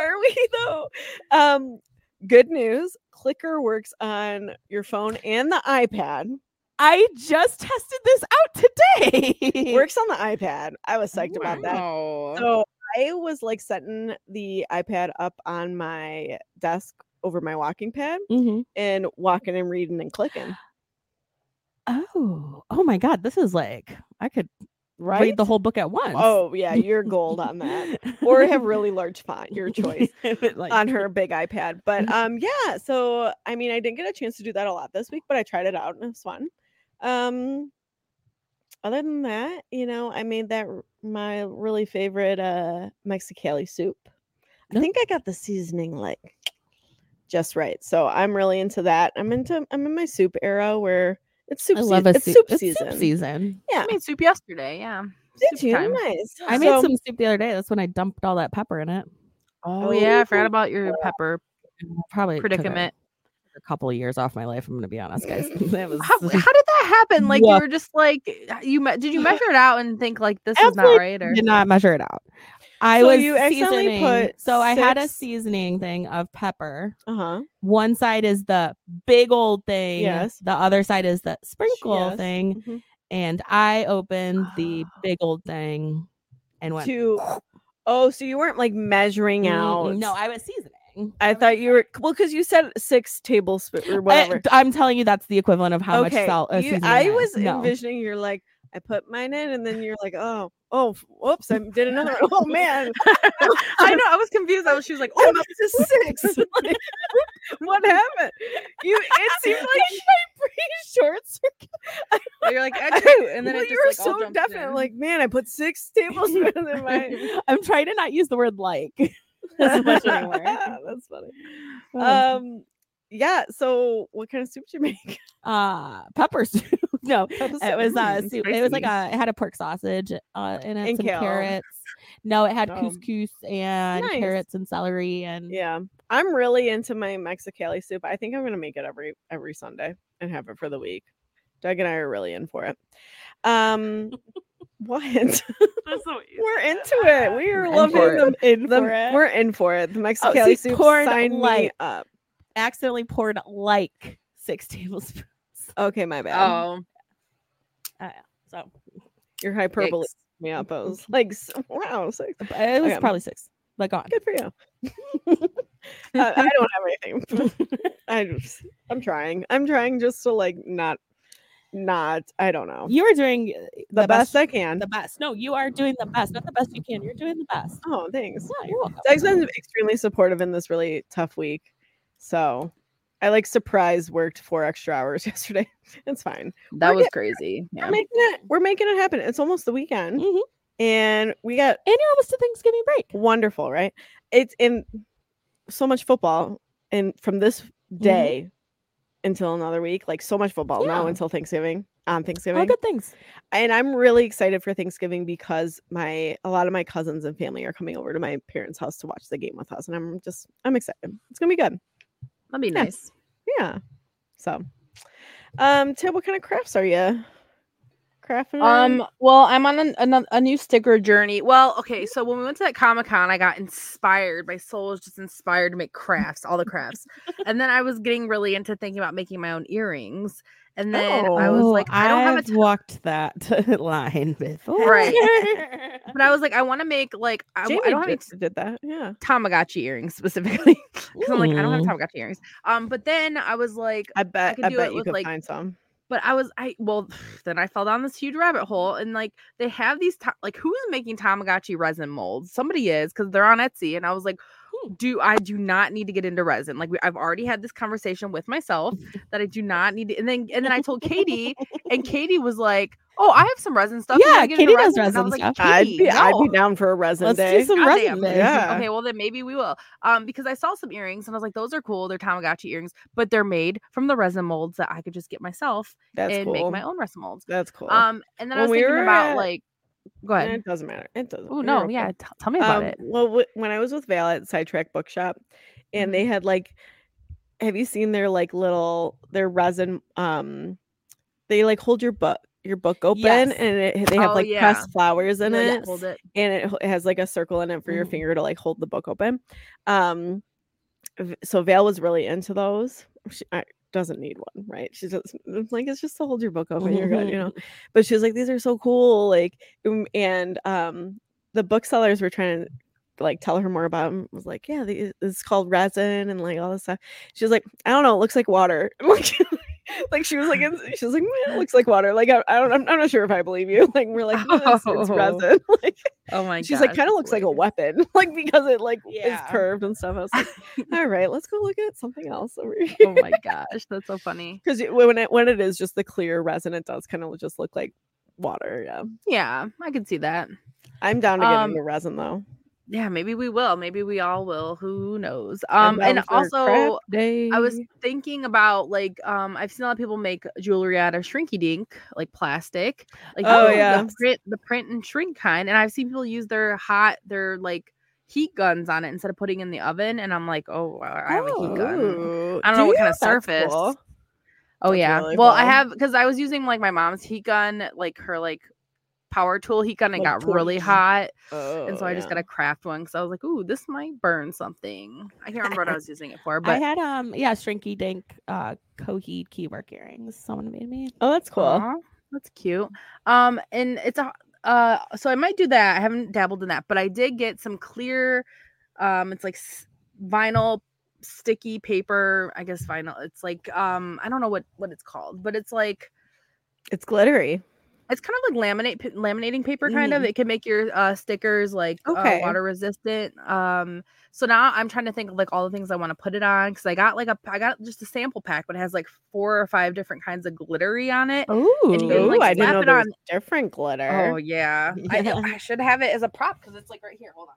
Speaker 5: are we though? Um, good news Clicker works on your phone and the iPad.
Speaker 4: I just tested this out today
Speaker 5: Works on the iPad. I was psyched about that.
Speaker 3: Wow.
Speaker 5: So I was like setting the iPad up on my desk over my walking pad
Speaker 4: Mhm.
Speaker 5: and walking and reading and clicking.
Speaker 4: oh oh my god this is like I could
Speaker 5: Right?
Speaker 4: read the whole book at once
Speaker 5: Oh yeah, you're gold on that. Or have really large font, your choice.
Speaker 4: But, like,
Speaker 5: on her big iPad. But um yeah, so I mean I didn't get a chance to do that a lot this week, but I tried it out and it was fun. Um other than that, you know, I made that r- my really favorite uh Mexicali soup. I
Speaker 4: Yep.
Speaker 5: think I got the seasoning like just right. So I'm really into that. I'm into I'm in my soup era where it's soup
Speaker 4: I
Speaker 5: season.
Speaker 4: love a
Speaker 5: it's
Speaker 4: soup,
Speaker 5: soup
Speaker 4: it's
Speaker 5: season.
Speaker 4: soup season
Speaker 5: Yeah.
Speaker 3: I made soup yesterday. Yeah.
Speaker 5: Did
Speaker 3: soup
Speaker 5: you?
Speaker 3: time.
Speaker 5: Nice.
Speaker 4: I made
Speaker 5: So-
Speaker 4: some soup the other day. That's when I dumped all that pepper in it.
Speaker 3: Oh, yeah, I forgot about your pepper
Speaker 4: Probably took a-
Speaker 3: predicament.
Speaker 4: A, couple of years off my life. I'm gonna be honest, guys. That was
Speaker 3: How, how did that happen? Like
Speaker 4: Yeah.
Speaker 3: you were just like you me- did you measure it out and think like this is
Speaker 4: Absolutely
Speaker 3: not right or
Speaker 4: did not measure it out. I
Speaker 5: So
Speaker 4: was
Speaker 5: you accidentally
Speaker 4: seasoning.
Speaker 5: put
Speaker 4: so I had a
Speaker 5: six-
Speaker 4: seasoning thing of pepper.
Speaker 5: Uh-huh.
Speaker 4: One side is the big old thing.
Speaker 5: Yes.
Speaker 4: The other side is the sprinkle
Speaker 5: Yes. Ah.
Speaker 4: thing.
Speaker 5: Mhm.
Speaker 4: And I opened the big old thing and went
Speaker 5: To Oh, so you weren't like measuring
Speaker 4: "Mm,
Speaker 5: out.
Speaker 4: No, I was seasoning.
Speaker 5: I Eh, thought you were well because you said six tablespoons or whatever.
Speaker 4: I, am telling you, that's the equivalent of how much salt. Uh,
Speaker 5: you-
Speaker 4: seasoning
Speaker 5: I
Speaker 4: is.
Speaker 5: was
Speaker 4: No.
Speaker 5: envisioning you're like I put mine in, and then you're like, oh, oh, f- whoops, I did another. one. Oh man,
Speaker 3: I know I was confused. I was she was like,
Speaker 5: oh,
Speaker 3: "Oh,
Speaker 5: up to six. Like, what happened? You it seemed like
Speaker 4: short
Speaker 3: no," you're like I do," and then
Speaker 5: well,
Speaker 3: it
Speaker 5: you were
Speaker 3: just like all
Speaker 5: so
Speaker 3: jumped
Speaker 5: definite.
Speaker 3: in.
Speaker 5: Like man, I put six tablespoons in my.
Speaker 4: I'm trying to not use the word like. as much anymore.
Speaker 5: That's funny. Um, yeah. So, what kind of soup did you make?
Speaker 4: uh, pepper soup. no, it was uh,
Speaker 3: Mm,
Speaker 4: soup. It was like
Speaker 3: spicy.
Speaker 4: a. It had a pork sausage uh, in it,
Speaker 5: mm-hmm, And
Speaker 4: some
Speaker 5: kale.
Speaker 4: carrots. No, it had
Speaker 5: Oh.
Speaker 4: couscous and
Speaker 5: Nice.
Speaker 4: carrots and celery and
Speaker 5: Yeah, I'm really into my Mexicali soup. I think I'm gonna make it every every Sunday and have it for the week. Doug and I are really in for it. Um, what? we're into it. We are
Speaker 4: in
Speaker 5: loving
Speaker 3: for it.
Speaker 5: them.
Speaker 4: in
Speaker 5: The,
Speaker 4: for it.
Speaker 5: We're in for it. The Mexicali
Speaker 4: see,
Speaker 5: soup.
Speaker 4: corn
Speaker 5: Sign me
Speaker 4: light.
Speaker 5: up.
Speaker 4: accidentally poured like six tablespoons.
Speaker 5: Okay, my bad.
Speaker 3: oh,
Speaker 4: So
Speaker 5: Your
Speaker 3: yikes.
Speaker 5: hyperbole messed me up. I was like, s- wow, so
Speaker 4: but it was
Speaker 5: Okay.
Speaker 4: probably six. Like on.
Speaker 5: good for you. Uh, I don't have anything. I just, I'm trying. I'm trying just to like not, not. I don't know.
Speaker 4: You are doing
Speaker 5: The, best, I
Speaker 4: I-
Speaker 5: can.
Speaker 4: the best. No, you are doing the best. Not the best you can. You're doing the best.
Speaker 5: oh, thanks.
Speaker 4: Yeah, you're welcome.
Speaker 5: Zach's been extremely supportive in this really tough week. So I like surprise worked four extra hours yesterday. It's fine.
Speaker 3: That
Speaker 5: We're
Speaker 3: was crazy. Yeah.
Speaker 5: We're making it. We're making it happen. It's almost the weekend,
Speaker 4: Mhm.
Speaker 5: and we got
Speaker 4: And you're almost to Thanksgiving break.
Speaker 5: wonderful, right? It's in so much football, and from this day until another week, like so much football now
Speaker 4: Yeah.
Speaker 5: until Thanksgiving. On Thanksgiving,
Speaker 4: All good things.
Speaker 5: and I'm really excited for Thanksgiving because my a lot of my cousins and family are coming over to my parents' house to watch the game with us, and I'm just I'm excited. It's gonna be good.
Speaker 3: That'd be
Speaker 5: Yeah.
Speaker 3: nice.
Speaker 5: Yeah. So, um, Tim, what kind of crafts are you crafting? around?
Speaker 4: Mm-hmm.
Speaker 3: Um, well, I'm on an, another, a new sticker journey. Well, okay, so when we went to that Comic Con, I got inspired. My soul was just inspired to make crafts, all the crafts. and then I was getting really into thinking about making my own earrings. And then I was like, I don't have a
Speaker 4: Oh, I've walked that line before.
Speaker 3: Right. but I was like, I want to make like I, w-
Speaker 5: Jamie
Speaker 3: I don't have any
Speaker 5: did, did that. Yeah.
Speaker 3: Tamagotchi earrings specifically because I'm like I don't have
Speaker 4: Ooh.
Speaker 3: Tamagotchi earrings. Um, but then I was like,
Speaker 5: I bet.
Speaker 3: could
Speaker 5: I,
Speaker 3: do it
Speaker 5: bet you
Speaker 3: with,
Speaker 5: could
Speaker 3: like-
Speaker 5: find some.
Speaker 3: but I was I well then I fell down this huge rabbit hole and like they have these ta- like who's making Tamagotchi resin molds? Somebody is because they're on Etsy and I was like.
Speaker 4: Hmm.
Speaker 3: Do I do not need to get into resin? Like we, I've already had this conversation with myself that I do not need to. And then and then I told Katie, and Katie was like, "Oh, I have some resin stuff. You wanna
Speaker 4: Yeah,
Speaker 3: get into
Speaker 4: Katie does
Speaker 3: And I
Speaker 4: resin
Speaker 3: was like,
Speaker 4: stuff.
Speaker 5: I'd
Speaker 3: "Katie,
Speaker 5: be. I'd
Speaker 3: no."
Speaker 5: be down for a resin
Speaker 4: Let's
Speaker 5: day.
Speaker 4: do some
Speaker 3: Goddamn.
Speaker 4: resin.
Speaker 5: Yeah.
Speaker 3: Okay, well then maybe we will. Um, because I saw some earrings and I was like, those are cool. They're Tamagotchi earrings, but they're made from the resin molds that I could just get myself
Speaker 5: That's
Speaker 3: and
Speaker 5: cool.
Speaker 3: make my own resin molds.
Speaker 5: That's cool.
Speaker 3: Um, and then I
Speaker 5: When
Speaker 3: was
Speaker 5: we
Speaker 3: thinking
Speaker 5: were
Speaker 3: about
Speaker 5: at-
Speaker 3: like, go
Speaker 5: Eh,
Speaker 3: ahead.
Speaker 5: It doesn't matter. It doesn't.
Speaker 3: Oh
Speaker 5: you're
Speaker 3: no,
Speaker 5: okay.
Speaker 3: yeah, t- tell me about
Speaker 5: Um,
Speaker 3: it.
Speaker 5: Well, w- when I was with Val at Sidetrack Bookshop, and
Speaker 3: Mm-hmm.
Speaker 5: they had like, have you seen their like little their resin? Um, they like hold your book your book open,
Speaker 4: Yes.
Speaker 5: and it, they have
Speaker 3: Oh,
Speaker 5: like
Speaker 3: yeah.
Speaker 5: pressed flowers in
Speaker 3: You, like,
Speaker 5: it,
Speaker 3: hold it.
Speaker 5: and it, h- it has like a circle in it for your
Speaker 4: Mhm.
Speaker 5: finger to like hold the book open. Um, v- so Val was really into those. She I, doesn't need one, right? She just it's like it's just to hold your book open. You're good, you know. But she was like, "These are so cool!" Like, um, and um, the booksellers were trying to like tell her more about them. Was like, "Yeah, the, it's called resin and like all this stuff." She was like, "I don't know. It looks like water." Like, like she was like, it's- "She was like, "Meh, it looks like water." Like, I, I don't, I'm, I'm not sure if I believe you. Like, we're like, "No, it's, it's
Speaker 3: Oh.
Speaker 5: resin." Like,
Speaker 3: Oh my
Speaker 5: She's like, kind of looks like a weapon, like because it like
Speaker 4: Yeah.
Speaker 5: is curved and stuff. I was like, all right, let's go look at something else over here.
Speaker 3: oh my gosh, that's so funny.
Speaker 5: Because when it when it is just the clear resin, it does kind of just look like water. Yeah,
Speaker 3: Yeah, I could see that.
Speaker 5: I'm down to get
Speaker 3: Um,
Speaker 5: into resin though.
Speaker 3: Yeah, maybe we will. Maybe we all will. Who knows?
Speaker 5: I'm
Speaker 3: Um, and
Speaker 5: down for
Speaker 3: also,
Speaker 5: craft day.
Speaker 3: I was thinking about like um I've seen a lot of people make jewelry out of shrinky dink, like plastic. Like
Speaker 5: Oh,
Speaker 3: the-
Speaker 5: yeah.
Speaker 3: the print the print and shrink kind. And I've seen people use their hot their like heat guns on it instead of putting in the oven. And I'm like, oh wow, I have a heat gun.
Speaker 5: Ooh,
Speaker 3: I don't
Speaker 5: Oh, do
Speaker 3: know what
Speaker 5: you?
Speaker 3: kind of
Speaker 5: That's
Speaker 3: surface.
Speaker 5: cool.
Speaker 3: Oh
Speaker 5: That's
Speaker 3: yeah.
Speaker 5: really
Speaker 3: well, I
Speaker 5: cool.
Speaker 3: have because I was using like my mom's heat gun, like her like power tool heat gun and
Speaker 5: Like
Speaker 3: got really
Speaker 5: torch.
Speaker 3: hot.
Speaker 5: Oh,
Speaker 3: and so I just
Speaker 5: yeah.
Speaker 3: got a craft one because I was like, ooh, this might burn something. I can't remember what I was using it for,
Speaker 4: I
Speaker 3: but
Speaker 4: had um yeah shrinky dink uh coheed key work earrings. Someone made me.
Speaker 5: Oh, that's cool.
Speaker 3: Aw, that's cute. Um, and it's a uh, so I might do that. I haven't dabbled in that, but I did get some clear, um, it's like s- vinyl sticky paper. I guess vinyl. It's like um, I don't know what what it's called, but it's like
Speaker 5: It's glittery.
Speaker 3: it's kind of like laminate pa- laminating paper kind of it can make your uh stickers like uh,
Speaker 5: Okay.
Speaker 3: water resistant um so now i'm trying to think of like all the things i want to put it on because i got like a i got just a sample pack but it has like four or five different kinds of glittery on it
Speaker 4: Oh,
Speaker 3: you can,
Speaker 5: Ooh,
Speaker 3: like,
Speaker 5: I didn't
Speaker 3: slap
Speaker 5: know
Speaker 3: it
Speaker 5: there was
Speaker 3: on-
Speaker 5: different glitter.
Speaker 3: oh yeah, I,
Speaker 4: Yeah.
Speaker 3: I should have it as a prop because it's like right here hold on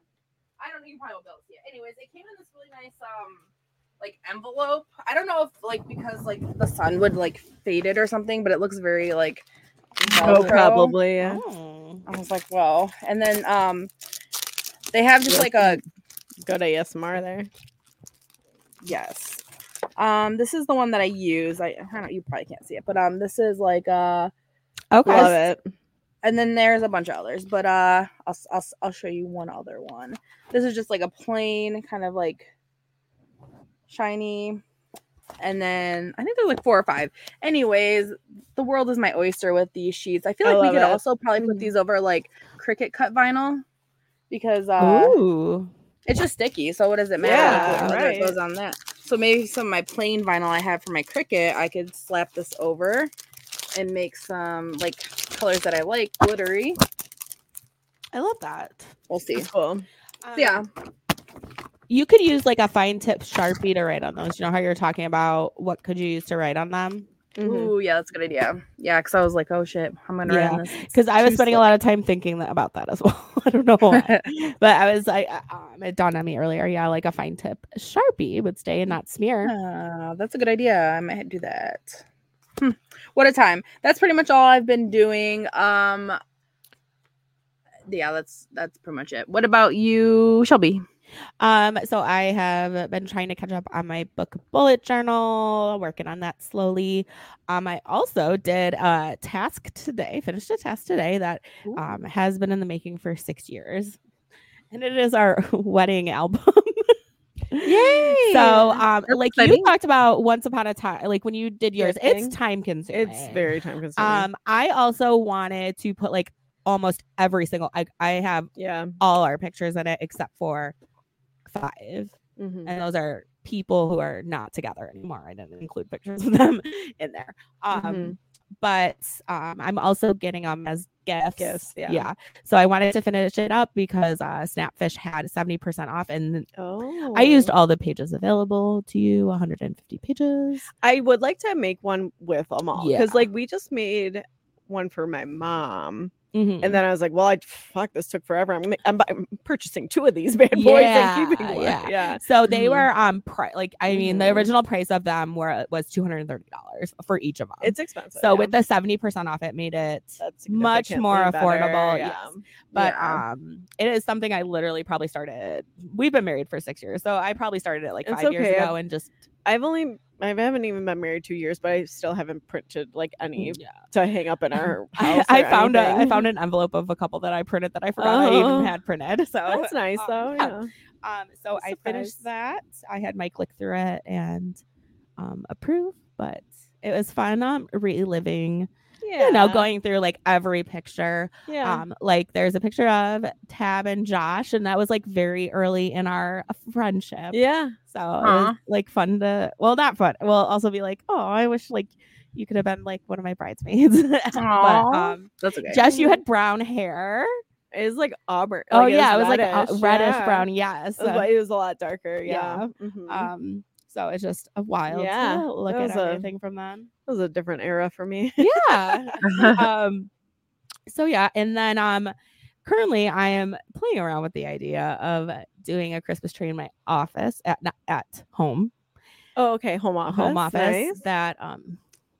Speaker 3: i don't know you probably won't be able to see it anyways it came in this really nice um like envelope i don't know if like because like the sun would like fade it or something but it looks very like
Speaker 5: Oh,
Speaker 3: Velcro.
Speaker 5: probably. Yeah.
Speaker 4: Oh.
Speaker 3: I was like, whoa. And then um they have just like a
Speaker 5: Good ASMR there.
Speaker 3: Oh. yes. Um this is the one that I use. I, I don't you probably can't see it, but um this is like uh
Speaker 4: Okay.
Speaker 5: Love it.
Speaker 3: and then there's a bunch of others, but uh I'll s- I'll, s- I'll show you one other one. This is just like a plain kind of like shiny and then I think there's like four or five. Anyways, the world is my oyster with these sheets. I feel
Speaker 5: I
Speaker 3: like we
Speaker 5: love
Speaker 3: could
Speaker 5: it. Mm.
Speaker 3: also probably put
Speaker 4: Mhm.
Speaker 3: these over like cricket cut vinyl because uh
Speaker 4: Ooh.
Speaker 3: It's just sticky, so what does it matter? like,
Speaker 5: Yeah,
Speaker 3: whether
Speaker 5: right.
Speaker 3: it goes on that. So maybe some of my plain vinyl I have for my Cricut, I could slap this over and make some like colors that I like glittery.
Speaker 4: I love that.
Speaker 3: We'll see.
Speaker 5: It's cool.
Speaker 4: Um,
Speaker 3: yeah.
Speaker 4: You could use like a fine tip sharpie to write on those. You know how you're talking about what could you use to write on them?
Speaker 5: Mhm.
Speaker 3: Ooh, yeah, that's a good idea. Yeah, because I was like, oh shit, I'm gonna
Speaker 4: Yeah,
Speaker 3: run this.
Speaker 4: Because I was
Speaker 3: Too
Speaker 4: spending a
Speaker 3: slick.
Speaker 4: lot of time thinking that, about that as well. I don't know why, but I was like, uh, um, it dawned on me earlier. Yeah, like a fine tip sharpie would stay and not smear.
Speaker 3: Ah, that's a good idea. I might do that. Hmm. What a time. That's pretty much all I've been doing. Um yeah, that's that's pretty much it. What about you, Shelby?
Speaker 4: Um, so I have been trying to catch up on my book bullet journal, working on that slowly. Um, I also did a task today, finished a task today that um has been in the making for six years. And it is our wedding album.
Speaker 3: Yay!
Speaker 4: So um
Speaker 3: That's
Speaker 4: like you
Speaker 3: exciting.
Speaker 4: talk about once upon a time like when you did
Speaker 5: Your
Speaker 4: yours,
Speaker 5: thing?
Speaker 4: it's time consuming.
Speaker 5: It's very time consuming.
Speaker 4: um I also wanted to put like almost every single I I have
Speaker 5: yeah.
Speaker 4: all our pictures in it except for five
Speaker 5: Mhm.
Speaker 4: and those are people who are not together anymore. I didn't include pictures of them in there. Um,
Speaker 5: Mhm.
Speaker 4: But um, I'm also getting them as gifts.
Speaker 5: Gifts, yeah.
Speaker 4: So I wanted to finish it up because uh, Snapfish had 70% off, and
Speaker 5: Oh.
Speaker 4: I used all the pages available to you, 150 pages.
Speaker 5: I would like to make one with them all
Speaker 4: Yeah.
Speaker 5: because, like, we just made one for my mom,
Speaker 4: Mhm.
Speaker 5: and then I was like, "Well, I fuck this took forever. I'm, gonna- I'm, bu- I'm purchasing two of these bad boys
Speaker 4: Yeah,
Speaker 5: and keeping one."
Speaker 4: yeah.
Speaker 5: Yeah,
Speaker 4: So they
Speaker 5: Mm-hmm.
Speaker 3: Mhm.
Speaker 4: were um pri- like I mean the
Speaker 5: Mhm.
Speaker 4: original price of them were was two hundred and thirty dollars for each of them.
Speaker 5: it's expensive.
Speaker 4: so
Speaker 5: yeah.
Speaker 4: with the seventy percent off, it made it
Speaker 5: That's
Speaker 4: much
Speaker 5: significantly
Speaker 4: more
Speaker 5: better,
Speaker 4: affordable,
Speaker 5: Yeah.
Speaker 4: yes. but
Speaker 3: Yeah.
Speaker 4: um it is something i literally probably started we've been married for six years so i probably started it like
Speaker 5: It's
Speaker 4: five years
Speaker 5: okay,
Speaker 4: ago and just
Speaker 5: I've only I haven't even been married two years, but I still haven't printed like any
Speaker 4: yeah.
Speaker 5: to hang up in our
Speaker 4: Mm. I,
Speaker 5: house.
Speaker 4: I
Speaker 5: or
Speaker 4: found a, I
Speaker 5: anything.
Speaker 4: found an envelope of a couple that i printed that i forgot i
Speaker 5: Oh.
Speaker 4: even had printed so
Speaker 5: That's nice
Speaker 4: um,
Speaker 5: though.
Speaker 4: yeah.
Speaker 5: Yeah.
Speaker 4: um so
Speaker 5: I'm
Speaker 4: i finished
Speaker 5: surprised.
Speaker 4: that i had my click through it and um approve but it was fun um reliving
Speaker 5: Yeah.
Speaker 4: you know going through like every picture
Speaker 5: Yeah.
Speaker 4: Um, like there's a picture of Tab and Josh, and that was like very early in our friendship.
Speaker 5: yeah.
Speaker 4: So it
Speaker 3: Aw.
Speaker 4: was like fun to well not fun. We'll also be like, oh, I wish like you could have been like one of my bridesmaids. but
Speaker 3: Aw.
Speaker 4: um
Speaker 3: That's okay.
Speaker 4: Jess, you had brown hair.
Speaker 5: It's like auburn.
Speaker 4: oh
Speaker 5: like,
Speaker 4: yeah, it was like uh,
Speaker 5: reddish,
Speaker 4: reddish
Speaker 5: yeah.
Speaker 4: brown, yes.
Speaker 5: It was,
Speaker 4: Uh,
Speaker 5: like- it was a lot darker. Yeah. Mhm.
Speaker 4: um so it's just a wild
Speaker 5: Yeah,
Speaker 4: to look
Speaker 5: that
Speaker 4: at
Speaker 5: was a-
Speaker 4: everything from then.
Speaker 5: That was a different era for me.
Speaker 4: Yeah. um so yeah and then um currently i am playing around with the idea of doing a christmas tree in my office at not at home
Speaker 5: Oh, okay. Home office.
Speaker 4: home office
Speaker 5: Nice.
Speaker 4: that um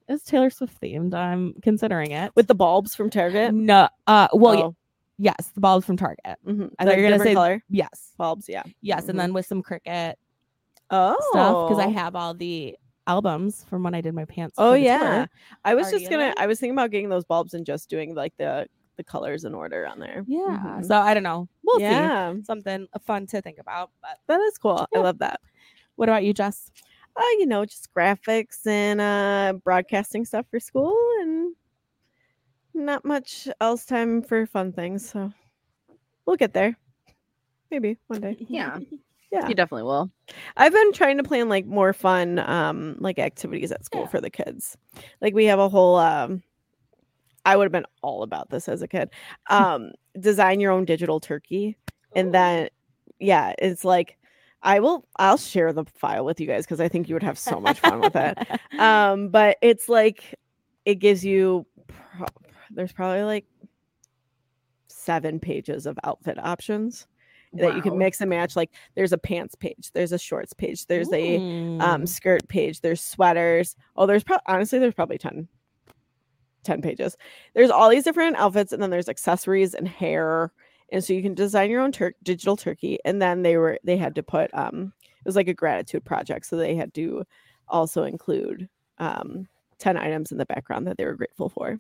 Speaker 4: is taylor swift themed i'm considering it
Speaker 5: With the bulbs from Target.
Speaker 4: no uh well y-
Speaker 5: Oh,
Speaker 4: yes the bulbs from target
Speaker 5: mhm.
Speaker 4: I thought you were gonna
Speaker 5: different
Speaker 4: say-
Speaker 5: color
Speaker 4: yes
Speaker 5: bulbs. Yeah.
Speaker 4: yes
Speaker 5: Mhm.
Speaker 4: and then with some cricket
Speaker 5: Oh.
Speaker 4: stuff because i have all the albums from when i did my pants
Speaker 5: Oh
Speaker 4: for the
Speaker 5: yeah.
Speaker 4: tour.
Speaker 5: I was
Speaker 4: already
Speaker 5: just
Speaker 4: in
Speaker 5: gonna.
Speaker 4: there.
Speaker 5: I was thinking about getting those bulbs and just doing like the the colors in order on there.
Speaker 4: yeah
Speaker 5: Mhm.
Speaker 4: Mm-hmm. so i don't know we'll
Speaker 5: yeah.
Speaker 4: see something fun to think about but
Speaker 5: That is cool.
Speaker 4: Yeah.
Speaker 5: I love that.
Speaker 4: what about you jess
Speaker 5: Uh, you know, just graphics and uh, broadcasting stuff for school, and not much else time for fun things. So we'll get there, maybe one day.
Speaker 3: yeah.
Speaker 5: Yeah,
Speaker 3: You definitely will.
Speaker 5: I've been trying to plan like more fun, um, like activities at school
Speaker 4: Yeah.
Speaker 5: for the kids. Like we have a whole. Um, I would have been all about this as a kid. Um, design your own digital turkey and then yeah it's like i will i'll share the file with you guys because i think you would have so much fun with it um but it's like it gives you pro- there's probably like seven pages of outfit options that you can
Speaker 3: Wow.
Speaker 5: mix and match like there's a pants page there's a shorts page there's a um skirt page there's sweaters oh there's probably honestly there's probably 10 10 pages there's all these different outfits and then there's accessories and hair and so you can design your own tur- digital turkey and then they were they had to put um it was like a gratitude project so they had to also include um 10 items in the background that they were grateful for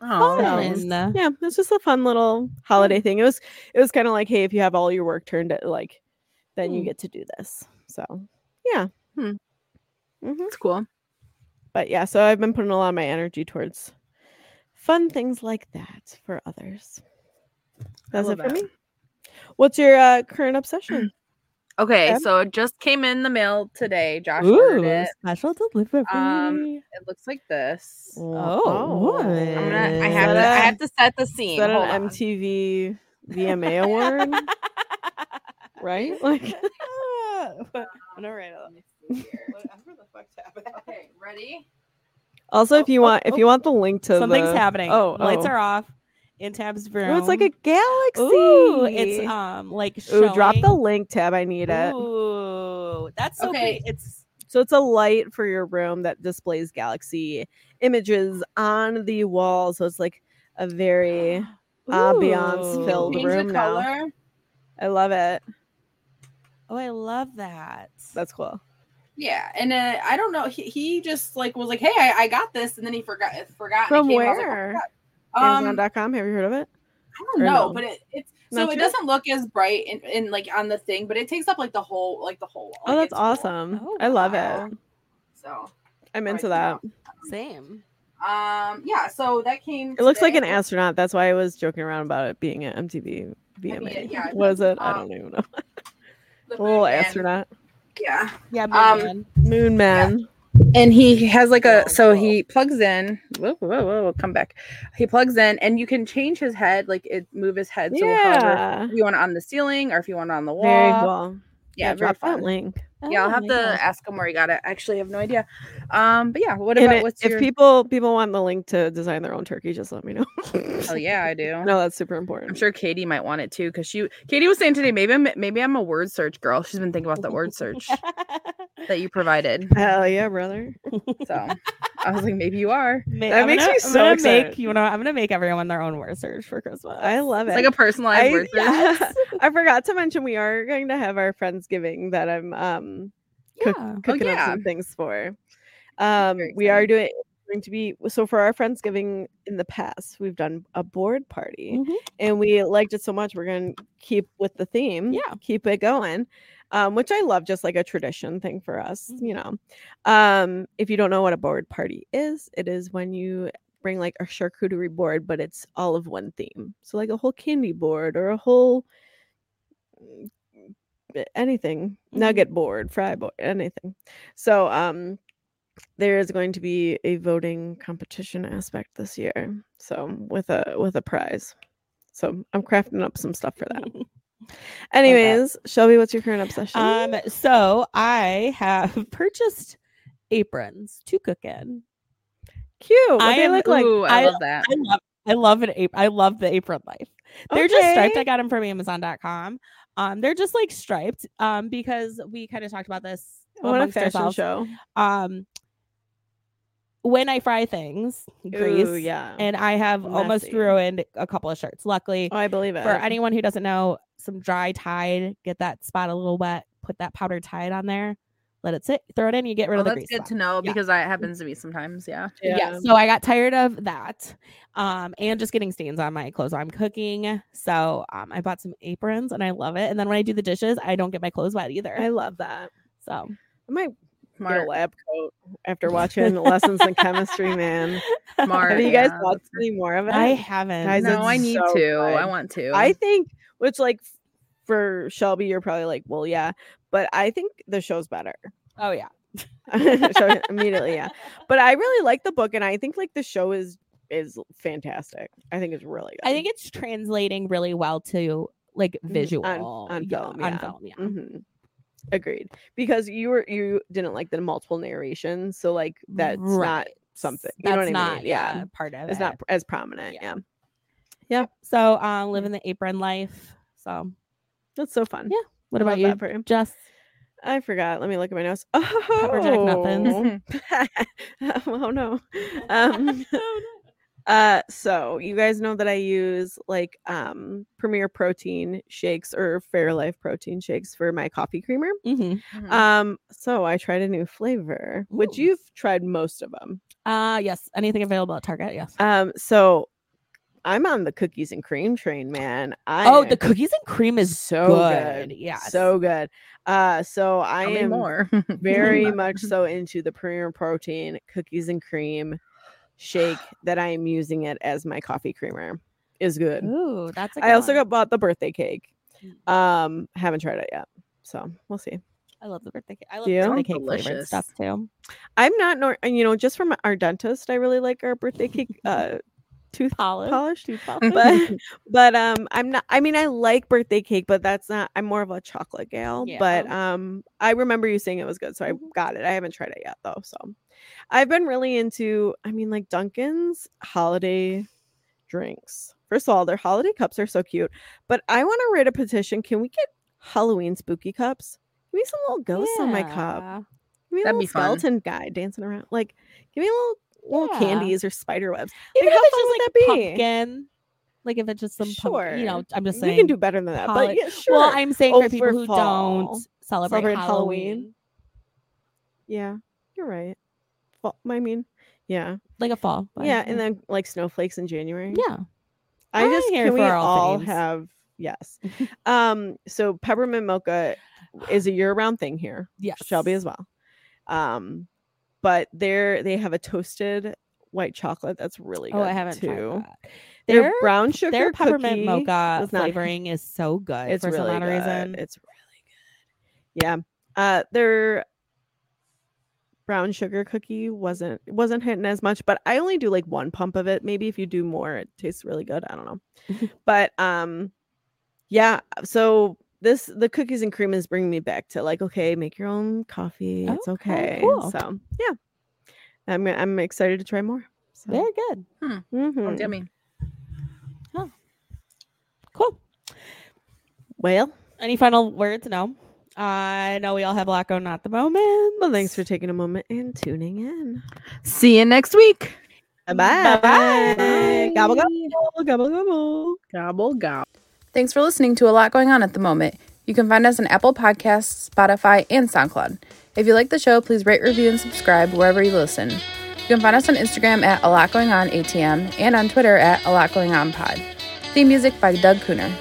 Speaker 3: Oh,
Speaker 5: Fun. yeah it's just a fun little holiday thing it was it was kind of like hey if you have all your work turned at like then you
Speaker 4: Hmm.
Speaker 5: get to do this so yeah
Speaker 3: Hmm.
Speaker 5: hmm
Speaker 3: that's cool.
Speaker 5: but yeah, so I've been putting a lot of my energy towards fun things like that for others. That's it
Speaker 3: love that.
Speaker 5: for me. What's your uh, current obsession?
Speaker 3: Okay,
Speaker 5: Em-
Speaker 3: so it just came in the mail today. Josh ordered it.
Speaker 4: special delivery.
Speaker 3: Um, It looks like this.
Speaker 4: Oh,
Speaker 3: I'm gonna, I have
Speaker 5: Set
Speaker 3: to. I
Speaker 5: a-
Speaker 3: have to set the scene.
Speaker 5: Is that
Speaker 3: Hold
Speaker 5: an
Speaker 3: on.
Speaker 5: MTV VMA award? right? Like
Speaker 4: I'm gonna write it. Whatever the fuck's happening.
Speaker 3: Okay, ready?
Speaker 5: also if
Speaker 4: Oh,
Speaker 5: you
Speaker 4: oh,
Speaker 5: want if
Speaker 4: oh.
Speaker 5: you want the link to
Speaker 4: Something's
Speaker 5: the,
Speaker 4: happening.
Speaker 5: Oh,
Speaker 4: lights
Speaker 5: oh.
Speaker 4: are off in Tab's room.
Speaker 5: Oh, it's like a galaxy.
Speaker 4: Ooh, it's um like
Speaker 5: Ooh, drop the
Speaker 4: showing-
Speaker 5: link tab. I need it.
Speaker 4: Ooh, that's so
Speaker 3: Okay.
Speaker 4: okay. It's
Speaker 5: So it's a light for your room that displays galaxy images on the wall. So it's like a very Ah, Beyonce
Speaker 4: Ooh.
Speaker 5: filled
Speaker 3: Change
Speaker 5: room
Speaker 3: the
Speaker 5: now.
Speaker 3: color.
Speaker 5: I love it.
Speaker 4: Oh, I love that.
Speaker 5: That's cool.
Speaker 3: Yeah, and uh, I don't know. He, he just like was like, "Hey, I, I got this," and then he forgot. Forgot and it
Speaker 5: From
Speaker 3: came, I was like, "Oh my
Speaker 5: where?
Speaker 3: God." um,
Speaker 5: Amazon.com. Have you heard of it?
Speaker 3: I don't
Speaker 5: or
Speaker 3: know,
Speaker 5: no?
Speaker 3: but it, it's so
Speaker 5: Not
Speaker 3: it
Speaker 5: sure?
Speaker 3: doesn't look as bright and, and like on the thing, but it takes up like the whole like the whole. wall.
Speaker 5: Oh,
Speaker 3: Like,
Speaker 5: that's
Speaker 3: it's cool.
Speaker 5: awesome.
Speaker 4: Oh,
Speaker 5: I love
Speaker 3: wow.
Speaker 5: it.
Speaker 3: So
Speaker 5: I'm
Speaker 3: Right
Speaker 5: into that.
Speaker 3: now.
Speaker 4: Same.
Speaker 3: um, yeah, so that came.
Speaker 5: It looks like an
Speaker 3: today.
Speaker 5: astronaut. That's why I was joking around about it being an MTV VMA.
Speaker 3: yeah.
Speaker 5: What is it? I
Speaker 3: Um,
Speaker 5: don't even know.
Speaker 3: The
Speaker 5: A little
Speaker 3: moon man.
Speaker 5: astronaut.
Speaker 3: Yeah,
Speaker 4: Yeah.
Speaker 3: Um,
Speaker 4: man.
Speaker 5: Moon man.
Speaker 3: and he has like a
Speaker 4: Oh,
Speaker 3: so
Speaker 4: cool.
Speaker 3: he plugs in. Whoa, whoa, whoa, whoa, come back. He plugs in, and you can change his head, like it move his head. So however,
Speaker 5: Yeah.
Speaker 3: if you want it on the ceiling or if you want it on the wall.
Speaker 5: Very cool.
Speaker 3: Yeah, very
Speaker 5: drop that
Speaker 3: fun.
Speaker 5: link.
Speaker 3: yeah, I'll
Speaker 4: Oh
Speaker 3: have
Speaker 4: my
Speaker 3: to
Speaker 4: gosh.
Speaker 3: ask him where he got it. I actually have no idea. Um, but yeah, what
Speaker 5: And
Speaker 3: about
Speaker 5: it-
Speaker 3: what's
Speaker 5: if
Speaker 3: your?
Speaker 5: people people want the link to design their own turkey, just let me know.
Speaker 3: oh yeah, I do.
Speaker 5: No, that's super
Speaker 3: I'm
Speaker 5: important.
Speaker 3: sure Katie might want it too because she Katie was saying today maybe I'm maybe I'm a word search girl. She's been thinking about the word search that you provided.
Speaker 5: Hell yeah, brother.
Speaker 3: So I was like, maybe you are.
Speaker 4: Ma-
Speaker 5: That
Speaker 4: I'm
Speaker 5: makes
Speaker 4: gonna,
Speaker 5: me
Speaker 4: I'm
Speaker 5: so
Speaker 4: gonna
Speaker 5: excited.
Speaker 4: make you know I'm gonna make everyone their own word search for Christmas.
Speaker 5: I love
Speaker 3: It's
Speaker 5: it.
Speaker 3: like a personalized
Speaker 5: I-
Speaker 3: word search.
Speaker 5: yes. I forgot to mention we are going to have our friendsgiving that I'm um cook-
Speaker 4: Yeah. Oh,
Speaker 5: cooking up
Speaker 3: yeah.
Speaker 5: some things for. Um
Speaker 3: very
Speaker 5: we are
Speaker 3: exciting.
Speaker 5: doing going to be so for our friendsgiving in the past we've done a board party
Speaker 3: Mm-hmm.
Speaker 4: Mhm.
Speaker 5: and we liked it so much we're going to keep with the theme
Speaker 4: Yeah.
Speaker 5: keep it going um which i love just like a tradition thing for us
Speaker 3: Mm-hmm.
Speaker 5: you know um if you don't know what a board party is it is when you bring like a charcuterie board but it's all of one theme so like a whole candy board or a whole mm, b- anything
Speaker 4: Mhm.
Speaker 5: nugget board fry board anything so um there is going to be a voting competition aspect this year so with a with a prize so i'm crafting up some stuff for that anyways shelby what's your current obsession
Speaker 4: Um, so I have purchased aprons to cook in.
Speaker 5: cute what
Speaker 4: I
Speaker 5: they
Speaker 4: am-
Speaker 5: look like
Speaker 3: Ooh, I,
Speaker 4: I-
Speaker 3: love that.
Speaker 4: I love I love an apron. I love the apron life. They're just striped.
Speaker 5: Okay.
Speaker 4: I got them from Amazon.com. Um, they're just like striped. Um, because we kind of talked about this.
Speaker 5: what a
Speaker 4: amongst
Speaker 5: fashion
Speaker 4: ourselves.
Speaker 5: show
Speaker 4: Um, when I fry things, grease.
Speaker 5: Ooh, yeah
Speaker 4: And I have almost
Speaker 5: Messy.
Speaker 4: ruined a couple of shirts. Luckily,
Speaker 5: oh i believe it
Speaker 4: for anyone who doesn't know, some dry Tide, get that spot a little wet, put that powdered Tide on there, let it sit, throw it in, you get rid
Speaker 3: Oh,
Speaker 4: of the
Speaker 3: that's
Speaker 4: grease.
Speaker 3: good
Speaker 4: spot.
Speaker 3: to know
Speaker 4: Yeah.
Speaker 3: because that happens to me sometimes. Yeah.
Speaker 4: Yeah. So I got tired of that, um, and just getting stains on my clothes while I'm cooking. So um, I bought some aprons, and I love it. And then when I do the dishes, I don't get my clothes wet either.
Speaker 5: i love that
Speaker 4: so
Speaker 5: i might get
Speaker 3: Smart.
Speaker 5: a lab coat after watching lessons in chemistry man
Speaker 3: Smart.
Speaker 5: have you guys
Speaker 3: yeah.
Speaker 5: watched any more of it
Speaker 4: I haven't.
Speaker 5: Guys,
Speaker 3: No, I
Speaker 5: it's
Speaker 3: need
Speaker 5: so
Speaker 3: to. I
Speaker 5: good.
Speaker 3: want to.
Speaker 5: I think, which like f- for Shelby, you're probably like, well, yeah, but I think the show's better.
Speaker 4: oh yeah.
Speaker 5: Shelby- immediately, yeah. But I really like the book, and I think like the show is is fantastic. I think it's really good.
Speaker 4: I think it's translating really well to like
Speaker 5: Mm-hmm.
Speaker 4: visual
Speaker 5: on
Speaker 4: yeah,
Speaker 5: film,
Speaker 4: on
Speaker 5: yeah.
Speaker 4: film, yeah.
Speaker 5: Mhm. Agreed, because you were you didn't like the multiple narration, so like that's not
Speaker 4: Right.
Speaker 5: something. You
Speaker 4: That's
Speaker 5: know what I mean?
Speaker 4: not
Speaker 5: Yeah.
Speaker 4: part of
Speaker 5: it's
Speaker 4: it.
Speaker 5: not pr- as prominent.
Speaker 4: Yeah.
Speaker 5: Yeah.
Speaker 4: So uh, living the apron life. So
Speaker 5: that's so fun.
Speaker 4: Yeah, what
Speaker 5: I
Speaker 4: about
Speaker 5: love
Speaker 4: you,
Speaker 5: that for you.
Speaker 4: Jess?
Speaker 5: I forgot. Let me look at my notes. Oh,
Speaker 4: Jack muffins.
Speaker 5: oh no. Um, Uh, so you guys know that I use like um Premier Protein shakes or Fairlife protein shakes for my coffee creamer.
Speaker 4: Mhm.
Speaker 3: Mhm.
Speaker 5: Um, so I tried a new flavor, which
Speaker 4: Ooh.
Speaker 5: you've tried most of them.
Speaker 4: Uh yes. Anything available at Target? Yes.
Speaker 5: Um, so I'm on the cookies and cream train, man. I
Speaker 4: oh, the
Speaker 5: am
Speaker 4: cookies and cream is
Speaker 5: so
Speaker 4: good.
Speaker 5: good.
Speaker 4: Yeah.
Speaker 5: so good. Uh, so I
Speaker 3: Tell me
Speaker 5: am
Speaker 3: more.
Speaker 5: very
Speaker 3: But-
Speaker 5: much so into the Premier Protein cookies and cream shake that I am using it as my coffee creamer. Is good.
Speaker 4: Ooh, that's. A
Speaker 5: I also
Speaker 4: one.
Speaker 5: got bought the birthday cake.
Speaker 4: Oh Mm.
Speaker 5: Um, haven't tried it yet. So we'll see.
Speaker 4: I love the birthday cake. I love
Speaker 5: Do you?
Speaker 4: birthday
Speaker 3: Sounds
Speaker 4: cake flavored
Speaker 3: delicious.
Speaker 4: stuff too.
Speaker 5: I'm not, nor- and you know, just from our dentist, I really like our birthday cake uh, tooth
Speaker 4: Polish.
Speaker 5: polish.
Speaker 4: Tooth polish.
Speaker 5: But but um, I'm not. I mean, I like birthday cake, but that's not. I'm more of a chocolate gal. But um, I remember you saying it was good, so I got it. I haven't tried it yet though. So I've been really into. I mean, like Duncan's holiday drinks. First of all, their holiday cups are so cute. But I want to write a petition. Can we get Halloween spooky cups? Give me some little ghosts on my cup.
Speaker 4: Yeah.
Speaker 5: Give me
Speaker 3: That'd
Speaker 5: a little
Speaker 3: be fun.
Speaker 5: skeleton guy dancing around. Like, give me a little little
Speaker 4: Yeah.
Speaker 5: candies or spider webs.
Speaker 4: Even
Speaker 5: Like, how
Speaker 4: if
Speaker 5: fun would
Speaker 4: it's just
Speaker 5: that
Speaker 4: like
Speaker 5: be?
Speaker 4: pumpkin, like if it's just some pumpkin,
Speaker 5: Sure.
Speaker 4: you know, I'm just
Speaker 5: We
Speaker 4: saying.
Speaker 5: can do better than that.
Speaker 4: holi-
Speaker 5: But yeah, sure.
Speaker 4: Well, I'm saying for people who
Speaker 5: Overfall.
Speaker 4: don't celebrate,
Speaker 5: Celebrate
Speaker 4: Halloween,
Speaker 5: Halloween. yeah, you're right. Well, I mean, yeah,
Speaker 4: like a fall. but
Speaker 5: yeah, and then like snowflakes in January.
Speaker 4: yeah,
Speaker 5: I
Speaker 4: I'm
Speaker 5: just
Speaker 4: here
Speaker 5: can we
Speaker 4: for all
Speaker 5: all
Speaker 4: things.
Speaker 5: have yes. um, so peppermint mocha is a year-round thing here.
Speaker 4: yes,
Speaker 5: Shelby as well. Um, but they're they have a toasted white chocolate that's really good
Speaker 4: Oh, I haven't
Speaker 5: too.
Speaker 4: tried that.
Speaker 5: Their,
Speaker 4: Their
Speaker 5: brown sugar
Speaker 4: their peppermint
Speaker 5: cookie
Speaker 4: mocha
Speaker 5: does not-
Speaker 4: flavoring is so good
Speaker 5: It's
Speaker 4: for
Speaker 5: really
Speaker 4: some odd
Speaker 5: good.
Speaker 4: reason.
Speaker 5: It's really good. Yeah. Uh, their brown sugar cookie wasn't it wasn't hitting as much, but I only do like one pump of it. Maybe if you do more, it tastes really good. I don't know. but um, yeah. So this the cookies and cream is bringing me back to like okay, make your own coffee. It's
Speaker 4: Okay,
Speaker 5: okay.
Speaker 4: cool.
Speaker 5: So yeah, I'm I'm excited to try more. So,
Speaker 4: Very good.
Speaker 3: Oh,
Speaker 5: mhm.
Speaker 3: yummy.
Speaker 4: Cool.
Speaker 5: Well,
Speaker 4: Any final words? No. I know we all have a lot going on at the moment.
Speaker 5: well, thanks for taking a moment and tuning in.
Speaker 3: See you next week.
Speaker 5: Bye bye.
Speaker 4: Bye.
Speaker 5: Gobble gobble gobble gobble.
Speaker 3: Gobble gobble.
Speaker 6: Thanks for listening to a lot going on at the moment. You can find us on Apple Podcasts, Spotify, and SoundCloud. If you like the show, please rate, review, and subscribe wherever you listen. You can find us on Instagram at a lot going on ATM and on Twitter at a lot going on pod. Theme music by Doug Cooner.